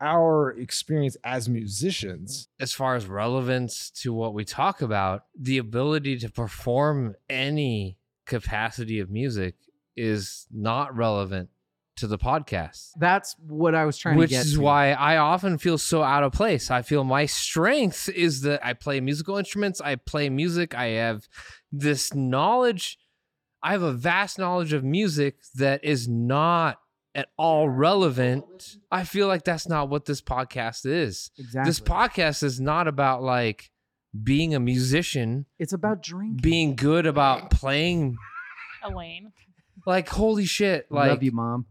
F: our experience as musicians?
H: as far as relevance to what we talk about, the ability to perform any capacity of music is not relevant to the podcast.
C: That's what I was trying
H: Which
C: to get.
H: is
C: to.
H: why I often feel so out of place. I feel my strength is that I play musical instruments, I play music, I have this knowledge. I have a vast knowledge of music that is not at all relevant. I feel like that's not what this podcast is
C: exactly.
H: this podcast is not about like being a musician,
C: it's about drinking.
H: being good about playing.
E: Elaine.
H: Like holy shit! Like
C: Love you, mom.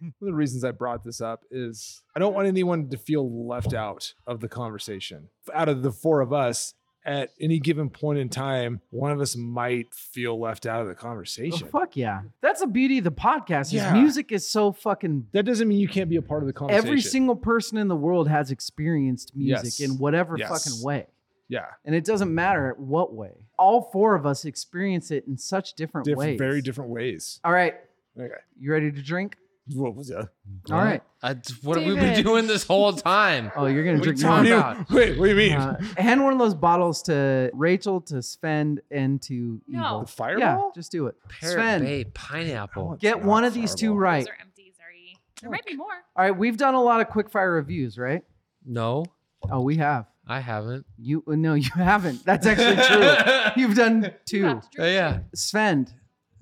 F: One of the reasons I brought this up is I don't want anyone to feel left out of the conversation. Out of the four of us, at any given point in time, one of us might feel left out of the
C: Oh,
F: conversation.
C: fuck yeah. That's the beauty of the podcast. Is
F: Yeah.
C: music is so fucking
F: That doesn't mean you can't be a part of the conversation.
C: every single person in the world has experienced music
F: Yes.
C: in whatever
F: Yes.
C: fucking way.
F: yeah,
C: And it doesn't matter what way. All four of us experience it in such different
F: diff-
C: ways.
F: very different ways.
C: All right.
F: Okay.
C: You ready to drink?
F: What was
C: Uh,
F: that?
C: All right.
H: I- what have we been
E: David.
H: doing this whole time?
C: Oh, you're gonna
H: What are
C: drink
H: you
C: more.
H: talking
C: Uh,
H: about?
F: Wait, what do you mean?
C: hand one of those bottles to Rachel, to Sven, and to
I: No.
F: the
C: Evil. Yeah,
F: fireball?
C: just do it.
H: Pear,
C: Sven,
H: babe, pineapple.
C: get
F: God,
C: one of these two
F: fireball.
C: right.
I: Those are empty, sorry. There might be more.
C: All right, we've done a lot of quick fire reviews, right?
H: No,
C: Oh, we have.
H: I haven't.
C: You uh, no, you haven't. That's actually true. You've done
I: You
C: two.
I: have to drink
H: yeah,
C: Sven,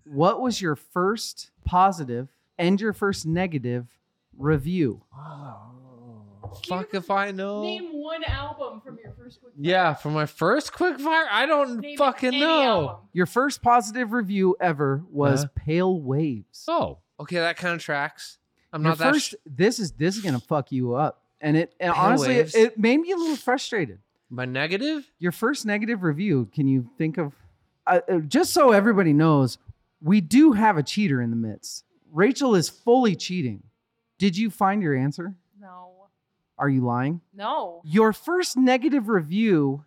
C: what was your first positive and your first negative review?
H: fuck if I
I: it.
H: know.
I: Name one album from your first quick.
H: yeah, for my first quickfire, I don't
I: Name
H: fucking
I: any
H: know.
I: album.
C: Your first positive review ever was
H: Huh?
C: Pale Waves.
H: Oh, okay, that kind of tracks. I'm
C: Your
H: not that.
C: first.
H: sh-
C: this is this is gonna fuck you up, and it and
H: Pale
C: honestly,
H: Waves?
C: it, made me a little frustrated.
H: my negative.
C: Your first negative review. Can you think of? Uh, uh, just so everybody knows, we do have a cheater in the midst. Rachel is fully cheating. Did you find your answer?
E: No.
C: Are you lying?
E: No.
C: Your first negative review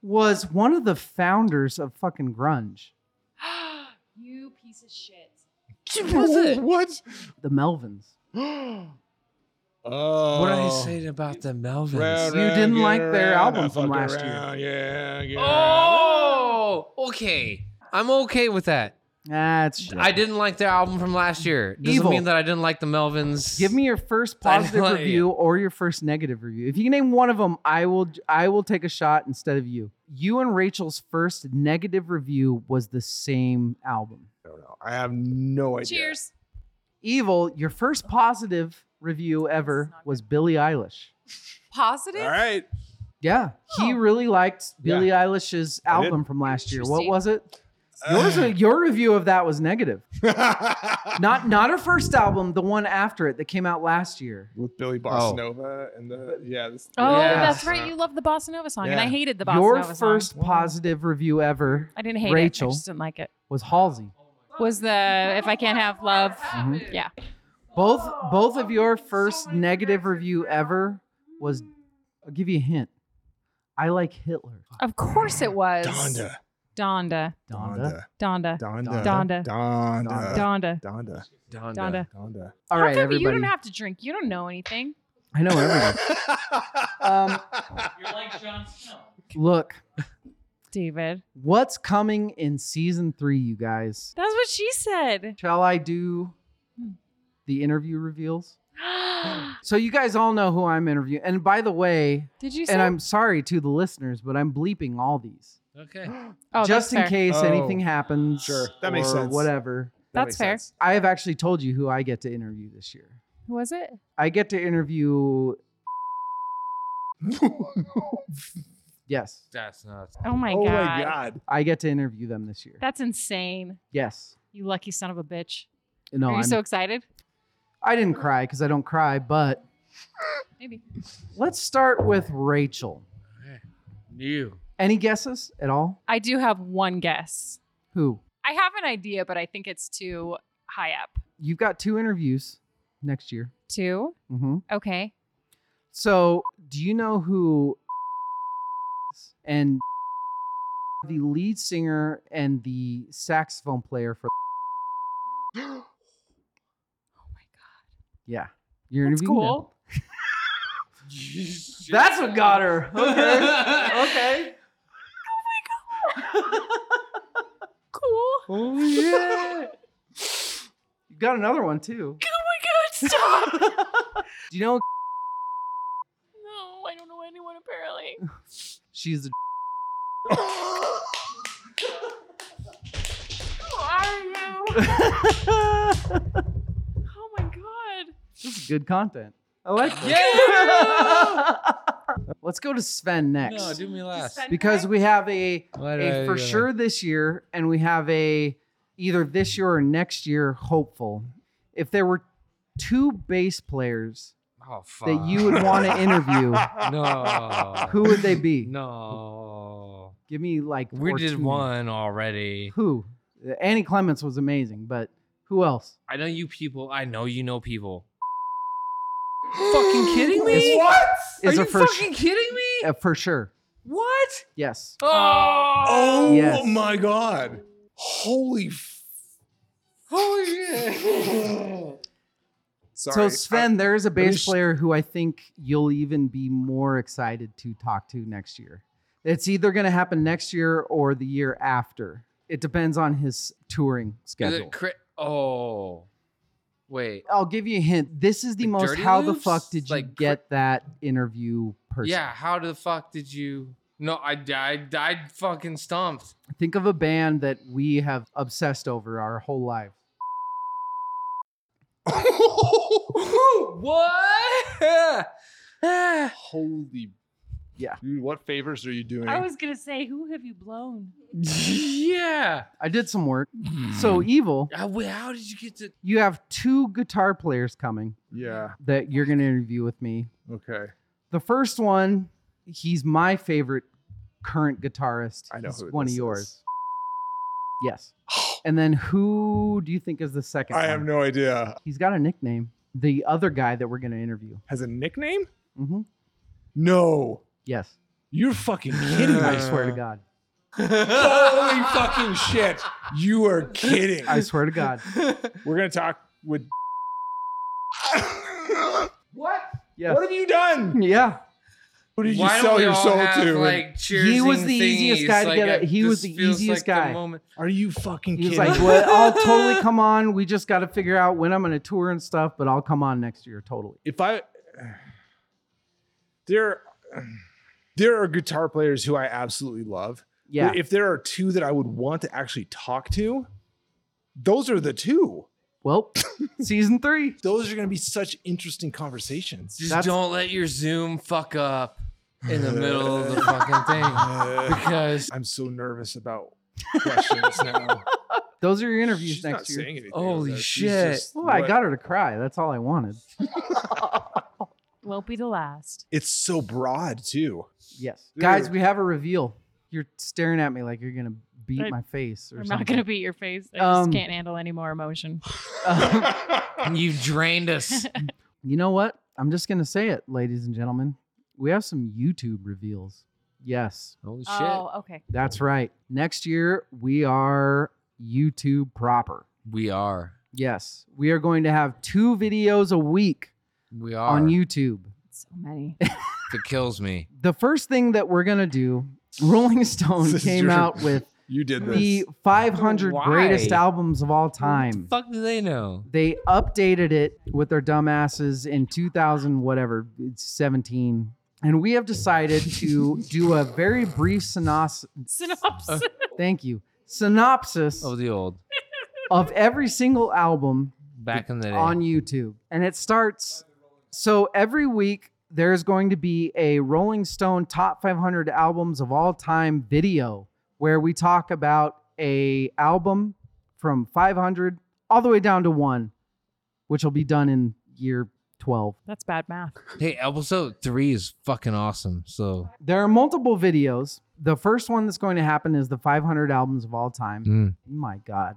C: was one of the founders of fucking grunge,
I: you piece of shit.
H: was it?
F: What?
C: the Melvins.
F: Oh.
H: What did I say about the Melvins?
F: Round,
C: You
F: round,
C: didn't
F: get
C: like their
F: around,
C: album
F: I
C: from
F: fuck
C: last year.
F: around, Yeah, yeah.
H: Oh, okay. I'm okay with that.
C: That's shit.
H: I didn't like their album from last year. Doesn't
C: Evil.
H: mean that I didn't like the Melvins.
C: Give me your first
H: I know,
C: positive
H: yeah.
C: review or your first negative review. If you can name one of them, I will I will take a shot instead of you. You and Rachel's first negative review was the same album.
F: I don't know. I have no idea.
I: Cheers.
C: Evil, your first positive review ever was Billie Eilish.
I: Positive.
F: All right.
C: Yeah, he
I: Oh.
C: really liked Billie Eilish's
F: I Uh, did.
C: album from last year. What
I: Interesting.
C: was it? Yours, your review of that was negative. Not not her first album, the one after it that came out last year.
F: with Billy Bossa Nova and the yeah. This,
E: Oh,
H: Yeah.
E: that's right. You loved the Bossa Nova song, and I
F: Yeah.
E: hated the Bossa
C: your
E: Nova
C: first
E: song.
C: positive review ever
E: I didn't hate
C: Rachel.
E: it. I just didn't like it.
C: was Halsey.
E: Was the If I Can't Have Love?
C: Mhm.
E: Yeah.
C: Both
E: Oh,
C: both of your first negative review ever was. I'll give you a hint. I like Hitler.
E: Of course it was.
F: Donda.
E: Donda.
C: Donda.
E: Donda.
F: Donda.
E: Donda.
F: Donda.
E: Donda.
F: Donda.
H: Donda.
E: Donda.
F: Donda.
C: All right,
E: How come
C: everybody.
E: you don't have to drink? You don't know anything.
C: I know everyone. um, look,
E: David.
C: what's coming in season three, you guys?
E: That's what she said.
C: Shall I do
E: Hmm.
C: the interview reveals? So you guys all know who I'm interviewing. And by the way,
E: Did you say?
C: and I'm sorry to the listeners, but I'm bleeping all these.
H: Okay.
E: oh,
C: just
E: that's
C: in
E: fair.
C: case
F: Oh.
C: anything happens.
F: Sure, that makes
C: or
F: sense.
C: Whatever.
F: That
E: That's
F: makes
E: fair.
F: sense.
C: I have actually told you who I get to interview this year.
E: Who was it?
C: I get to interview. yes,
H: That's nuts.
E: Oh my
F: oh
E: god.
F: my god.
C: I get to interview them this year.
E: That's insane.
C: yes.
E: You lucky son of a bitch.
C: No,
E: Are you
C: I'm,
E: so excited?
C: I didn't cry because I don't cry, but
E: Maybe.
C: let's start with Rachel.
H: You.
C: Any guesses at all?
E: I do have one guess.
C: Who?
E: I have an idea, but I think it's too high up.
C: You've got two interviews next year.
E: Two?
C: hmm
E: Okay.
C: So, do you know who and the lead singer and the saxophone player for?
E: Oh my god.
C: Yeah, you're
E: That's
C: interviewing them.
E: cool.
C: That's what got her. Okay. okay.
E: Cool.
C: Oh yeah. You got another one too.
E: Oh my god, stop.
C: Do you know
E: no, I don't know anyone apparently.
C: she's the
E: Who are you? Oh my god.
C: this is good content. I like this. Let's go to Sven next.
H: No, do me last.
C: because we have a,
H: What
C: a
H: are
C: for
H: you-
C: sure this year and we have a either this year or next year hopeful. If there were two bass players
H: Oh, fuck.
C: that you would want to interview,
H: No.
C: who would they be?
H: No.
C: Give me like
H: We
C: or
H: did
C: two.
H: one already.
C: Who? Annie Clements was amazing, but who else?
H: I know you people. I know you know people. fucking kidding me?
C: Is-
H: what?
C: is
H: Are
C: a
H: you
C: for
H: fucking kidding me?
C: Uh, for sure.
H: What?
C: Yes.
H: Oh.
D: Oh
C: Yes.
D: my god. Holy f-
H: Holy shit.
F: Sorry.
C: So Sven, there is a
F: me
C: bass
F: sh-
C: player who I think you'll even be more excited to talk to next year. It's either going to happen next year or the year after. It depends on his touring
H: Is
C: schedule.
H: it cra- oh. Wait.
C: I'll give you a hint. This is the,
H: The
C: most
H: Dirty
C: how the
H: Loops?
C: fuck did you
H: Like, cr-
C: get that interview person?
H: Yeah, how the fuck did you? No, I died. I fucking stomped.
C: Think of a band that we have obsessed over our whole lives.
H: what?
F: holy.
C: Yeah.
F: Dude, what favors are you doing?
I: I was gonna say, who have you blown?
H: yeah.
C: I did some work. So evil,
H: Uh, wait, how did you get to?
C: you have two guitar players coming
F: yeah.
C: that you're going to interview with me.
F: Okay.
C: The first one, he's my favorite current guitarist.
F: I know
C: He's
F: who
C: one
F: this
C: of yours.
F: is.
C: Yes. And then who do you think is the second?
F: I have
C: one?
F: no idea.
C: He's got a nickname. The other guy that we're going to interview.
F: Has a nickname?
C: Mm-hmm.
D: oh.
F: No.
C: Yes.
F: You're fucking kidding me.
C: I swear to God.
F: Holy fucking shit. You are kidding.
C: I swear to God.
F: We're going to talk with. what?
C: Yes.
F: What have you done?
C: Yeah.
F: Who did you
A: Why
F: sell
A: don't we
F: your
A: all
F: soul
A: have,
F: to?
A: Like,
C: He was
A: cheersing
C: the easiest
A: thingies?
C: guy to
A: Like,
C: get
A: I-
H: uh,
C: it. He was
A: this
C: the
A: feels
C: easiest
A: like the
C: guy.
A: moment-
F: Are you fucking
C: He was
F: kidding?
C: like, well, I'll totally come on. We just got to figure out when I'm going to tour and stuff, but I'll come on next year totally.
F: if I there there are guitar players who I absolutely love.
C: Yeah.
F: But If there are two that I would want to actually talk to, those are the two.
C: well, season three.
F: Those are going to be such interesting conversations.
A: Just
C: That's-
A: don't let your Zoom fuck up in the middle of the fucking thing
F: Uh,
A: because
F: I'm so nervous about questions now.
C: Those are your interviews
F: She's not
C: next year.
F: saying anything.
A: Holy
F: She's
A: shit.
F: just-
C: Well, I
F: what-
C: got her to cry. That's all I wanted.
E: Won't be the last.
F: It's so broad too.
C: Yes. Guys, we have a reveal. You're staring at me like you're going to beat
E: I-
C: my face or
E: I'm
C: something.
E: not gonna beat your face. I just
C: Um,
E: can't handle any more emotion.
A: you've drained us.
C: You know what? I'm just going to say it, ladies and gentlemen. We have some YouTube reveals. Yes.
H: Holy shit.
E: Oh, okay.
C: That's right. Next year, we are YouTube proper.
H: We are.
C: Yes. We are going to have two videos a week
H: We are.
C: on YouTube.
E: So many.
H: It kills me.
C: The first thing that we're going to do, Rolling Stone
F: This is
C: came
F: your-
C: out with
F: You did this.
C: the 500
H: Why?
C: greatest albums of all time.
H: Fuck do they know?
C: They updated it with their dumbasses in 2000, whatever, it's 17. And we have decided to do a very brief synopsis.
E: Synopsis.
C: Uh, Thank you. Synopsis
H: Oh, the old.
C: of every single album
H: Back in the day.
C: on YouTube. And it starts. So every week, there's going to be a Rolling Stone Top 500 Albums of All Time video where we talk about a album from 500 all the way down to one, which will be done in year 12.
E: That's bad math.
H: hey, episode three is fucking awesome. So
C: There are multiple videos. The first one that's going to happen is the 500 albums of all time.
H: Mm.
C: My God.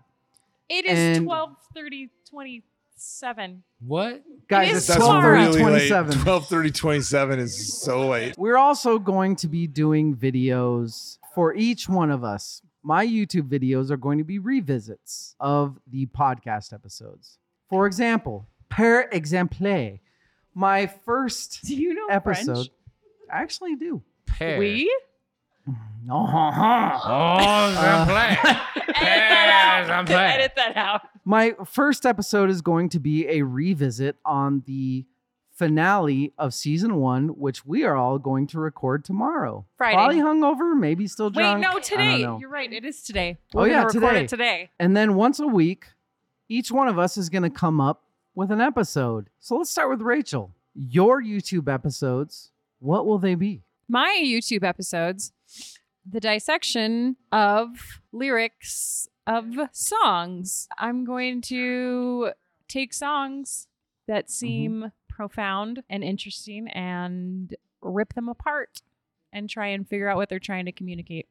E: It
C: is
E: is
C: And-
E: twelve thirty twenty seven.
H: what?
C: Guys,
E: is
C: it's
E: That's
C: 12
E: tomorrow.
C: or 27.
F: 12:30 27 is so late.
C: We're also going to be doing videos for each one of us. My YouTube videos are going to be revisits of the podcast episodes. For example, per exemple, my first
E: Do you know
C: episode. I actually do.
H: Pear.
E: French? We?
C: No, ha, ha.
H: Oh,
C: Uh,
E: Edit
H: Yes,
E: that
H: I'm
E: out.
H: back.
E: Edit that out.
C: My first episode is going to be a revisit on the finale of season one, which we are all going to record tomorrow.
E: Friday.
C: Probably hungover, maybe still
E: Wait,
C: drunk. I
E: no,
C: don't
E: today.
C: know.
E: You're right. It is today.
C: Oh,
E: We're
C: yeah,
E: gonna record
C: today.
E: it today.
C: And then once a week, each one of us is going to come up with an episode. So let's start with Rachel. Your YouTube episodes, what will they be?
E: my YouTube episodes the dissection of lyrics of songs. I'm going to take songs that
C: Mm-hmm.
E: seem profound and interesting and rip them apart and try and figure out what they're trying to communicate.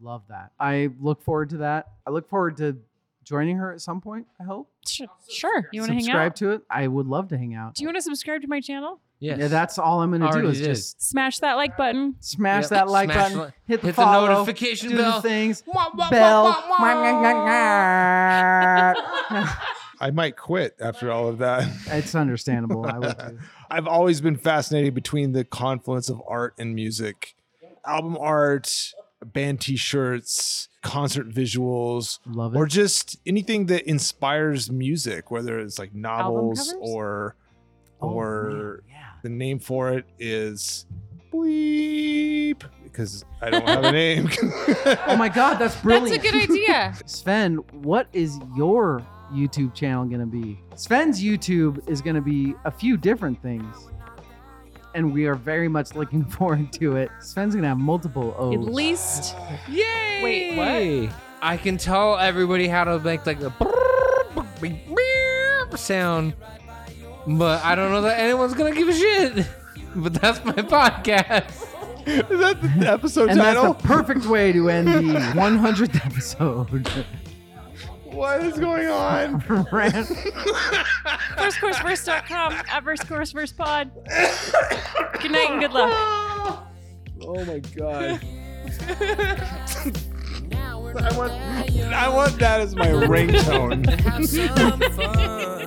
C: Love that. I look forward to that. I look forward to joining her at some point, I hope.
E: Sh- Sure. You want to hang
C: subscribe
E: out?
C: to it. I would love to hang out.
E: Do you want to subscribe to my channel?
H: Yes.
C: Yeah, that's all I'm going to do
H: Already
C: is
H: did.
C: just
E: Smash that like button.
C: smash
H: Yep.
C: that like
H: Smash
C: button,
H: the li-
C: hit the
H: hit the
C: follow,
H: notification
C: do
H: bell.
C: the things,
H: Wah, wah, wah,
C: bell.
H: wah,
F: I might quit after all of that.
C: it's understandable. I would too.
F: I've always been fascinated between the confluence of art and music, album art, band T-shirts, concert visuals,
C: Love it.
F: or just anything that inspires music, whether it's like novels
E: covers?
F: or
C: Oh, man,
F: or
C: yeah.
F: the name for it is bleep because I don't have a name.
C: Oh my God, that's brilliant.
E: That's a good idea.
C: Sven, what is your YouTube channel going to be? Sven's YouTube is going to be a few different things. And we are very much looking forward to it. Sven's going to have multiple O's.
E: At least
C: Oh.
H: Yay!
E: Wait, what?
H: I can tell everybody how to make like the sound, but I don't know that anyone's gonna give a shit. But that's my podcast.
F: is that the episode
C: and that's
F: title?
C: the perfect way to end the 100th episode.
F: what is going on?
C: Rant.
E: firstcourseverse.com at firstcourseverse pod. good night and good luck.
F: Oh my god. I want I want that as my ringtone.
G: Have some fun. Oh,